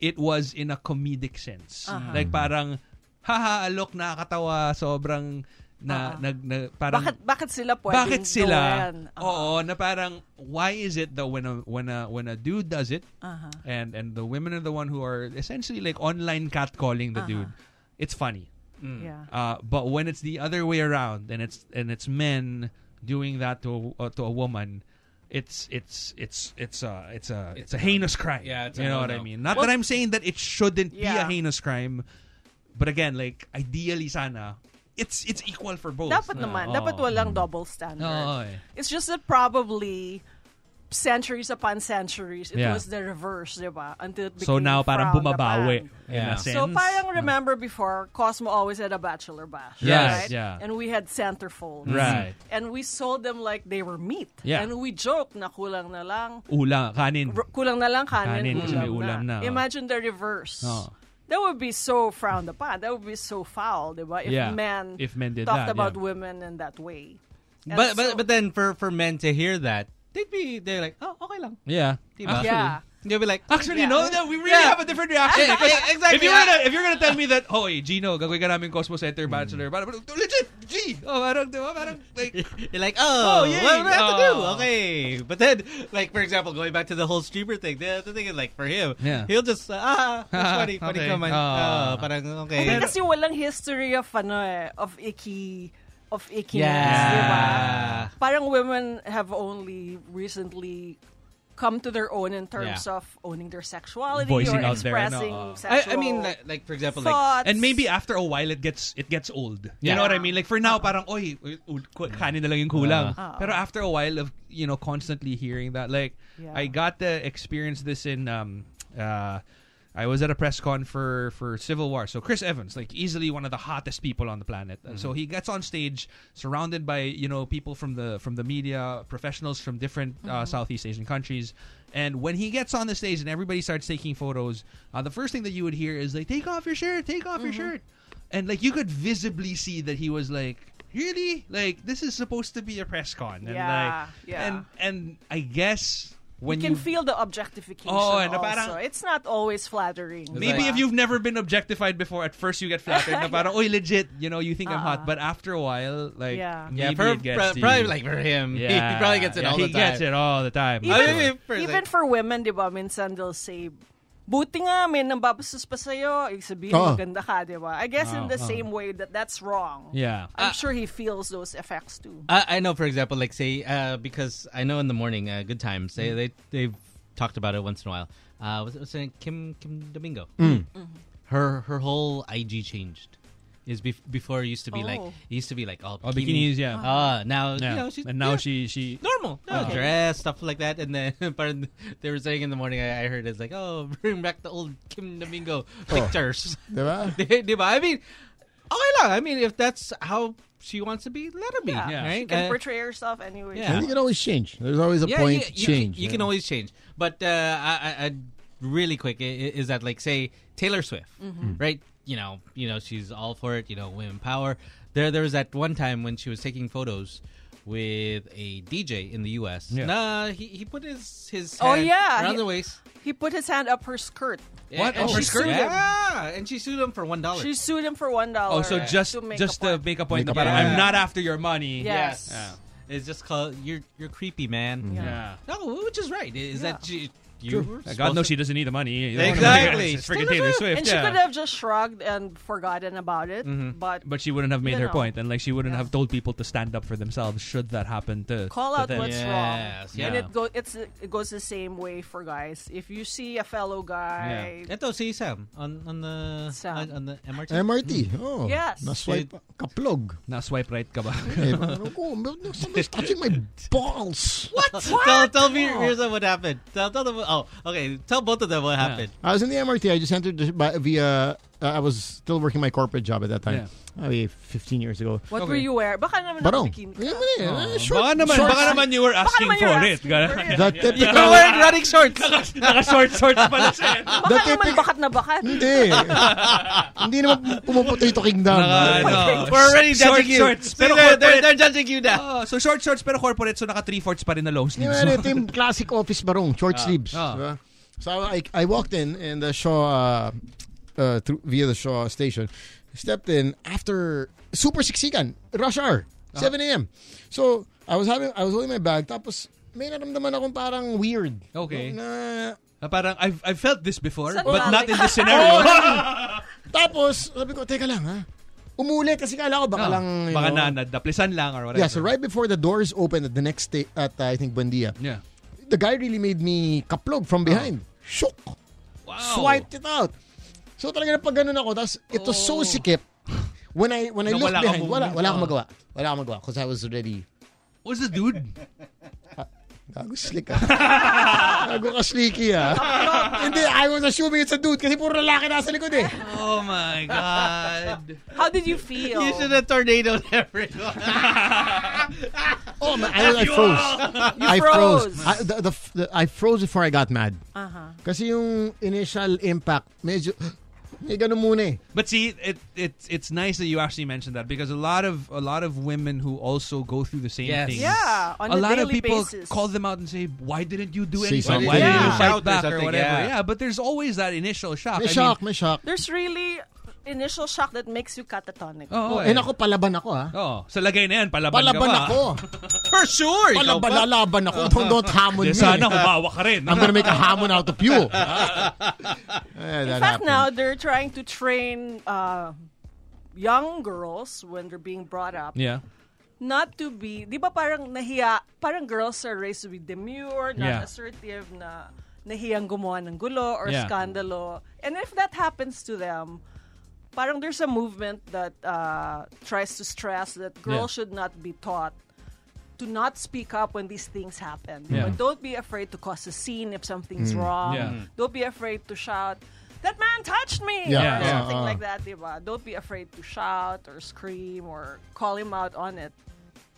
S6: it was in a comedic sense. Like parang haha alok nakakatawa sobrang na, nag na parang
S7: Bakit, bakit sila pwedeng
S6: bakit sila? Oh.
S7: gawin? Ah.
S6: Oo, na parang why is it that when a when a when a dude does it and and the women are the one who are essentially like online catcalling the dude. It's funny.
S7: Yeah.
S6: Uh, but when it's the other way around and it's and it's men doing that to a, uh, to a woman, it's it's it's it's a it's a it's, a heinous crime.
S4: yeah, it's
S6: you
S4: a
S6: know what I
S4: no-no.
S6: mean. Not that I'm saying that it shouldn't be a
S7: Yeah.
S6: heinous crime, but again, like ideally, sana it's it's equal for both.
S7: Dapat naman.
S6: Oo.
S7: Dapat walang double standard.
S6: Oo, eh.
S7: It's just that probably centuries upon centuries, it
S6: Yeah.
S7: was the reverse, di ba? Until it
S6: So
S7: became
S6: now parang
S7: frowned
S6: bumabawi
S7: upon.
S6: in a
S4: Yeah.
S6: sense.
S7: So parang remember before, Cosmo always had a bachelor bash.
S6: Yes,
S7: right?
S6: yeah.
S7: And we had centerfolds.
S6: Right.
S7: And we sold them like they were meat.
S6: Yeah.
S7: And we joked na kulang na lang,
S6: Ula, kanin.
S7: r- kulang na lang kanin,
S6: Kanin, kasi
S7: ulam,
S6: may ulam na. oh.
S7: na. Imagine the reverse.
S6: Oo.
S7: That would be so frowned upon. That would be so foul, di ba? If
S6: Yeah.
S7: men
S6: If men did that,
S7: talked about
S6: yeah.
S7: women in that way. And so-
S4: But but but then for for men to hear that, they'd be they're like, oh okay lang,
S6: Yeah.
S4: diba?
S7: Yeah.
S4: They'll be like,
S6: Actually,
S7: Yeah.
S6: no, no, we really
S4: Yeah.
S6: have a different reaction.
S4: *laughs*
S6: *laughs*
S4: Yeah,
S6: because
S4: e- exactly.
S6: If you're gonna, if you're gonna tell me that, oh, hey, Gino, gagawin ka namin Cosmo Center
S4: Mm.
S6: Bachelor, parang, legit, G! Oh, parang, di ba, parang, like,
S4: *laughs* You're like,
S6: Oh,
S4: oh,
S6: yay.
S4: what do I have to do?
S6: Oh.
S4: Okay. But then, like, for example, going back to the whole streamer thing, the, the thing is, like, for him,
S6: Yeah.
S4: he'll just, uh, ah, that's
S6: *laughs*
S4: funny, funny
S6: Okay.
S4: comment.
S6: Ah.
S4: Oh, parang, okay.
S7: Hindi kasi walang history of ano eh, of icky of ickiness,
S4: Yeah.
S7: di ba?
S4: Ah.
S7: Parang women have only recently come to their own in terms
S4: Yeah.
S7: of owning their sexuality
S6: Voicing
S7: or
S6: out their ano,
S7: expressing
S6: ah.
S4: I,
S7: sexual
S4: I mean, like, like, for example, like,
S7: thoughts.
S6: and maybe after a while, it gets, it gets old. You
S4: Yeah.
S6: know what I mean? Like, for now, parang, oy, ul- ku- kanin na lang yung kulang.
S4: Uh-huh.
S7: Ah.
S6: Pero after a while of, you know, constantly hearing that, like,
S7: Yeah.
S6: I got to experience this in, um, uh, I was at a press con for for Civil War. So Chris Evans, like easily one of the hottest people on the planet. And
S7: Mm-hmm.
S6: so he gets on stage surrounded by, you know, people from the from the media, professionals from different
S7: Mm-hmm.
S6: uh, Southeast Asian countries. And when he gets on the stage and everybody starts taking photos, uh, the first thing that you would hear is like take off your shirt, take off
S7: Mm-hmm.
S6: your shirt. And like you could visibly see that he was like Really? Like this is supposed to be a press con, and
S7: Yeah,
S6: like,
S7: yeah.
S6: and and I guess when
S7: you can feel the objectification
S6: Oh, and na
S7: also.
S6: parang-
S7: It's not always flattering.
S6: Maybe
S4: Like-
S6: if you've never been objectified before, at first you get
S7: *laughs*
S6: flattered. na parang, oy, legit, you know, you think I'm hot. But after a while, like,
S7: Uh-huh. Yeah.
S6: maybe
S4: yeah, for,
S6: it gets
S4: pro-
S6: to you.
S4: probably like *laughs* for him, he- he, probably gets it
S6: Yeah,
S4: all
S6: he
S4: the time.
S6: gets it all the time.
S4: I
S7: Even,
S4: mean, if- for-
S7: even for women, di ba, minsan they'll say, buti nga, may nambabastos pa sa'yo. Ibig sabihin,
S5: Oo.
S7: maganda ka, di ba? I guess in the same way that that's wrong.
S6: yeah. Uh,
S7: I'm sure he feels those effects too.
S4: I, I know, for example, like say uh, because I know in the morning, uh, good times.
S6: Mm.
S4: They they they've talked about it once in a while. Uh, was it was it Kim Kim Domingo?
S6: Mm.
S4: Her her whole IG changed. Is bef- before it used to be like
S7: Oh.
S4: it used to be like all
S6: Oh,
S4: bikini.
S6: bikinis, yeah.
S4: Ah, now
S6: yeah.
S4: you know she's
S6: and now
S4: yeah,
S6: she she
S4: normal no,
S7: Okay.
S4: dress stuff like that. And then *laughs* pardon, they were saying in the morning, I, I heard it's like oh *laughs* bring back the old Kim Domingo pictures. *laughs*
S5: Diba?
S4: Di- di ba? I mean, okay lang. I mean, if that's how she wants to be, let her be.
S7: Yeah.
S4: Right?
S7: She can
S6: eh,
S4: Uh,
S7: portray herself anyway.
S4: yeah.
S5: And you can always change. There's always a
S4: yeah,
S5: point
S4: you,
S5: to
S4: you-
S5: change.
S4: You, can always change. But uh, I, I, I, really quick i- i- is that like say Taylor Swift,
S7: Mm-hmm.
S4: right? You know, you know she's all for it. You know, women power. There, there was that one time when she was taking photos with a DJ in the U.S.
S6: Yeah.
S4: Nah, he, he put his his
S7: Oh,
S4: hand
S7: yeah.
S4: around
S7: He-
S4: the waist.
S7: He put his hand up her skirt.
S4: What?
S6: Oh,
S4: And
S6: her
S4: she
S6: skirt?
S4: sued him. Yeah, and she sued him for one dollar.
S7: She sued him for one dollar.
S6: oh so just
S7: to make
S6: just to
S7: a point.
S6: make a point.
S5: Make a
S6: na parang,
S5: point.
S6: I'm not after your money.
S7: Yes.
S4: Yeah. It's just called you're you're creepy, man.
S6: Yeah.
S4: No, which is right. Is that you? you were
S6: God
S4: supposed
S6: knows
S4: to-
S6: she doesn't need the money. You don't wanna
S4: Exactly.
S6: make it- It's *laughs* freaking Taylor Swift.
S7: And she
S6: yeah. Mm-hmm.
S7: could have just shrugged and forgotten about it, but,
S6: but she wouldn't have made her
S7: You know.
S6: point, and like she wouldn't have told people to stand up for themselves should that happen to
S7: call
S6: to
S7: out
S6: them.
S7: what's
S4: Yes,
S7: wrong.
S4: yeah.
S7: And it go it's it goes the same way for guys. If you see a fellow guy,
S4: Ito si Sam on on the
S7: Sam.
S4: On, on the MRT.
S5: MRT. Oh.
S7: Yes.
S5: Na-swipe.
S4: *laughs*
S5: Kaplog.
S6: Na swipe right ka ba?
S5: Eh, ano ko, someone's touching my balls.
S4: What? Tell, tell me, here's what happened. Tell, tell them. Oh, okay. Tell both of them what happened.
S5: I was in the MRT. I just entered the- by, via. Uh, I was still working my corporate job at that time. Maybe 15 years ago.
S7: what were you wearing? Baka naman
S5: Barong.
S7: nakabikin-
S5: Yeah, man, uh, short-
S6: baka naman,
S5: shorts.
S6: baka naman you were asking
S7: naman you
S6: for
S7: were
S6: it.
S7: asking for it. *laughs*
S5: The typical,
S4: You're wearing running
S6: *laughs*
S4: shorts.
S6: Naka-short shorts pala siya.
S7: Baka
S5: The
S7: naman
S5: typical-
S7: bakat na bakat.
S5: Hindi. Hindi naman pumuputo yung kingdom.
S4: *laughs* We're already
S6: Oh, Short
S4: judging you.
S6: shorts,
S4: See,
S6: pero
S4: they're,
S6: corporate.
S4: they're, they're judging you
S6: Ah,
S4: now.
S6: *laughs* so short shorts pero corporate so naka three fourths pa rin na low
S5: Hindi
S6: sleeves.
S5: naman, ito yung classic office barong, short sleeves.
S6: ah.
S5: diba? So I, I walked in and the Shaw, uh, uh, through, via the Shaw station, stepped in after super siksikan, rush hour,
S6: Ah.
S5: 7 a.m. So I was having, I was holding my bag, tapos may naramdaman akong parang weird.
S6: Okay. *laughs*
S5: Na,
S6: Ah, Parang I've, I've felt this before,
S7: Saan
S6: but not
S7: galing?
S6: in this
S5: *laughs*
S6: scenario.
S5: tapos, sabi ko, teka lang ha, umulit kasi kala ko baka lang, you
S6: Ah, Baka
S5: know.
S6: na, nadaplisan lang or whatever.
S5: Yeah, so right before the doors opened at the next day at uh, I think Buendia,
S6: Yeah.
S5: the guy really made me kaplog from behind. Shook.
S6: Ah. Wow.
S5: Swiped it out. So talaga na pag ganun ako, tapos it was so sikip. When I when I
S6: Oh. Na
S5: looked
S6: wala ka
S5: behind, wala,
S6: movement.
S5: wala akong
S6: Oh.
S5: magawa. Wala akong magawa because I was already
S6: What's the dude?
S5: Gago slick
S6: *laughs*
S5: ah. Gago ka slicky ah. Hindi, I was assuming it's a dude kasi puro lalaki nasa likod eh.
S6: Oh
S4: *laughs*
S6: my god.
S7: How did you feel?
S4: You should have tornadoed everyone.
S5: Oh, man, I, I froze. I
S7: froze.
S5: I, the, the, the, I froze before I got mad. Kasi yung initial impact, medyo, eh, ganun muna eh.
S6: *laughs* But see, it it's it's nice that you actually mentioned that because a lot of a lot of women who also go through the same
S4: Yes.
S6: things.
S7: Yeah, on
S6: a
S7: a
S6: lot of
S7: daily
S6: people
S7: basis.
S6: call them out and say, "Why didn't you do
S5: Say
S6: anything? Why didn't
S5: something. Yeah.
S6: you
S4: Shout
S6: fight
S4: or
S6: back or
S4: something,
S6: whatever?"
S4: yeah.
S6: Yeah. but there's always that initial shock.
S5: May
S6: I
S5: shock,
S6: mean,
S5: may shock.
S7: There's really initial shock that makes you catatonic.
S6: oh,
S5: And ako, Eh, palaban ako ah.
S6: Oh, sa lagay na yan, palaban,
S5: Palaban
S6: ka pa.
S5: ako.
S6: For sure. ikaw
S5: Palaban,
S6: pa.
S5: lalaban ako. Don't, don't
S6: Eh,
S5: hamon me. *laughs*
S6: Sana humawa ka rin. *laughs*
S5: I'm gonna make a hamon out of you. Eh,
S7: In fact, now they're trying to train uh, young girls when they're being brought up
S6: Yeah.
S7: not to be, di ba parang nahiya, parang girls are raised to be demure, not
S6: Yeah.
S7: assertive, na nahiyang gumawa ng gulo or
S6: Yeah.
S7: skandalo. And if that happens to them, parang there's a movement that uh, tries to stress that girls
S6: Yeah.
S7: should not be taught to not speak up when these things happen.
S6: Yeah.
S7: But don't be afraid to cause a scene if something's wrong.
S6: Yeah. Mm.
S7: Don't be afraid to shout, that man touched me!
S5: Yeah.
S7: Or
S6: Yeah.
S7: something
S5: Uh-uh.
S7: like that, di ba? Don't be afraid to shout or scream or call him out on it.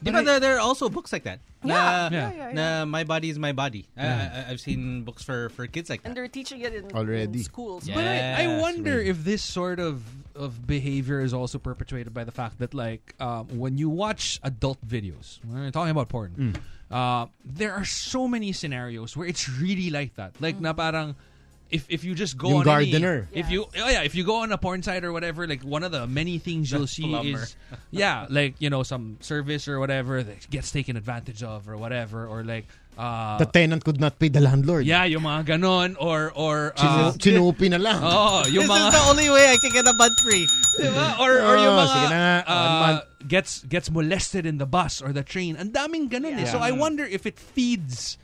S4: You know, there, there are also books like that.
S7: Yeah,
S4: Na,
S6: yeah,
S7: yeah,
S4: na My Body is My Body. I- I, I've seen books for, for kids like
S7: And
S4: that.
S7: they're teaching it in,
S5: Already.
S7: in schools.
S4: Yeah.
S6: But I, I
S4: Yes,
S6: wonder if this sort of of behavior is also perpetuated by the fact that like um, when you watch adult videos, when we're talking about porn, uh, there are so many scenarios where it's really like that. Like
S4: Mm.
S6: na parang if if you just go
S5: Yung
S6: on any-
S5: gardener.
S6: if you oh yeah, if you go on a porn site or whatever, like one of the many things you'll see
S4: plumber.
S6: is *laughs* yeah, like you know some service or whatever that gets taken advantage of or whatever or like uh
S5: The tenant could not pay the landlord.
S6: yeah, yung mga ganon or or uh,
S5: Chinu- Chinupi na lang.
S6: oh, yung
S4: *laughs* this
S6: mga
S4: is the only way I can get a bud free.
S6: Diba? Or, or yung
S5: Oh,
S6: mga
S5: sige na nga.
S6: uh,
S5: One month.
S6: gets gets molested in the bus or the train. Ang daming ganun eh. So I wonder if it feeds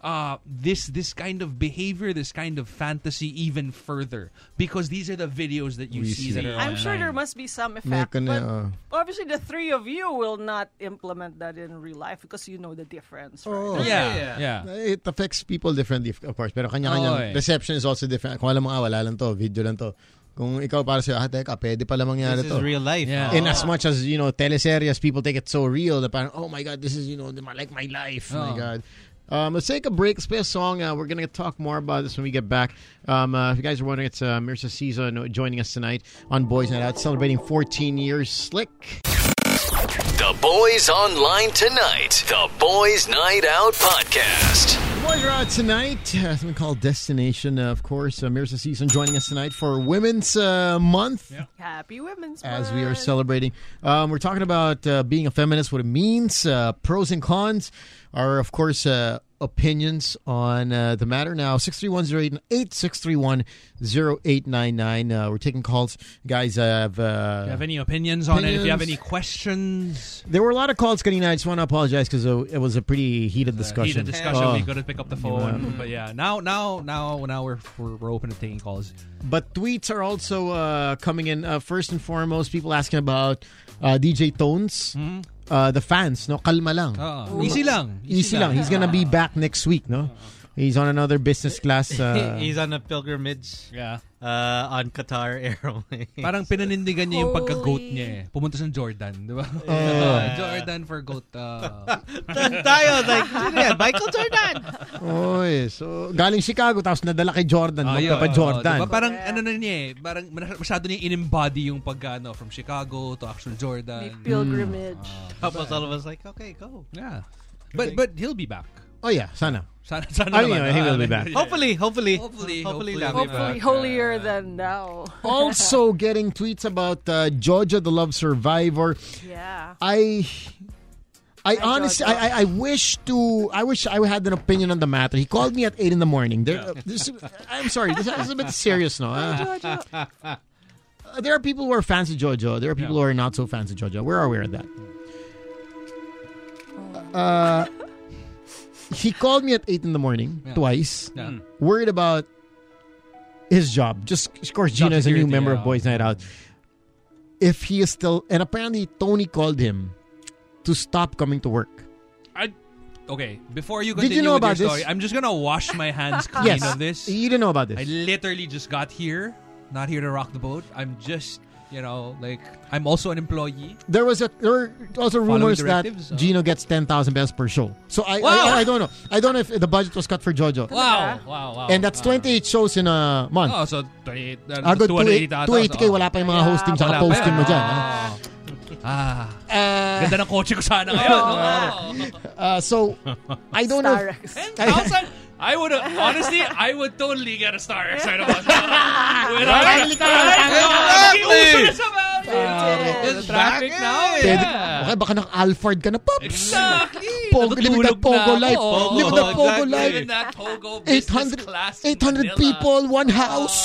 S6: uh, this this kind of behavior, this kind of fantasy even further because these are the videos that you
S5: We
S6: see,
S5: see.
S6: that are
S7: I'm
S6: online.
S7: sure there must be some
S5: May uh,
S7: effect.
S5: ka
S7: but
S5: na,
S7: obviously, the three of you will not implement that in real life because you know the difference. Right?
S5: Oh.
S6: yeah, yeah.
S5: Uh, It affects people differently, of course. Pero kanya-kanyang
S6: Oo, eh.
S5: reception is also different. Kung alam mo, ah, wala lang to, video lang to. Kung ikaw para sa'yo, ah, teka, pwede pala mangyari
S4: This
S5: to.
S4: is real life. Oh.
S6: Yeah.
S5: In as much as, you know, teleseries, people take it so real that parang, oh my God, this is, you know, my- like my life. Oh. My
S6: Oo.
S5: God. Um, let's take a break. Let's play a song. Uh, we're going to talk more about this when we get back. Um, uh, if you guys are wondering, it's uh, Mirza Season joining us tonight on Boys Night Out, celebrating 14 years slick.
S2: *laughs* The Boys Online Tonight. The Boys Night Out Podcast.
S5: Boys are out tonight. Uh, something called Destination, uh, of course. Uh, Mirza Season joining us tonight for Women's uh, Month.
S7: Happy Women's
S5: as we are
S7: Month. *laughs*
S5: celebrating. Um, we're talking about uh, being a feminist, what it means, uh, pros and cons, are of course uh, opinions on uh, the matter. Now six three one zero eight eight six three one zero eight nine nine. uh, We're taking calls, guys. I have. Uh,
S6: If you have any opinions, on it, if you have any questions,
S5: there were a lot of calls getting in. I just want to apologize because it was a pretty heated discussion.
S6: uh, need a discussion,
S5: Oh.
S6: we got to pick up the phone. But yeah, now now now now we're we're, we're open to taking calls.
S5: But tweets are also uh, coming in. Uh, first and foremost, people asking about uh, DJ Tones,
S6: Mm-hmm.
S5: uh, the fans. No, kalma lang.
S6: Uh, easy lang.
S5: Oh. Easy lang. Ah. He's gonna be back next week, no? He's on another business *laughs* class. Uh,
S4: He's on a pilgrimage
S6: Yeah.
S4: uh, on Qatar *laughs* Airways.
S6: Parang pinanindigan niya yung pagka-goat
S7: Holy.
S6: niya eh. Pumunta sa Jordan, di ba?
S5: oh.
S6: *laughs* Jordan for goat. Uh,
S4: *laughs* tayo, like, sino yan? Michael
S6: *laughs*
S4: Jordan!
S5: oy, Oh, so galing Chicago tapos nadala kay Jordan,
S6: ayun,
S5: magka pa
S6: oo,
S5: Jordan.
S6: diba? Parang ano na niya eh. Parang masyado niya in-embody yung pag ano, from Chicago to actual
S7: May
S6: Jordan.
S7: pilgrimage.
S4: Tapos all of us like, okay, go.
S6: Yeah. But but he'll be back.
S5: Oh yeah, sana.
S6: Sana, sana naman,
S5: I, know, I think
S6: ah,
S5: we'll be
S6: like,
S5: back.
S6: yeah.
S4: Hopefully, hopefully,
S6: Hopefully, hopefully.
S4: lang, diba?
S7: Hopefully, holier than now.
S5: *laughs* also getting tweets about uh, Georgia the Love Survivor.
S6: *laughs*
S7: Yeah.
S5: I I honestly
S7: Jojo.
S5: I, I I wish to I wish I had an opinion on the matter. He called me at eight in the morning. There, this, I'm sorry, this, is a bit serious *laughs* now. Uh,
S7: Jojo,
S5: uh, there are people who are fans of JoJo. There are people who are not so fans of JoJo. We're aware of that. Uh, he called me at eight in the morning
S4: Yeah.
S5: twice,
S4: Yeah.
S5: worried about his job. Just of course, Gina is a new
S4: security,
S5: member of
S4: yeah.
S5: Boys Night Out. If he is still, and apparently Tony called him to stop coming to work.
S6: I, okay, before you
S5: Did
S6: continue
S5: you know
S6: with your
S5: about this?
S6: story, I'm just gonna wash my
S5: *laughs*
S6: hands clean
S5: Yes,
S6: of this.
S5: you didn't know about this.
S6: I literally just got here, not here to rock the boat. I'm just, you know, like I'm also an employee.
S5: there was a there were also
S6: Following
S5: rumors that
S6: directives, uh,
S5: Gino gets ten thousand pesos per show. So I,
S6: Wow!
S5: I I don't know. I don't know if the budget was cut for JoJo.
S6: Wow, wow, wow.
S5: And that's twenty eight shows in a month.
S6: ah. Oh, so 28,
S5: Ah, good, 280
S6: 280
S5: 280k, wala pa yung mga hosting sa posting mo dyan. ha?
S6: *laughs* Ah. Ganda ng kotse ko sana ngayon.
S7: Oo
S6: no?
S7: nga.
S5: Uh, so, I don't know. if-
S7: Starex.
S6: 10,000? I would have, honestly, I would totally get a star excited about that. When
S5: Finally tayo, tayo.
S7: Legit.
S6: This traffic now, *laughs*
S5: Pwede,
S6: yeah.
S5: okay, baka nang-Alford ka na, Pops.
S6: Exactly.
S5: Pogo- live that
S6: Natutulog na
S5: Pogo
S6: ako.
S5: life.
S6: Oo,
S5: Live that Pogo
S6: exactly.
S5: life.
S6: Live in that Pogo business
S5: 800,
S6: class in
S5: 800
S6: Manila. Ah.
S5: people, one house.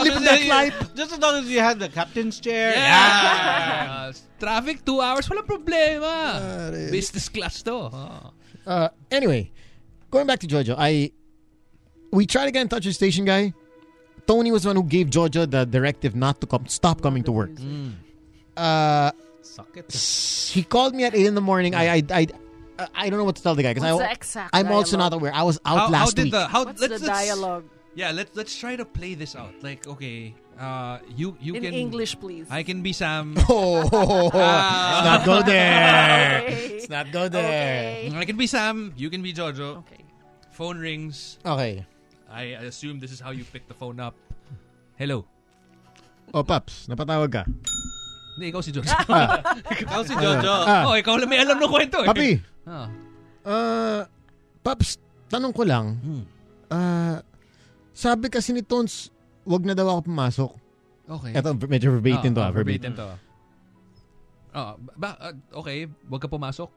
S5: Live that life.
S4: Just as long as you have the captain's chair.
S6: Yeah. Traffic, two hours, walang problema. Business class to. Oh.
S5: Uh, anyway, going back to Jojo, I we tried to get in touch with station guy. Tony was the one who gave Jojo the directive not to come, stop coming to work.
S6: Mm.
S5: Uh,
S4: Suck it.
S5: he called me at eight in the morning. I I I, I- I don't know what to tell the guy because
S7: What's
S5: I
S7: the exact
S5: I'm also not aware.
S7: dialogue?
S5: I was
S6: How,
S5: out
S6: how
S5: last
S6: did
S5: week. *laughs*
S6: the how
S7: What's
S6: let's,
S7: the
S6: let's-
S7: dialogue?
S6: Yeah, let's let's try to play this out. Like, okay, uh, you you
S7: In
S6: can
S7: English, please.
S6: I can be
S7: *laughs*
S6: Sam.
S5: oh,
S6: Ah.
S5: let's not go there.
S7: Okay.
S5: Let's not go there.
S6: I can be Sam. You can be Jojo.
S7: Okay.
S6: Phone rings.
S5: Okay.
S6: I assume this is how you pick the phone up. Hello.
S5: Oh, Paps, napatawag ka.
S6: Hindi,
S7: *laughs*
S6: ikaw si Jojo.
S4: Ikaw si Jojo.
S5: Ah,
S6: oh, ikaw lang may alam ng kwento eh.
S5: Papi,
S6: Ah.
S5: uh, Paps, tanong ko lang.
S6: Hmm.
S5: Uh, sabi kasi ni Tons, wag na daw ako pumasok.
S6: okay.
S5: Ito, medyo verbatim to.
S6: Ah,
S5: ah,
S6: verbatim
S5: verbatim.
S6: to. Ah, ba, ah, okay, wag ka pumasok.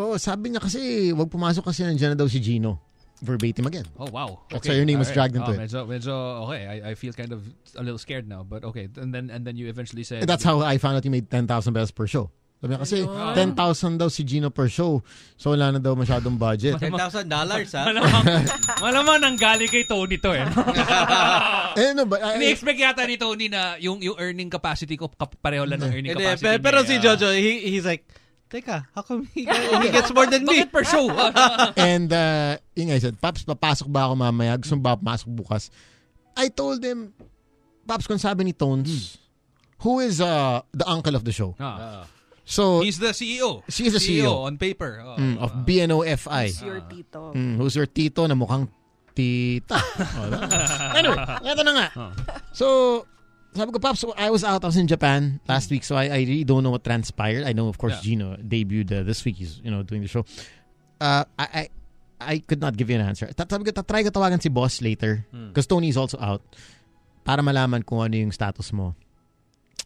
S5: Oo, sabi niya kasi, wag pumasok kasi nandiyan na daw si Gino. Verbatim again.
S6: Oh wow!
S5: That's why your name was dragged
S6: Alright.
S5: into
S6: oh,
S5: it.
S6: Medyo, medyo, okay, I, I feel kind of a little scared now, but okay. And then and then you eventually said
S5: And that's *laughs* how I found out he made 10,000 pesos per show. Sabi niya kasi, 10,000 daw si Gino per show. So, wala na daw masyadong budget.
S4: $10,000, ha?
S6: Malamang, malamang nanggali kay Tony to *laughs* eh.
S5: eh, no, but, I,
S6: Ini-expect yata ni Tony na yung yung earning capacity ko kap- pareho lang ng earning
S4: Hindi,
S6: capacity. ah,
S4: pero, pero
S6: niya.
S4: si Jojo, he, he's like, Teka, how come
S6: *laughs*
S4: he, he gets more than me?
S6: Bakit per show? *laughs* Ah,
S5: and, uh, yun nga, he said, Paps, papasok ba ako mamaya? Gusto mo ba pumasok bukas? I told him, Paps, kung sabi ni Tones, who is uh, the uncle of the show?
S6: Ah.
S5: So,
S6: He's the E CEO.
S5: She is the CEO.
S6: on paper. Oh.
S5: mm, of BNOFI.
S7: It's your tito.
S5: Mm, who's your tito na mukhang tita? *laughs* Oh, diba? anyway, eto na nga. So, sabi ko, Pops, I was out. I was in Japan last week, so I, I really don't know what transpired. I know, of course, Gino debuted uh, this week. He's, you know, doing the show. Uh, I, I, I could not give you an answer. Ta- Sabi ko, ta- try ko tawagan si boss later because Tony is also out para malaman kung ano yung status mo.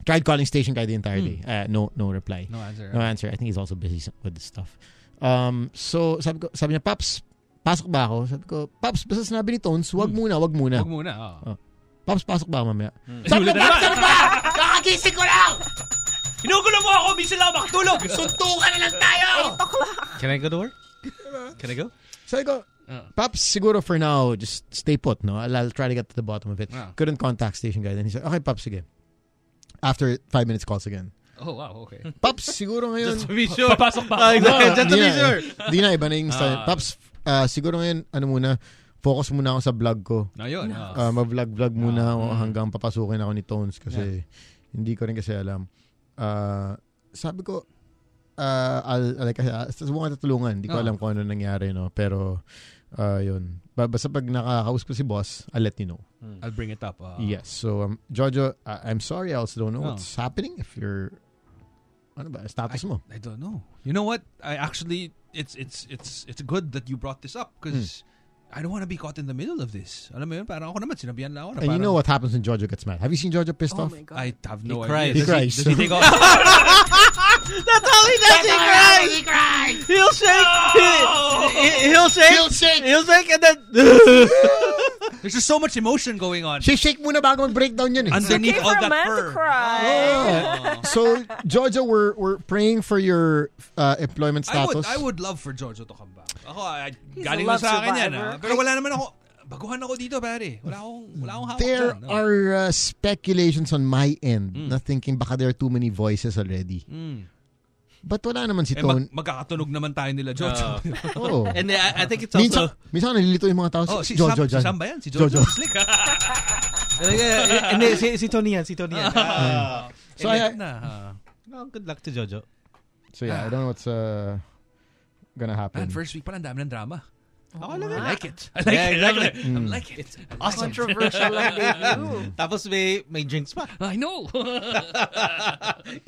S5: Tried calling station guy the entire day. Uh, no, no reply.
S6: No answer.
S5: No answer. I think he's also busy s- with this stuff. Um, so, sabi, ko, sabi niya, Paps, pasok ba ako? Sabi ko, Paps, basta sinabi ni Tones, wag muna, wag muna.
S6: Huwag muna. ah.
S5: Oh. Paps, pasok ba ako mamaya?
S6: Sabi ko, "Bakit ka
S5: ba? Kakagising ko lang!
S6: Hinugulo mo ako, bisil ako makatulog.
S5: Suntukan na lang tayo!
S4: Can I go to
S6: *laughs*
S4: work? Can I go?
S5: Sabi ko, Paps, siguro for now, just stay put, no? I'll, I'll try to get to the bottom of it.
S6: Ah.
S5: Couldn't contact station guy. Then he said, okay, Paps, sige. After five minutes calls again.
S6: Oh wow,
S5: *laughs*
S6: okay.
S5: Paps, siguro ngayon...
S4: To be sure.
S6: Papasok ba?
S4: Ah, exactly. Just to
S5: Di
S4: be
S5: na,
S4: sure.
S5: Di na, iba na yung style. Paps, ah, siguro ngayon, ano muna, focus muna ako sa vlog ko.
S6: No, yun. ah.
S5: Ah, mag-vlog-vlog muna
S6: mm.
S5: ako hanggang papasukin ako ni Tones kasi hindi ko rin kasi alam. Ah, sabi ko, ah, I'll, like, uh, subukan tatulungan. Hindi ko
S6: Oo.
S5: alam kung ano nangyari, no? Pero, ah, yun. Ba- Basta pag nakakaus ko si boss, I'll let you know.
S6: I'll bring it up. ah.
S5: Yes. So, um, Jojo, I- I'm ah, sorry. I also don't know
S6: Oh.
S5: what's happening. If you're Ano ba? Status mo.
S6: I don't know. You know what? I actually, it's it's it's it's good that you brought this up because I
S5: Hmm.
S6: don't want to be caught in the middle of this. Alam mo yun, parang ako naman sinabihan na ako. Na
S5: And you
S6: parang-
S5: know what happens when Jojo gets mad. Have you seen Jojo pissed
S7: Oh
S5: off?
S7: my god.
S6: I have no
S4: cries.
S6: idea.
S5: He cries.
S6: Does he, does he take
S5: *laughs*
S6: off?
S7: That's all he does. He cries. He cries. He'll shake.
S4: He- He'll shake.
S5: He'll shake.
S4: He'll shake and *laughs* then.
S6: There's just so much emotion going on
S5: Shake muna bago mag-breakdown yun eh.
S6: underneath
S7: Okay
S6: all
S7: for a
S6: that
S7: man
S6: fur.
S7: to cry.
S5: Oh. so, Jojo, we're, we're praying for your uh, employment
S6: I would,
S5: status.
S6: I would love for Jojo to come back. Ako, I,
S7: He's
S6: galing
S7: a
S6: na
S7: love
S6: sa akin yan.
S7: survivor.
S6: ah. Pero wala naman ako, baguhan ako dito, pare. Wala akong, wala akong hawak
S5: There
S6: dyan, no. Mm.
S5: are uh, speculations on my end na thinking baka there are too many voices already. But wala naman si
S6: Eh, mag,
S5: Tone.
S6: magkakatunog naman tayo nila, Jojo.
S5: Oo.
S4: And I, I think it's
S5: Minsan,
S4: also.
S5: minsan nalilito yung mga tao.
S6: *laughs* oh, si,
S5: si
S6: Sam,
S5: Jojo
S6: si
S5: dyan.
S6: Sam ba yan? Si Jojo.
S5: Jojo.
S6: Slick.
S4: Hindi, si, si Tony yan, si Tony *laughs* yan.
S5: So, I- I-
S6: na, ah.
S4: Oh, good luck to Jojo.
S5: so yeah, I don't know what's uh, gonna happen.
S6: Man,
S5: Mm.
S6: first week pa lang, dami ng drama. *laughs*
S4: Ako lang
S6: I
S4: yun.
S6: like it. I like
S4: Yeah,
S6: it.
S4: *laughs*
S6: I
S4: exactly.
S6: like it. I like it. awesome.
S7: Controversial ang debut.
S4: Tapos may, may drinks pa.
S6: I know.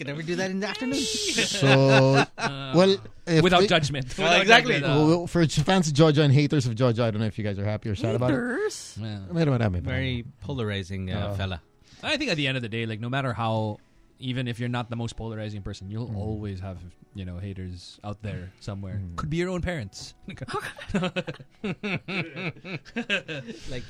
S4: Can never do that in the afternoon.
S6: *laughs*
S5: So, well,
S6: *laughs*
S5: if
S6: Without
S5: they-
S6: judgment. eh,
S4: Well, exactly.
S6: Without judgment,
S5: Well, for fans of Georgia and haters of Georgia, I don't know if you guys are happy or sad about it.
S7: Haters?
S5: Oh.
S6: ah.
S5: Meron marami.
S4: Very polarizing uh,
S6: Oh.
S4: fella.
S6: I think at the end of the day, like no matter how, even if you're not the most polarizing person, you'll
S4: Mm.
S6: always have you know haters out there somewhere. Could be your own
S4: *laughs*
S6: parents.
S4: Like,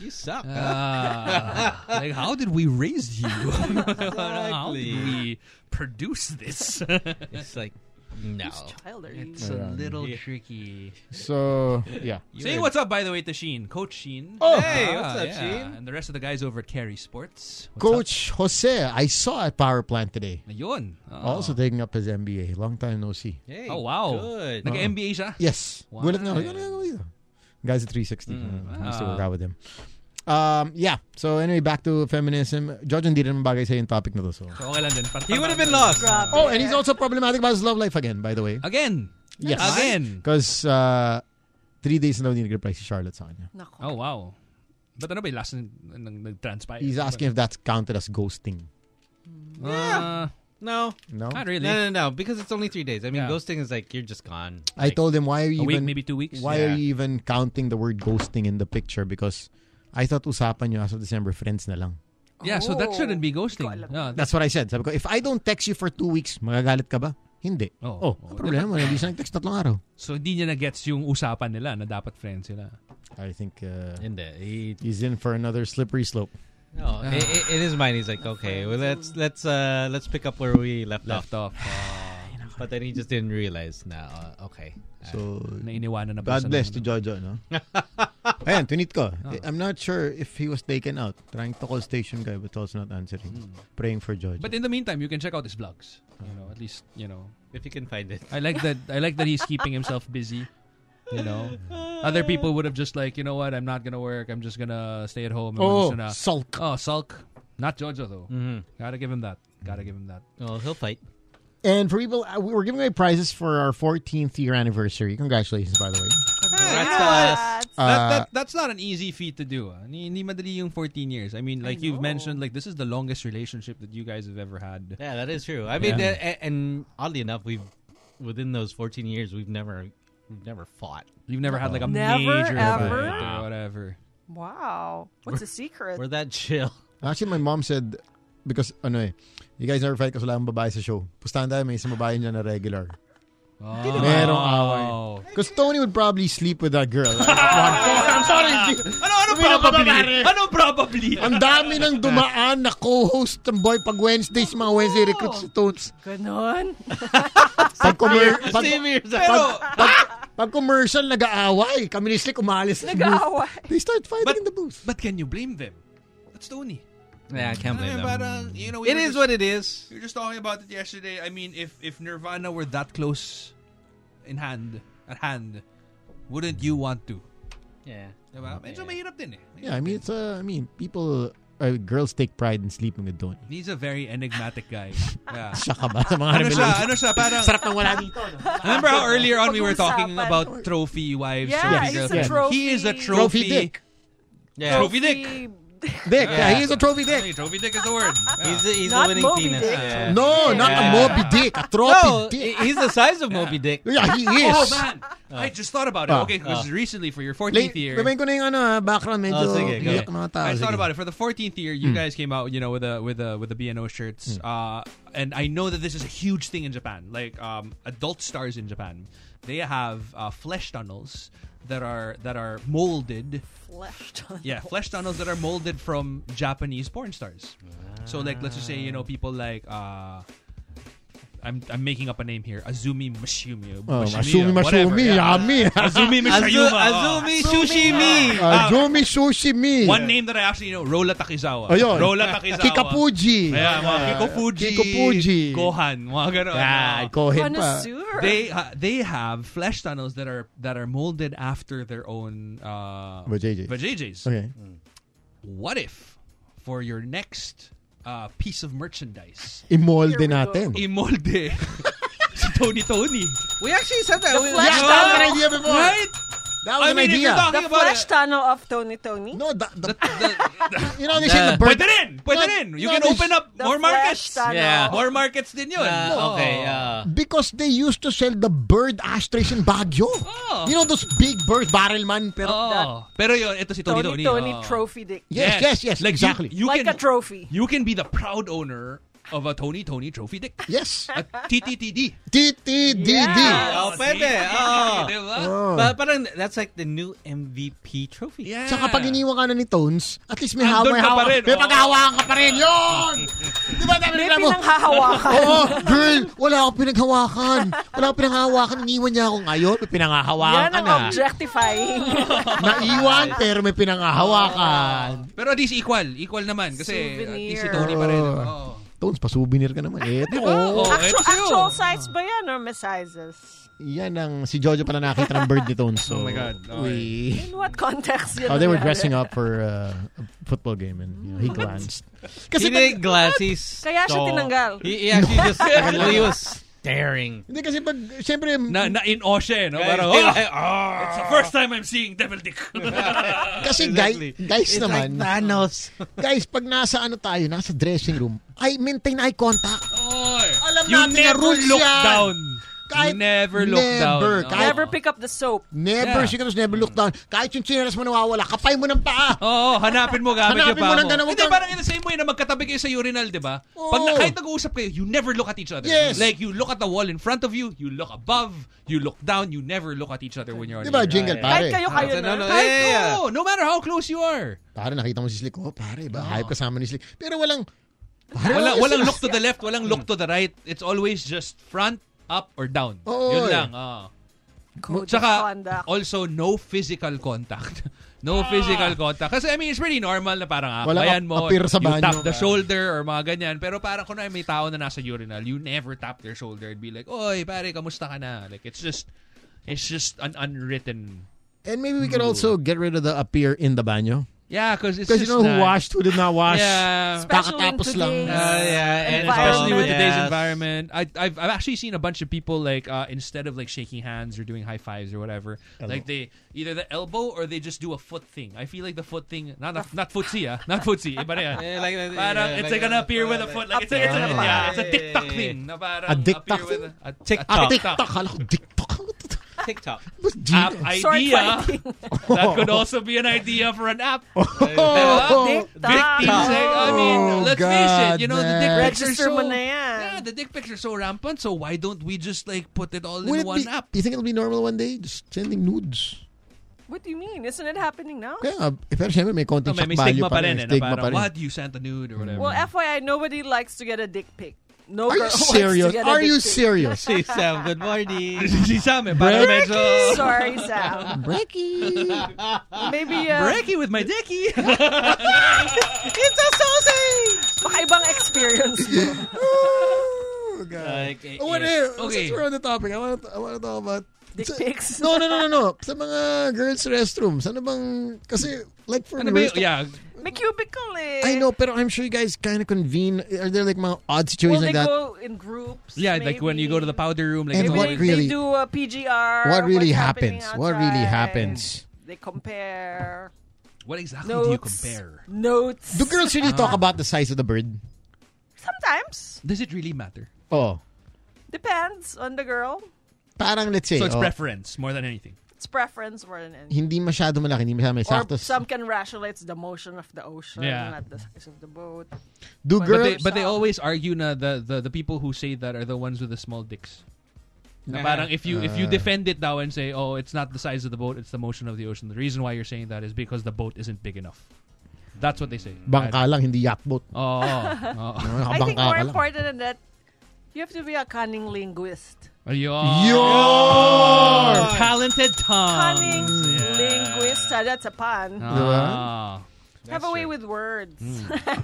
S4: you suck.
S6: Uh, Ah, like how did we raise you? *laughs* how did
S4: Exactly.
S6: we produce this? *laughs*
S4: it's like, no.
S7: Child, are you?
S6: it's a
S5: Yeah.
S6: little tricky.
S5: So, yeah.
S6: Say what's up, by the way, to Sheen, Coach Sheen.
S4: Oh, hey, what's up, Sheen?
S6: And the rest of the guys over at Carry Sports. What's
S5: *laughs* Coach Jose, I saw at Power Plant
S6: up?
S5: today.
S6: Ayun. Oh.
S5: Also taking up his MBA. Long time no see.
S4: Hey,
S6: Oh wow.
S4: Good.
S6: Nag-MBA siya.
S5: Yes.
S6: Wow. Mm,
S5: Gulat na ako. Ano ginagawa dito? Guys at 360. Uh, I used to work out with him. Um, yeah. So anyway, back to feminism. George, hindi rin bagay sa yung topic na to. So.
S6: So, okay lang din. Par-
S4: He would have been
S6: parang-
S4: lost.
S5: Oh, and he's also problematic about his love life again, by the way.
S6: Again.
S5: Yes.
S6: Again.
S5: Because uh, three days na daw hindi nag-reply si Charlotte sa kanya.
S7: Nako.
S6: Oh, wow. But ano ba yung last nang nag-transpire?
S5: He's asking if that's counted as ghosting.
S6: Uh,
S4: No.
S5: No?
S6: not really.
S4: No, no, no, because it's only three days. I mean,
S6: Yeah.
S4: ghosting is like, you're just gone.
S5: I told him, why are you
S6: A week,
S5: even...
S6: maybe two weeks.
S5: Why
S6: Yeah.
S5: are you even counting the word ghosting in the picture? Because I thought usapan nyo as of December, friends na lang.
S6: Yeah, so that shouldn't be ghosting. Ah,
S7: Oh, Hindi ko alam.
S6: No,
S5: That's what I said. Sabi ko, if I don't text you for two weeks, magagalit ka ba? Hindi. Oh,
S6: Oo.
S5: ang problema mo, hindi siya nag-text tatlong araw.
S6: so hindi niya na-gets yung usapan nila na dapat friends sila.
S5: I think uh,
S4: And uh, he,
S5: he's in for another slippery slope.
S4: no, uh, i- i- in his mind, he's like, okay, well, let's let's uh let's pick up where we left off.
S6: Left off. ah,
S4: But then he just didn't realize. No, uh, okay.
S5: So,
S6: Nainiwanan na Oh. ba ano.
S5: Oh, God
S6: sa
S5: bless to
S6: naman?
S5: Jojo,
S6: *laughs*
S5: no? Ayan, tunit ko. I'm not sure if he was taken out. Trying to call station guy but also not answering. Praying for Jojo.
S6: Hmm. But in the meantime, you can check out his vlogs. You know, at least, you know.
S4: If you can find it.
S6: I like that I like that he's keeping himself busy. You know, other people would have just like, you know what, I'm not gonna work. I'm just gonna stay at home. I'm
S5: oh,
S6: just gonna,
S5: sulk. Mm-hmm.
S6: oh, sulk. Not Jojo though. Gotta give him that. Gotta give him that.
S4: Well, he'll fight.
S5: And for people, uh, we were giving away prizes for our 14th year anniversary. Congratulations, by the way.
S4: That's us.
S5: Uh,
S6: that, that, that's not an easy feat to do. ah. Hindi hindi madali yung 14 years. I mean, like you've mentioned, like this is the longest relationship that you guys have ever had.
S4: Yeah, that is true. I mean, uh, a- and oddly enough, we've within those 14 years, we've never we've never fought.
S6: You've never had like a
S7: Never,
S6: major
S7: ever?
S6: fight or whatever.
S7: Wow. What's the secret?
S4: We're that chill.
S5: Actually, my mom said, because ano eh, you guys never fight kasi wala akong babae sa show. Pustahan tayo, may isang babae niya na regular.
S6: Oh.
S5: Merong away.
S4: Oh.
S5: Because Tony would probably sleep with that
S6: *laughs*
S5: girl. I'm sorry.
S6: Ano ano probably? Ano probably?
S5: Ang dami ng dumaan na co-host ng boy pag Wednesdays, mga Wednesday recruits si Tones.
S7: Ganon.
S6: Ah,
S5: Pag, commer- pag,
S4: *laughs* Same here.
S6: Pero,
S5: pag commercial, nag-aaway. Kami ni Slick umalis. sa booth.
S7: Nag-aaway.
S5: They start fighting
S6: but,
S5: in the booth.
S6: but can you blame them? That's Tony.
S4: yeah, I can't blame
S6: Ano,
S4: them.
S6: parang, you know, we
S4: It
S6: were
S4: is
S6: just-
S4: what it is.
S6: We were just talking about it yesterday. I mean, if if Nirvana were that close in hand, at hand, wouldn't you want to?
S4: Yeah.
S6: Diba? Medyo mahirap din eh. Mahirap
S5: Yeah, I
S6: din.
S5: mean, it's, uh, I mean, people, uh, girls take pride in sleeping with Tony.
S6: He's a very enigmatic guy.
S4: *laughs*
S6: Yeah.
S5: Siya ka ba sa mga
S6: ano siya?
S5: revelation?
S6: Ano siya? Parang,
S5: Sarap ng wala dito. no?
S6: remember how earlier on we were talking
S7: Pag-uusapan.
S6: about trophy wives,
S7: Yeah,
S6: trophy
S5: he's a
S6: girlfriends?
S7: trophy-
S6: He is a
S7: Trophy
S6: trophy.
S5: dick.
S4: Yeah.
S6: Trophy dick.
S5: Dick.
S4: Yeah.
S5: Yeah, he is a trophy
S6: Hey,
S5: dick.
S6: trophy dick is the *laughs* word.
S4: He's the, he's
S7: Not
S4: the winning
S7: Moby
S4: penis.
S7: Dick.
S4: Yeah.
S5: No, not a
S4: Yeah.
S5: Moby Dick, a trophy
S4: No, eh,
S5: dick.
S4: he's the size of Moby Dick.
S5: *laughs* yeah, he is.
S6: Oh man, I just thought about it.
S5: Ah.
S6: okay, because recently for your 14th
S5: Lay-
S6: year,
S5: Babayin ko na yung ano, ah, background. Medyo
S4: Oh, sige, go.
S5: iyak ng mga tao.
S6: I thought
S5: Sige.
S6: about it for the 14th year. You guys came out, you know, with a with a with the BNO shirts, uh, and I know that this is a huge thing in Japan. Like um, adult stars in Japan, they have uh, flesh tunnels that are that are molded.
S7: Fleshed on.
S6: Yeah, flesh tunnels that are molded from Japanese porn stars. So like, let's just say you know people like. Uh, I'm, I'm making up a name here. Azumi Mashumi.
S5: Oh,
S6: Mashimiya,
S5: Masumi, ah,
S6: whatever,
S5: Masumi,
S6: yeah.
S5: Yami.
S6: Azumi
S4: Azu-
S6: Mishayuma. oh.
S4: Azumi Shushimi.
S5: Azumi Sushimi.
S6: One name that I actually know, Rola Takizawa.
S5: Ayun.
S6: Rola Takizawa.
S5: Kikapuji.
S6: Yeah, mga Kiko Fuji.
S5: Kiko Fuji.
S6: Gohan. Mga ganun.
S5: Ah,
S6: Ano.
S5: ikohin pa.
S7: Connoisseur.
S6: They uh, they have flesh tunnels that are that are molded after their own uh,
S5: Vajayjays.
S6: vajayjays.
S5: Okay.
S6: What if for your next uh, piece of merchandise,
S5: Imolde
S7: Here we go.
S5: natin.
S6: *laughs* imolde si Tony Tony?
S4: We actually said that. We-
S7: flesh
S5: Yeah, that was an
S7: tunnel.
S5: idea before.
S6: Right?
S5: That was
S6: I
S5: an
S6: mean, if
S5: idea.
S6: you're talking
S7: The
S6: about
S7: flesh
S6: it-
S7: tunnel of Tony Tony.
S5: No, the, the,
S6: the,
S5: you know, they say the bird.
S6: pwede rin! Pwede rin! You
S5: no,
S6: can
S5: they-
S6: open up
S7: The
S6: more
S7: flesh
S6: markets!
S7: tunnel.
S4: Yeah.
S6: More markets din yun. Oh.
S4: Uh, okay. Uh,
S5: Because they used to sell the bird ashtrays in Baguio.
S6: Oh.
S5: You know those big bird barrel man? Pero,
S6: Oh. Pero yun, ito si Tony Tony.
S7: Tony Tony
S6: oh.
S7: trophy dick.
S5: Yes, yes, yes,
S6: Like,
S5: exactly.
S6: You, you
S7: like
S6: can,
S7: a trophy.
S6: You can be the proud owner of a Tony Tony trophy dick.
S5: yes.
S6: A *laughs* TTTD.
S5: TTDD.
S7: Yeah.
S4: oh, pwede. Oh.
S6: Diba?
S4: But, parang that's like the new MVP trophy.
S6: Yeah.
S5: Tsaka pag iniwan ka na ni Tones, at least may
S6: Andun
S5: hawak.
S6: ka pa rin, Oh.
S5: hawak- May
S6: oo.
S5: paghahawakan ka pa rin. Yun! Di ba dami
S7: May
S5: na mo?
S7: pinanghahawakan.
S5: Oo, girl, wala akong pinaghawakan. Wala akong pinanghawakan. Iniwan niya ako ngayon. May pinanghahawakan
S7: Yan
S5: ka
S7: ang
S5: na.
S7: objectifying.
S5: Naiwan, pero may pinanghahawakan.
S6: Pero at least equal. Equal naman. Kasi at least si
S7: Souvenir.
S6: Tony pa rin.
S5: Oh.
S6: Oh.
S5: Tones, pa-souvenir ka naman. Eh, Eto.
S6: *laughs* Oh,
S7: actual,
S6: eto sa'yo.
S7: actual size ba yan or misizes?
S5: Yan ang si Jojo pala nakita ng bird ni Tones.
S6: Oh
S5: So,
S6: my God. Okay.
S5: We...
S7: In what context yun?
S5: Oh, they were
S6: Ano?
S5: dressing up for uh, a football game and you know,
S6: Mm.
S5: he glanced.
S4: He
S5: Kasi pag,
S4: didn't glass. He's
S7: Kaya siya
S4: tall.
S7: tinanggal.
S4: He, he actually
S7: *laughs*
S4: just he was staring.
S5: hindi kasi pag, siyempre,
S6: Na, na in awe siya, eh, no? Parang,
S4: He-
S6: oh,
S4: *laughs* oh.
S6: it's the first time I'm seeing devil dick.
S5: kasi
S4: Exactly.
S5: guy, guys
S4: It's
S5: naman, *laughs*
S4: like Thanos. *laughs*
S5: guys, pag nasa ano tayo, nasa dressing room, ay maintain eye contact.
S6: Oy.
S5: Alam
S6: you
S5: natin na
S6: never
S5: rules
S6: look
S5: yan.
S6: down. you
S5: Kahit
S6: never look down.
S5: never,
S6: Oh.
S5: kahit-
S7: Never pick up the soap.
S5: Never,
S6: Yeah.
S5: yeah. just never look down. Kahit yung chinelas mo nawawala, kapay mo ng paa.
S6: Oo, hanapin mo gamit yung
S5: Hanapin
S6: paa
S5: mo lang ganun,
S6: mo.
S5: wag
S6: Hindi,
S5: kang-
S6: parang in the same way na magkatabi kayo sa urinal, di ba? Pag na,
S5: Oo.
S6: kahit nag-uusap kayo, you never look at each other.
S5: Yes.
S6: Like, you look at the wall in front of you, you look above, you look down, you never look at each other when you're on
S5: Di ba,
S6: the
S5: jingle,
S4: yeah.
S5: pare?
S7: Kahit
S6: Ah,
S7: kayo kayo
S4: no, no,
S7: na.
S6: Oh, Kahit,
S4: yeah, yeah, yeah.
S6: no, no matter how close you are.
S5: Pare, nakita mo si Slick. Oh, pare, ba? Hype kasama ni Slick. Pero walang... Pare,
S6: Wala,
S5: walang-
S6: walang look
S5: *laughs*
S6: to the left, walang look to the right. It's always just front, up, or down.
S5: Oo,
S6: Yun
S5: eh.
S6: lang. ah.
S7: Code of
S6: Tsaka,
S7: conduct.
S6: also, no physical contact. *laughs* No physical contact. Kasi, I mean, it's pretty normal na parang ah,
S5: Wala
S6: bayan mo,
S5: ka- appear sa
S6: you
S5: banyo.
S6: tap the shoulder or mga ganyan. Pero parang kunwari may tao na nasa urinal, you never tap their shoulder and be like, Oy, pare, kamusta ka na? Like, it's just, it's just an unwritten...
S5: And maybe we can also get rid of the appear in the banyo.
S6: Yeah, because it's
S5: Because
S6: just
S5: you know who
S6: that.
S5: washed, who did not wash.
S6: Yeah.
S7: Especially
S5: Kakatapos
S7: in
S5: lang.
S7: today's
S4: Uh,
S6: Ah,
S4: yeah, and
S6: Especially with
S7: environment.
S4: Yeah.
S6: today's
S4: Yes.
S6: environment, I, I've, I've actually seen a bunch of people like uh, instead of like shaking hands or doing high fives or whatever, like they either the elbow or they just do a foot thing. I feel like the foot thing, not not, not footsie, ah, not footsie, iba na yan.
S4: *laughs* Yeah, like, uh,
S6: Parang
S4: yeah,
S6: it's like an appear with a foot, like it's a, it's a,
S7: Appear.
S6: yeah, it's a TikTok
S4: Yeah, yeah, yeah.
S6: thing. Na parang
S5: A TikTok
S6: appear with
S5: thing?
S6: A, a
S5: Ah, TikTok.
S4: TikTok.
S5: Kala ko, TikTok.
S4: TikTok. *laughs*
S5: What's G-
S6: app
S7: *laughs* Sword
S6: idea. *laughs*
S7: fighting.
S6: that could also be an idea for an app.
S5: Oh,
S7: TikTok.
S6: Dick pics, like, I
S5: Oh,
S6: mean, let's face
S5: God,
S6: it, you know, the
S5: man.
S6: dick pics are
S7: Register
S6: so...
S7: mo na yan.
S6: Yeah, the dick pics are so rampant, so why don't we just, like, put it all in
S5: Would it
S6: one
S5: be,
S6: app?
S5: you think it'll be normal one day? Just sending nudes.
S7: What do you mean? Isn't it happening now?
S5: Kaya nga, eh, pero syempre may
S6: No,
S5: konting
S6: may,
S5: shock
S6: may
S5: value
S6: stigma pa rin, eh, na
S5: Stigma
S6: parang,
S5: pa rin.
S6: what, you sent a nude or whatever.
S7: Well, FYI, nobody likes to get a dick pic. No
S5: Are you
S7: girl *laughs* wants
S5: serious?
S7: to get a
S5: Are
S7: dick
S5: you
S7: pic.
S5: serious?
S4: Hey, Sam, good
S6: *laughs*
S4: morning.
S6: si Sam, eh, parang medyo...
S7: *laughs* Sorry,
S6: *laughs*
S7: Sam.
S5: Breaky!
S7: Maybe uh,
S6: Breaky with my
S5: *laughs*
S6: dicky! *laughs*
S7: It's a sausage! Baka ibang
S5: *laughs*
S7: experience mo.
S5: oh, God.
S4: Like, eh,
S5: Oh, what
S4: eh,
S5: eh,
S6: Okay.
S5: Since we're on the topic, I want to, I want to talk about...
S7: Dick
S5: Sa- *laughs*
S7: pics.
S5: No, no, no, no, no. Sa mga girls' restrooms, ano bang... Kasi, like for
S6: ano ba
S5: me,
S6: yun? Yeah.
S7: *laughs* May cubicle eh.
S5: I know, pero I'm sure you guys kind of convene. Are there like mga odd
S7: Will
S5: situations
S7: they
S5: like that?
S7: go in groups?
S6: Yeah, like when you go to the
S7: maybe?
S6: powder room, like...
S5: And
S7: Maybe
S5: what
S7: they,
S5: really-
S7: they do a PGR.
S5: what really
S7: what's
S5: happens?
S7: happening
S5: What really
S7: outside.
S5: happens?
S7: They compare.
S6: What exactly do you
S7: Notes.
S6: compare?
S7: Notes.
S5: Do girls really talk about the size of the bird?
S7: Sometimes.
S6: Does it really matter?
S5: Oh.
S7: Depends on the girl.
S5: Parang let's say,
S6: So it's
S5: oh,
S6: preference more than anything.
S7: It's preference more than anything.
S5: hindi masyado malaki, hindi masyado may
S7: Or
S5: sakto.
S7: some can rationalize the motion of the ocean,
S6: Yeah.
S7: not the size of the boat.
S5: Do
S6: But they,
S5: girls...
S6: but they always argue na the, the, the people who say that are the ones with the small dicks. Na parang if you
S5: Uh.
S6: if you defend it now and say, oh, it's not the size of the boat, it's the motion of the ocean. The reason why you're saying that is because the boat isn't big enough. That's what they say.
S5: Bangka lang, hindi yacht
S6: *laughs*
S5: boat.
S6: Oh, oh,
S5: *laughs*
S6: oh.
S7: I
S5: Nakabangka
S7: think more
S5: ka lang.
S7: important than that, you have to be a cunning linguist.
S6: Ayun.
S5: Yun!
S6: Talented tongue.
S7: Cunning linguist. Ah, that's a pun.
S6: Ah.
S7: have a way with words.
S6: Hmm.
S7: *laughs*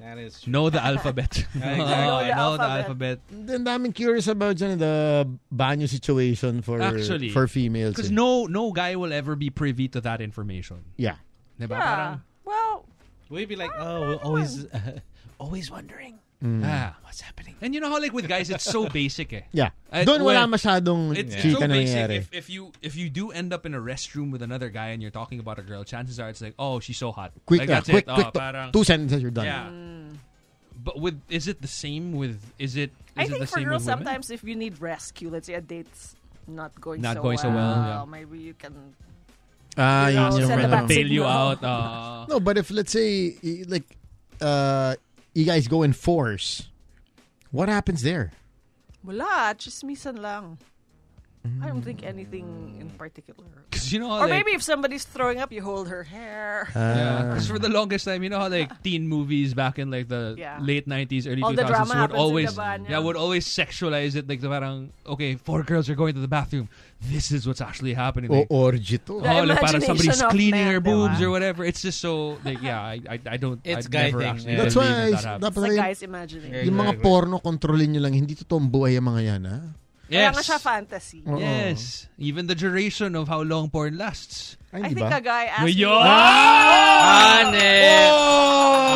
S4: That is true.
S6: Know the
S5: *laughs*
S6: alphabet.
S4: Exactly.
S7: Know the
S4: Oh, I know the
S7: alphabet.
S4: alphabet.
S5: Then daming curious about dyan, the banyo situation for
S6: Actually.
S5: for females.
S6: *laughs* Because
S5: eh.
S6: no no guy will ever be privy to that information.
S5: Yeah.
S6: Diba?
S7: Yeah.
S6: Parang,
S7: Well,
S4: We'd be like, oh, we're always, *laughs* uh, always wondering
S5: Hmm.
S6: ah.
S4: what's happening.
S6: And you know how like with guys it's so *laughs* basic eh.
S5: Yeah.
S6: At
S5: Doon wala
S6: when-
S5: masyadong
S6: It's
S5: chika
S6: so
S5: na
S6: basic.
S5: nangyayari.
S6: If, if you if you do end up in a restroom with another guy and you're talking about a girl, chances are it's like, oh, she's so hot.
S5: Quick,
S6: like,
S5: yeah,
S6: that's
S5: quick,
S6: it. oh,
S5: quick. to-
S6: parang,
S5: two sentences, you're done.
S6: yeah.
S7: Mm.
S6: But with is it the same with is it? Is
S7: I
S6: it the
S7: think for
S6: same
S7: girls,
S6: with women?
S7: sometimes if you need rescue, let's say a date's not going
S6: Not
S7: so
S6: going so
S7: well,
S6: well, yeah.
S7: maybe you can.
S5: Ah, yun
S7: You know,
S5: yung
S7: send a
S5: ano.
S7: back
S6: bail you
S7: signal.
S6: out. Uh,
S5: No, but if let's say y- like uh you guys go in force, what happens there?
S7: Wala, chismisan lang. I don't think anything in particular.
S6: *laughs* 'cause you know, how,
S7: Or
S6: like,
S7: maybe if somebody's throwing up, you hold her hair.
S5: Uh,
S6: Because for the longest time, you know how like teen movies back in like the
S7: Yeah.
S6: late nineties, early
S7: All
S6: two
S7: the drama
S6: thousands would
S7: happens in
S6: always
S7: the van,
S6: yeah.
S7: yeah.
S6: would always sexualize it like the parang okay four girls are going to the bathroom. This is what's actually happening.
S5: O
S6: Like,
S5: orgy to.
S7: The
S6: oh, like parang somebody's
S7: imagination of
S6: cleaning
S7: men,
S6: her
S7: di ba?
S6: boobs or whatever. It's just so like yeah, I I, I don't. I'd
S4: It's guy
S6: never
S4: thing,
S6: actually
S4: yeah.
S5: That's
S6: believe
S5: why
S6: that happened.
S5: dapat
S7: It's a
S5: rin-
S7: guy's imagining.
S4: Yeah.
S5: yung mga
S4: Exactly.
S5: porno kontrolin nyo lang hindi totoong buhay ang mga yan ha.
S7: Kaya nga siya fantasy.
S5: Oo.
S6: Yes, even the duration of how long porn lasts.
S5: Ay,
S7: I
S5: di
S7: think
S5: ba?
S7: a guy asked me
S6: Yo! Ah!
S4: Hanep!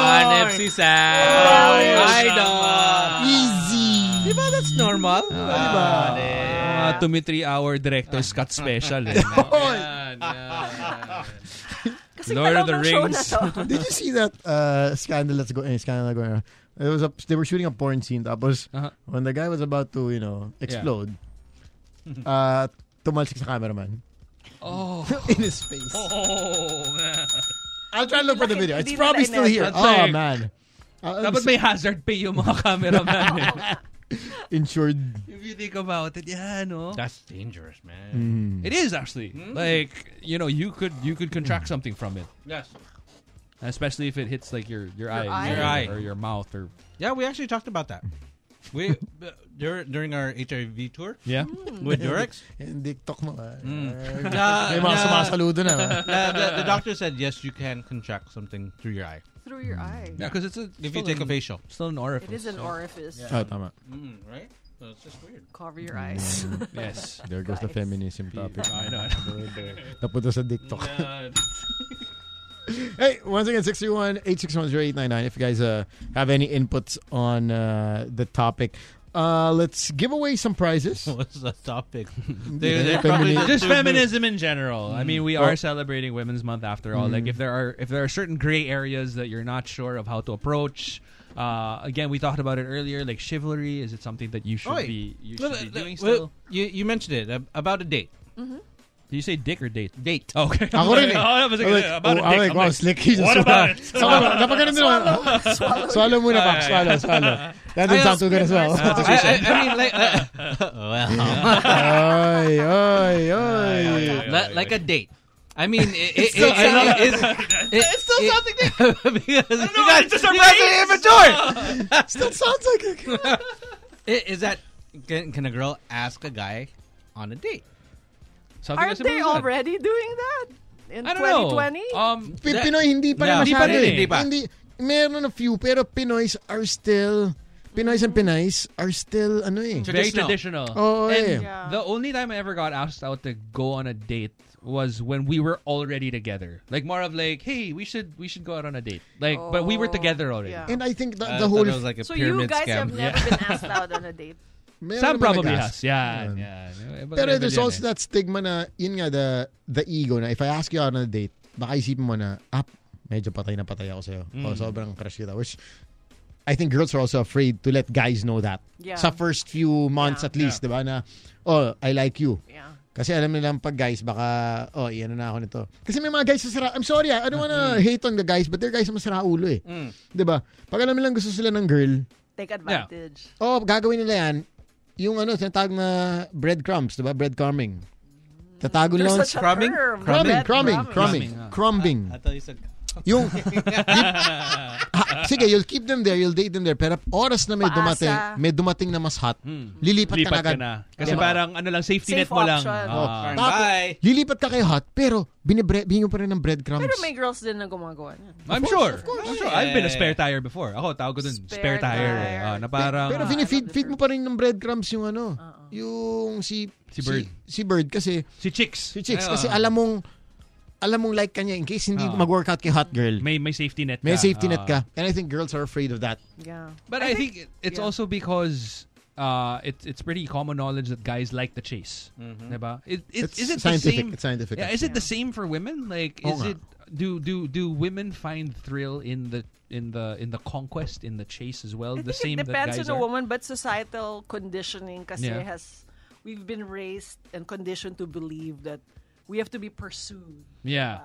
S4: Hanep si Sam!
S7: Ay,
S4: Ay, dog!
S5: Easy.
S4: Di ba that's normal? Di ba?
S6: Ah, Mga two three hour director's cut special. eh.
S4: Yan, yan.
S7: kasi
S6: Lord of
S7: tanaw
S6: the
S7: ng show na
S6: *laughs* Rings.
S7: to.
S5: Did you see that uh, scandal that's going? Eh, scandal that's going. It was a, they were shooting a porn scene. Tapos
S6: Uh-huh.
S5: when the guy was about to you know
S6: *laughs*
S5: explode, uh, tumalsik sa cameraman
S6: Oh.
S5: *laughs* in his face.
S6: Oh, man.
S5: I'll try to look for the
S7: Bakit
S5: video. It's
S7: hindi
S5: probably
S7: nila
S5: still here.
S6: in-edit?
S5: Oh
S6: That's it.
S5: man. Uh,
S6: Dapat may hazard pay yung mga cameraman. eh.
S5: insured.
S6: If you think about it, yeah, no.
S4: That's dangerous, man.
S6: It is actually like you know you could you could contract something from it,
S4: Yes.
S6: especially if it hits like your your, eye,
S7: eye.
S6: Or,
S4: Your eye.
S6: or your mouth or
S4: Yeah, we actually talked about that. We uh, dur- during our HIV tour
S6: yeah.
S4: with *laughs* Durex,
S5: Yung TikTok mo. ah.
S6: Hmm.
S4: na-
S5: May mga
S4: na-
S5: sumasaludo na.
S6: *laughs*
S5: ah.
S4: na- the, the doctor said yes, you can contract something through your eye
S7: Through your eye.
S6: Yeah, because it's a
S4: if
S6: still
S4: you take a
S6: an-
S4: facial,
S6: still an
S7: It
S6: orifice.
S7: is an orifice.
S5: Oh, tama.
S4: mm, right? So it's just weird.
S7: Cover your eyes. *laughs*
S6: Yes,
S5: There goes the feminism topic.
S6: I know.
S5: *laughs* Napunta sa TikTok.
S4: Uh,
S5: Hey, once again, 631-861-0899 if you guys uh, have any inputs on uh, the topic. Uh, let's give away
S6: *laughs*
S5: some prizes.
S4: *laughs* What's the *laughs* topic? they, they
S5: Yeah,
S4: probably
S5: feminism.
S6: Just feminism in general. I mean, we
S5: Well-
S6: are celebrating Women's Month after all.
S4: Mm.
S6: Like, if there are if there are certain gray areas that you're not sure of how to approach, uh, again, we talked about it earlier. Like chivalry, is it something that you should
S4: Oi.
S6: be you should
S4: Well,
S6: be
S4: uh,
S6: doing
S4: well,
S6: still?
S4: you you mentioned it ab- about a date.
S6: Did you say dick or date? *laughs*
S4: Date.
S6: Okay.
S5: Ako rin
S6: Oh,
S5: eh.
S6: I was like,
S5: I'm like,
S6: uh, about a
S5: oh,
S6: dick.
S5: I'm like,
S6: I'm
S5: wow,
S6: like,
S5: slick. He's
S6: what
S5: just-
S6: about it?
S5: Swallow. Napakaganda naman. *laughs*
S7: Swallow.
S5: Swallow muna pa. Swallow, swallow.
S6: *laughs*
S5: That didn't sound too good as well.
S4: I, I- I mean, like, uh,
S6: *laughs*
S4: well,
S5: Oy, oy, oy.
S4: li- like a date. I mean, it, it,
S5: still
S4: it- it-
S5: something.
S6: *laughs*
S4: it's, it-
S6: It's still
S4: it- *laughs*
S6: something
S4: because you
S6: why
S4: guys,
S6: it's just a
S4: you guys
S6: race.
S4: are immature.
S6: *laughs*
S5: Still sounds like a...
S4: I- Is that can, can a girl ask a guy on a date?
S6: Something as simple
S7: Aren't they
S6: as that.
S7: already doing that in
S6: I don't know.
S7: 2020?
S6: Um,
S5: Pi- Pinoy hindi pa rin
S4: Yeah.
S5: masyado. eh.
S4: Hindi pa rin eh. Hindi pa.
S5: Hindi, meron a few, pero Pinoys are still, Pinoys and Pinays are still, ano eh.
S6: very
S4: Traditional.
S6: traditional.
S5: Oo
S6: And
S5: eh.
S7: Yeah.
S6: the only time I ever got asked out to go on a date was when we were already together. Like more of like, hey, we should we should go out on a date. Like, but we were
S7: Oh,
S6: together already.
S7: yeah.
S5: And I think the,
S4: I
S5: the
S7: Ah,
S5: whole...
S4: thought it was like a
S7: so you
S4: pyramid
S7: guys have
S4: scam.
S7: never
S6: *laughs*
S7: been asked out on a date.
S5: meron
S6: Sam
S5: naman
S6: probably has.
S5: nag-ask.
S6: Yeah, eh. yeah. yeah.
S4: eh.
S5: Pero there's also that stigma na, yun nga, the, the ego na if I ask you out on a date, baka isipin mo na, ah, medyo patay na patay ako sa'yo.
S4: Mm.
S5: O, sobrang crush kita. Which, I think girls are also afraid to let guys know that.
S7: Yeah.
S5: Sa first few months at
S7: Yeah.
S5: least, di ba, na, oh, I like you.
S7: Yeah.
S5: Kasi alam nila pag guys, baka, oh, iyan na ako nito. Kasi may mga guys na sira, I'm sorry, ah, I don't wanna hate on the guys, but they're guys na masira ulo eh. Di ba? Pag alam nilang gusto sila ng girl,
S7: Take advantage.
S5: oh, gagawin nila yan, yung ano, tinatag na breadcrumbs, di ba? Breadcrumbing. Tatago
S7: There's
S5: nila.
S7: such a
S4: Crumbing?
S7: term.
S5: Crumbing,
S7: Bread
S5: crumbing, crumbing,
S4: Crumbing, ah.
S5: crumbing.
S4: I thought you said.
S5: Yung, ha, sige, you'll keep them there, you'll date them there, pero oras na may
S7: Paasa.
S5: dumating, may dumating na mas hot, lilipat,
S6: Lipat
S5: ka na
S6: ka
S5: agad.
S6: na. Kasi
S5: Diba?
S6: parang ano lang, safety net
S7: Safe
S6: mo lang.
S5: Oh,
S6: Ah.
S7: option.
S4: Ah.
S5: Tapos,
S4: Bye.
S5: Lilipat ka kay hot, pero binibre, binyo pa rin ng breadcrumbs.
S7: Pero may girls din na gumagawa niyan.
S6: I'm sure. I'm sure. I've been a spare tire before. Ako, tawag ko dun, spare,
S7: Spare
S6: tire. eh.
S7: tire.
S6: Ah, na parang,
S5: Pero
S7: Ah,
S5: fini-feed
S7: I love
S5: feed mo
S7: the
S5: pa rin ng breadcrumbs yung ano. Yung si,
S6: Si Bird.
S5: Si, si Bird kasi
S6: si Chicks. Ah.
S5: si Chicks
S6: Ayun.
S5: kasi alam mong alam mong like kanya in case hindi
S6: Ah.
S5: mag-workout kay hot girl. May,
S6: May, may safety net ka.
S5: safety
S6: Ah.
S5: net ka. And I think girls are afraid of that.
S7: Yeah.
S6: But I, think, it's
S7: yeah.
S6: also because uh, it's it's pretty common knowledge that guys like the chase, diba? It, it,
S5: It's
S6: is it
S5: scientific.
S6: The same,
S5: It's scientific.
S6: Yeah, is it the same for women? Like,
S5: Oo
S6: is
S5: nga.
S6: it do do do women find thrill in the in the in the conquest in the chase as well?
S7: I
S6: the same
S7: think it depends
S6: that guys
S7: on
S6: are?
S7: the woman, but societal conditioning kasi
S6: Yeah.
S7: has we've been raised and conditioned to believe that we have to be pursued.
S6: Yeah,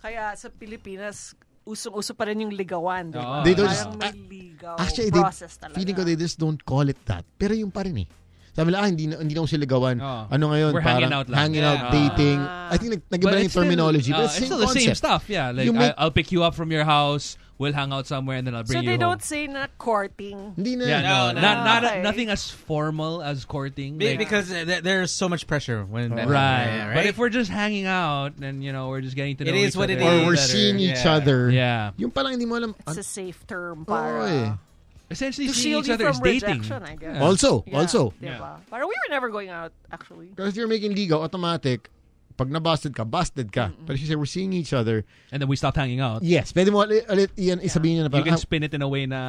S7: Kaya sa Pilipinas, usong-uso pa rin yung ligawan, di
S6: Oo.
S7: ba?
S6: They
S5: don't-
S7: Parang may
S5: Ah,
S7: ligaw
S5: Actually, they,
S7: Oh, process talaga.
S5: feeling ko they just don't call it that. Pero yung pa rin eh. Sabi nila, ah, hindi na, hindi na ako sila gawan.
S6: Oo.
S5: Ano ngayon?
S6: We're
S5: parang
S6: hanging out lang.
S5: Hanging
S6: Yeah.
S5: out, dating. I think nag- nag-iba lang yung terminology.
S6: Still, uh,
S5: but it's
S6: it's
S5: same
S6: still the same
S5: concept.
S6: stuff. Yeah, like
S5: You may-
S6: I, I'll pick you up from your house. We'll hang out somewhere, and then I'll
S7: so
S6: bring you
S7: they
S6: home.
S7: don't say na courting.
S5: Hindi na.
S6: yeah, no,
S4: no,
S6: not,
S4: no.
S6: not
S7: Okay.
S6: nothing as formal as courting.
S4: Be-
S6: like-
S4: Because uh, th- there's so much pressure when that
S6: right.
S4: Yeah,
S6: But if we're just hanging out, then you know we're just getting to know
S4: It
S6: each
S4: is what it
S6: other.
S5: Or
S4: is.
S5: we're
S4: Better,
S5: seeing each
S4: yeah.
S5: other.
S6: Yeah,
S5: Yung palang hindi mo alam.
S7: It's
S5: an-
S7: a safe term
S5: Oo eh.
S7: para
S6: essentially
S7: to
S6: seeing
S7: shield
S6: each
S7: you
S6: other
S7: from
S6: is dating.
S7: rejection, I guess.
S5: Also,
S7: Yeah,
S5: also.
S7: di ba? Parang we were never going out, actually.
S5: Because if you're making legal, automatic, pag nabasted ka, busted ka. But if you say, we're seeing each other,
S6: And then we stopped hanging out.
S5: yes, pwede mo ulit, ulit yan, isabihin niya na
S6: You can
S5: parang,
S6: spin it in a way na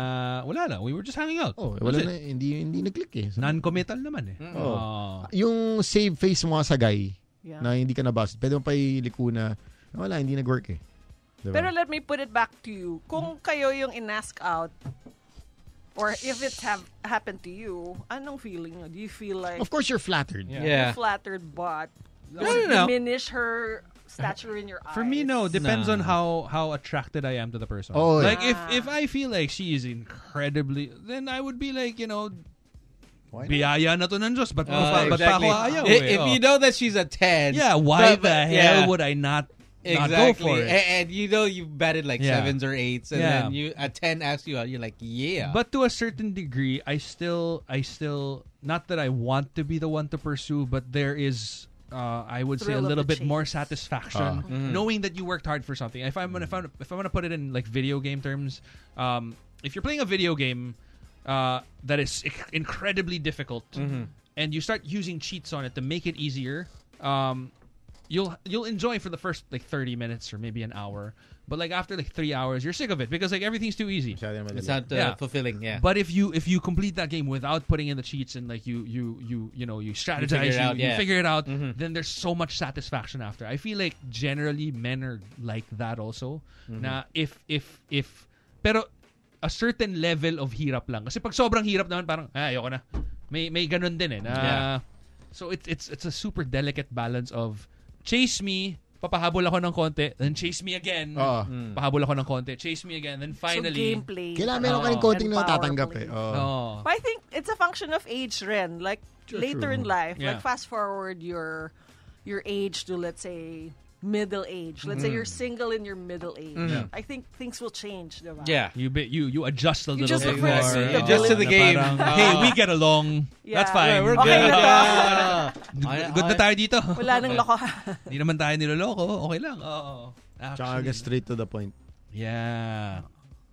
S6: wala na. We were just hanging out.
S5: ah, oh,
S6: That's it.
S5: wala na, hindi, hindi nag-click eh. So,
S6: Non-committal naman eh.
S4: Mm.
S5: Oo.
S6: Oh.
S5: yung save face mo nga sa guy,
S7: Yeah.
S5: na hindi ka nabasted, pwede mo pa iliko na, "Ah, wala, hindi nag-work eh.
S6: Mm.
S5: Diba?
S7: Pero let me put it back to you. Kung kayo yung inask out, or if it have happened to you, anong feeling nyo? Do you feel like
S5: of course, you're flattered.
S4: Yeah. Uh,
S7: flattered but
S6: no,
S7: does it
S6: no.
S7: diminish her stature in your eyes?
S6: For me, no. Depends on
S4: Nah.
S6: how how attracted I am to the person.
S5: Oh, yeah.
S6: like if if I feel like she is incredibly, then I would be like you know, biyaya na to ng Diyos, but
S4: Uh,
S6: but
S4: exactly.
S6: ayaw
S4: if,
S6: eh.
S4: if
S6: Oh.
S4: you know that she's a ten,
S6: yeah, why
S4: but-
S6: the
S4: but-
S6: hell
S4: yeah,
S6: would I not not go for
S4: exactly? A-
S6: it?
S4: And, you know you batted like
S6: Yeah.
S4: sevens or eights, and
S6: Yeah.
S4: then you a ten asks you out, you're like, yeah.
S6: But to a certain degree, I still, I still, not that I want to be the one to pursue, but there is, uh, I would say, a
S7: Thrill of
S6: little
S7: the
S6: bit more
S7: chase.
S6: satisfaction knowing that you worked hard for something. If I'm gonna, if I'm, if I'm gonna put it in like video game terms, um, if you're playing a video game uh, that is inc- incredibly difficult, and you start using cheats on it to make it easier, um, you'll you'll enjoy for the first like 30 minutes or maybe an hour. But like after like three hours, you're sick of it because like everything's too easy.
S4: it's not
S6: Yeah.
S4: uh, fulfilling. Yeah.
S6: But if you if you complete that game without putting in the cheats and like you you you you know you strategize,
S4: it
S6: you,
S4: out,
S6: you
S4: yeah. Mm-hmm.
S6: figure it out, then there's so much satisfaction after. I feel like generally men are like that also.
S4: Mm-hmm.
S6: Na if if if pero a certain level of hirap lang. Kasi pag sobrang hirap naman parang ah, ayoko na. May may ganun din eh. Na,
S4: Yeah.
S6: So it's it's it's a super delicate balance of chase me papahabol ako ng konti, then chase me again.
S4: Ah.
S5: Oo.
S6: Pahabol ako ng konti, chase me again, then
S7: So
S6: finally.
S7: gameplay.
S5: Kailangan meron ka
S7: talaga.
S5: rin konting
S7: And
S5: na
S7: power
S5: tatanggap
S7: play.
S5: eh. Oo.
S6: Oh.
S7: But I think it's a function of age rin. Like later in life,
S6: Yeah.
S7: like fast forward your your age to let's say middle age.
S6: Mm-hmm.
S7: Let's say you're single in your middle age. I think things will change, diba?
S4: yeah.
S6: You bit you you adjust a little
S7: just
S6: bit
S7: look for a
S6: more.
S7: suitable-
S6: uh,
S4: Adjust to the
S6: na
S4: game.
S6: parang,
S4: Ah.
S6: hey, we get along.
S7: Yeah.
S6: That's fine.
S4: Yeah, we're
S7: Okay
S4: good.
S7: na to.
S6: Good- Good na tayo dito.
S7: Wala nang lokohan.
S6: Hindi naman tayo niloloko. Okay lang. Oo.
S5: Tsaka
S6: Actually,
S5: get straight to the point.
S6: yeah.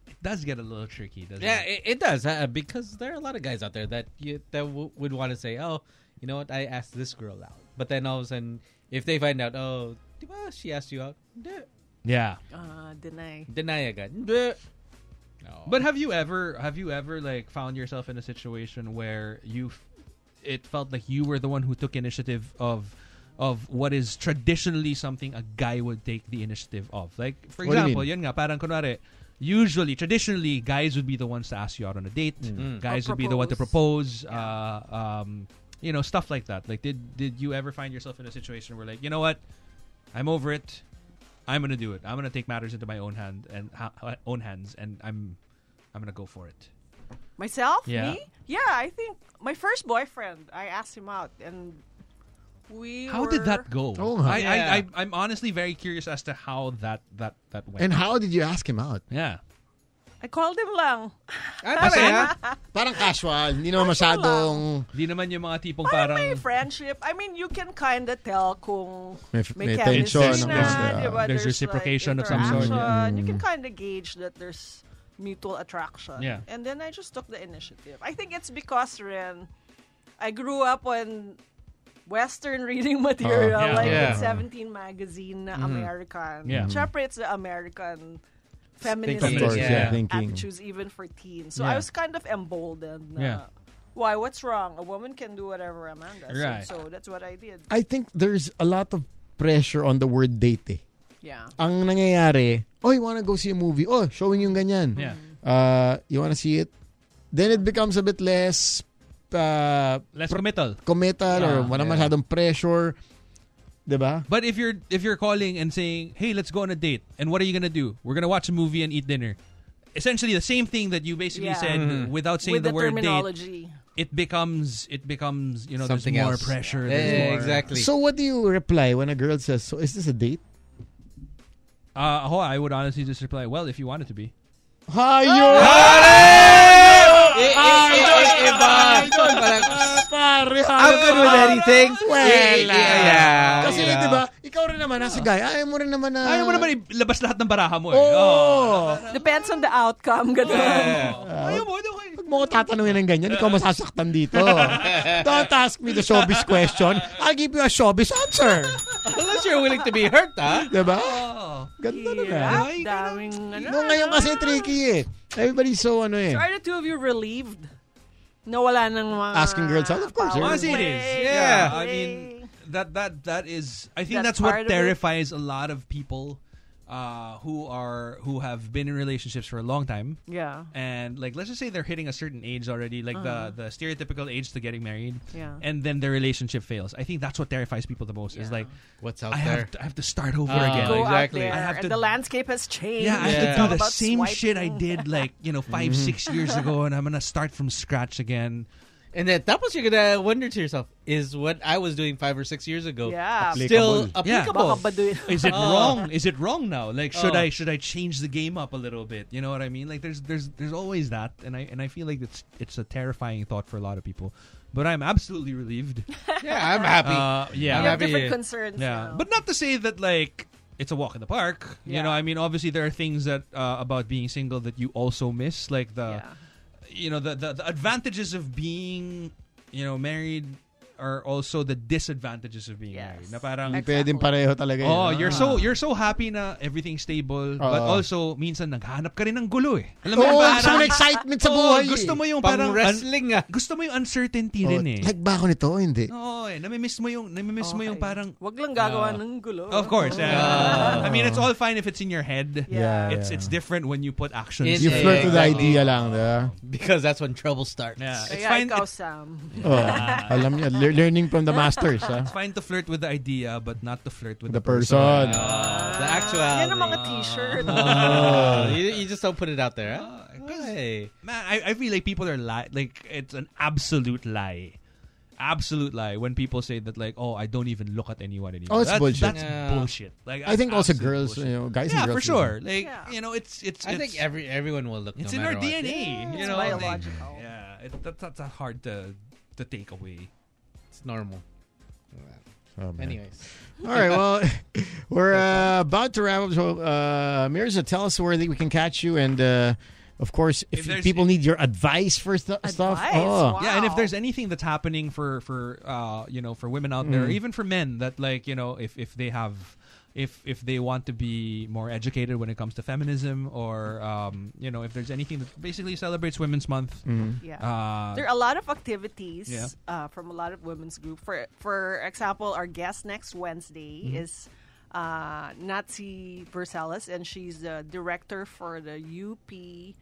S6: It does get a little tricky, doesn't
S4: Yeah,
S6: it?
S4: it, it does uh, because there are a lot of guys out there that you, that w- would want to say, "Oh, you know what? I asked this girl out," but then all of a sudden, if they find out, "Oh, di ba she asked you out," Hindi.
S6: Yeah.
S7: Uh, deny.
S4: deny agad. Hindi. No.
S6: But have you ever have you ever like found yourself in a situation where you f- it felt like you were the one who took initiative of of what is traditionally something a guy would take the initiative of. Like for
S5: What do you
S6: example,
S5: mean?
S6: yun nga parang kunwari, usually traditionally guys would be the ones to ask you out on a date. Guys
S7: Or
S6: would be the one to
S7: propose.
S6: propose. Uh, um, you know stuff like that. Like did did you ever find yourself in a situation where like you know what, I'm over it. I'm gonna do it. I'm gonna take matters into my own hand and ha- uh, own hands, and I'm I'm gonna go for it.
S7: Myself?
S6: Yeah.
S7: Me? Yeah, I think my first boyfriend, I asked him out and we
S6: How did that go?
S5: Oh,
S6: I,
S4: yeah.
S6: I, I I'm honestly very curious as to how that that that went.
S5: And how did you ask him out?
S6: yeah.
S7: I called him lang.
S5: Parang casual, hindi naman masyadong...
S6: Di naman yung mga tipong
S7: Parang
S6: parang
S7: may friendship. I mean, you can kind of tell kung
S5: May
S7: may,
S5: f- may
S7: may
S5: tension, of Mm.
S7: chemistry na,
S5: course, yeah.
S7: di ba?
S6: There's
S7: like,
S6: reciprocation of some sort, yeah.
S7: interaction. You can kind of gauge that there's mutual attraction.
S6: Yeah.
S7: And then I just took the initiative. I think it's because Ren, I grew up on Western reading *laughs* material,
S6: Oh, yeah. Mm-hmm.
S7: like
S4: Yeah.
S7: in 17 magazine na American.
S6: Yeah.
S7: Siyempre, it's the American feminist
S5: Of
S4: Feminist,
S5: course, yeah.
S4: yeah.
S5: thinking.
S7: attitudes even for teens. So
S6: Yeah.
S7: I was kind of emboldened. na,
S6: Yeah.
S7: Why? What's wrong? A woman can do whatever a man does.
S6: Right.
S7: So that's what I did.
S5: I think there's a lot of pressure on the word date eh.
S7: Yeah.
S5: Ang nangyayari, oh, you wanna go see a movie? Oh, showing yung ganyan.
S6: Yeah.
S5: Uh, you wanna see it? Then it becomes a bit less uh,
S6: less committal.
S5: committal
S6: Ah,
S5: or wala
S6: yeah.
S5: masyadong pressure. 'Di ba?
S6: But if you're if you're calling and saying, "Hey, let's go on a date," and what are you gonna do? We're gonna watch a movie and eat dinner. Essentially, the same thing that you basically
S7: Yeah.
S6: said
S4: Mm-hmm.
S6: without saying the,
S7: With the,
S6: word date.
S7: terminology.
S6: It becomes it becomes you know
S4: Something
S6: there's more
S4: else.
S6: pressure.
S4: Yeah,
S6: there's more-
S4: exactly.
S5: So what do you reply when a girl says, so is this a date?
S6: Uh, ako, I would honestly just reply, "Well, if you want it to be."
S5: Ha, you're
S4: Eh, eh, eh, eh, iba. Parang, ano
S5: pare, ha,
S4: I'm good with anything.
S5: Oh, Well,
S4: Eh, eh, eh, yeah.
S5: Kasi,
S4: you know.
S5: di ba, ikaw rin naman, as a guy, ayaw mo rin naman
S4: Ah.
S5: na...
S6: Ayaw mo naman ilabas lahat ng baraha mo. Eh.
S5: Oh!
S7: Depends on the outcome. *laughs* Ganun.
S6: Ah. Ayaw mo, eh. ano kayo?
S5: Huwag mo ko tatanungin ng ganyan, ikaw masasaktan dito. Don't ask me the showbiz question. I'll give you a showbiz answer.
S4: *laughs* Unless you're willing to be hurt, ah.
S5: Di ba?
S6: Oh,
S5: Ganda na na.
S7: Yeah.
S6: Ay,
S7: Daming ano.
S5: No, ngayon kasi tricky eh. Everybody's so ano eh.
S7: Are the two of you relieved? No, wala nang mga...
S5: Asking girls out? Of course,
S7: power
S5: Honestly,
S6: it is.
S7: play,
S6: Yeah, I
S7: play.
S6: mean that that that is. I think that's,
S7: That's part
S6: what
S7: of it.
S6: terrifies a lot of people uh, who are who have been in relationships for a long time.
S7: Yeah.
S6: And like, let's just say they're hitting a certain age already, like the the stereotypical age to getting married.
S7: Yeah.
S6: And then their relationship fails. I think that's what terrifies people the most. Is
S7: Yeah.
S6: like,
S4: What's out
S6: I
S4: there?
S6: have to, I have to start over
S4: Ah,
S6: again.
S7: Go
S4: Exactly.
S7: out
S6: I
S7: there.
S6: have to-
S7: and the landscape has changed.
S6: Yeah, I have
S4: Yeah.
S7: It's
S6: to
S7: all
S6: do the
S7: about
S6: same shit I
S7: swiping.
S6: did like you know 5 six years ago, and I'm gonna start from scratch again.
S4: And then tapos you're gonna wonder to yourself, is what I was doing five or six years ago
S7: Yeah.
S4: still
S5: Applicable.
S6: Yeah.
S4: applicable?
S7: Baka baduy-
S6: Is it
S4: Oh.
S6: wrong? Is it wrong now? Like should
S4: Oh.
S6: I should I change the game up a little bit? You know what I mean? Like there's there's there's always that and I and I feel like it's it's a terrifying thought for a lot of people. But I'm absolutely relieved.
S4: Yeah, I'm happy.
S6: *laughs* Uh, yeah.
S7: You have
S4: I'm happy.
S7: different concerns
S6: Yeah.
S7: now.
S6: But not to say that like it's a walk in the park. You
S7: Yeah.
S6: know, I mean obviously there are things that uh, about being single that you also miss like the
S7: Yeah.
S6: you know the, the the advantages of being you know married are also the disadvantages of being
S7: Yes.
S6: married. Na parang
S5: Hindi pwedeng pareho talaga yun.
S6: Oh,
S5: ah.
S6: you're so you're so happy na everything's stable, but
S5: Oo.
S6: also minsan naghahanap ka rin ng gulo eh. Alam mo,
S5: Oo,
S6: yung
S5: gusto mo
S6: parang-
S5: ng excitement sa
S6: Oo,
S5: buhay. eh.
S6: gusto mo yung parang
S4: Pang wrestling, ah.
S6: un- gusto mo yung uncertainty
S5: Oh,
S6: rin eh.
S5: Like ba ako nito? o Hindi.
S6: Oo, eh, nami-miss mo yung nami-miss mo yung
S7: Okay.
S6: parang Ah,
S7: Wag lang gagawa ng gulo.
S6: Of course. yeah.
S4: Ah.
S6: I mean, it's all fine if it's in your head.
S7: Yeah.
S6: It's it's different when you put actions.
S4: It
S5: You
S6: to
S4: is.
S6: it.
S5: flirt with the
S4: exactly.
S5: idea lang, di ba?
S4: because that's when trouble starts.
S6: Yeah. It's
S7: Kaya
S6: fine.
S7: ikaw,
S6: It's
S7: Sam.
S5: Oh, alam niya. Le- learning from the masters, ha?
S6: fine to flirt with the idea, but not to flirt with
S5: The person.
S4: Uh, the actual.
S6: Ah,
S7: Yan ang mga t-shirt.
S4: you, you just don't put it out there, huh?
S6: Ah,
S4: Hey.
S6: Man, I, I feel like people are lie like it's an absolute lie. Absolute lie when people say that like, oh, I don't even look at anyone anymore.
S5: Oh, it's
S6: that's,
S5: bullshit.
S6: That's
S4: Yeah.
S6: bullshit. Like
S5: I think
S6: that's
S5: also
S6: absolute
S5: girls,
S6: bullshit.
S5: you know, guys
S6: yeah,
S5: and girls.
S6: for sure. Like
S7: Yeah.
S6: you know, it's it's.
S4: I
S6: it's,
S4: think every everyone will look.
S6: it's
S4: no
S6: in our
S4: matter what.
S6: DNA. you
S7: It's
S6: know, like,
S7: biological.
S6: yeah, it, that's that's not hard to to take away.
S4: It's normal.
S5: Oh, man.
S4: Anyways,
S5: All right, well, *laughs* we're uh, about to wrap up. So, uh, Mirza, tell us where they, we can catch you. And, uh, of course,
S6: If
S5: if,
S6: there's-
S5: people need your advice for stu- stuff.
S7: Advice?
S5: Oh.
S7: Wow.
S6: Yeah, and if there's anything that's
S4: Mm.
S6: happening for for uh, you know for women out there, even for men, that like you know if if they have if if they want to be more educated when it comes to feminism or um, you know if there's anything that basically celebrates Women's Month.
S4: Mm-hmm.
S7: Yeah.
S6: Uh,
S7: there are a lot of activities
S6: Yeah.
S7: uh, from a lot of women's group. For for example, our guest next Wednesday
S6: Mm-hmm.
S7: is uh, Nazi Versalis, and she's the director for the UP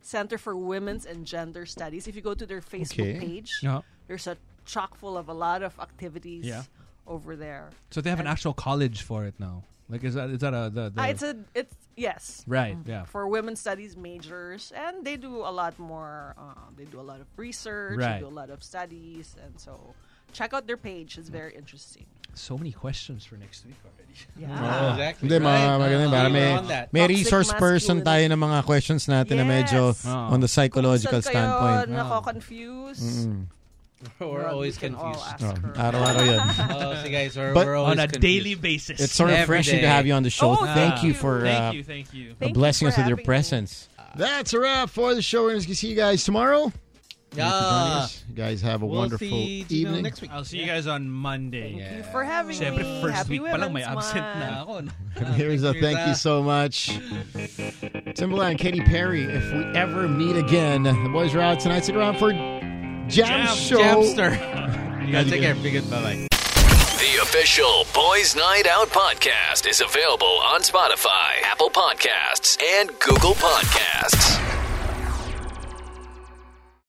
S7: Center for Women's and Gender Studies. If you go to their Facebook
S5: Okay.
S7: page,
S6: Yeah.
S7: there's a chock full of a lot of activities
S6: Yeah.
S7: over there.
S6: So they have an actual college for it now. Like is that is that a the, the
S7: Uh, it's a Mm. it's yes.
S6: right? Yeah.
S7: for women's studies majors and they do a lot more uh, they do a lot of research
S6: Right.
S7: they do a lot of studies and so check out their page it's very interesting
S6: So many questions for next week already.
S7: yeah
S4: exactly.
S5: Ah, Hindi, mga
S4: right?
S5: maganda.
S4: Uh,
S5: Para
S4: we
S5: may,
S4: were on that.
S5: may
S7: Toxic
S5: resource person
S7: masculinity.
S5: tayo ng mga questions natin na medyo
S7: Yes.
S6: Oo.
S5: on the psychological
S7: Saan kayo
S5: standpoint. Mm,
S7: nako-confuse? Well,
S4: We're
S7: you
S4: always
S7: can all
S4: confused.
S7: ask
S5: Oh,
S7: her.
S5: Araw-araw yun.
S4: *laughs*
S7: *laughs*
S4: Oh, so guys, we're,
S5: But-
S4: we're always
S6: On a
S4: confused.
S6: daily basis.
S5: It's so
S4: Every
S5: refreshing to
S4: day.
S5: have you on the show.
S7: Oh,
S5: thank
S7: yeah.
S5: you for
S6: thank
S5: uh,
S6: you, thank you.
S7: Thank you
S5: blessing us
S7: for
S5: with your
S7: having me.
S5: presence. That's a wrap for the show. We're going to see you guys tomorrow.
S4: Yeah.
S5: You guys have a
S4: We'll
S5: wonderful
S4: see Gino
S5: evening.
S4: next week.
S6: I'll see you guys on Monday.
S7: Thank you for having
S6: Siyempre,
S7: me.
S6: first
S7: Happy
S6: week pa lang may
S7: Women's
S6: absent
S7: Month.
S6: na ako. no?
S5: *laughs* Here's a thank you so much. Timbaland, Katy Perry, if we ever meet again. The boys are out tonight. Stick around for Jam, Show.
S4: Jamster. *laughs* you gotta take care. Be good. Bye bye.
S2: The official Boys Night Out podcast is available on Spotify, Apple Podcasts, and Google Podcasts.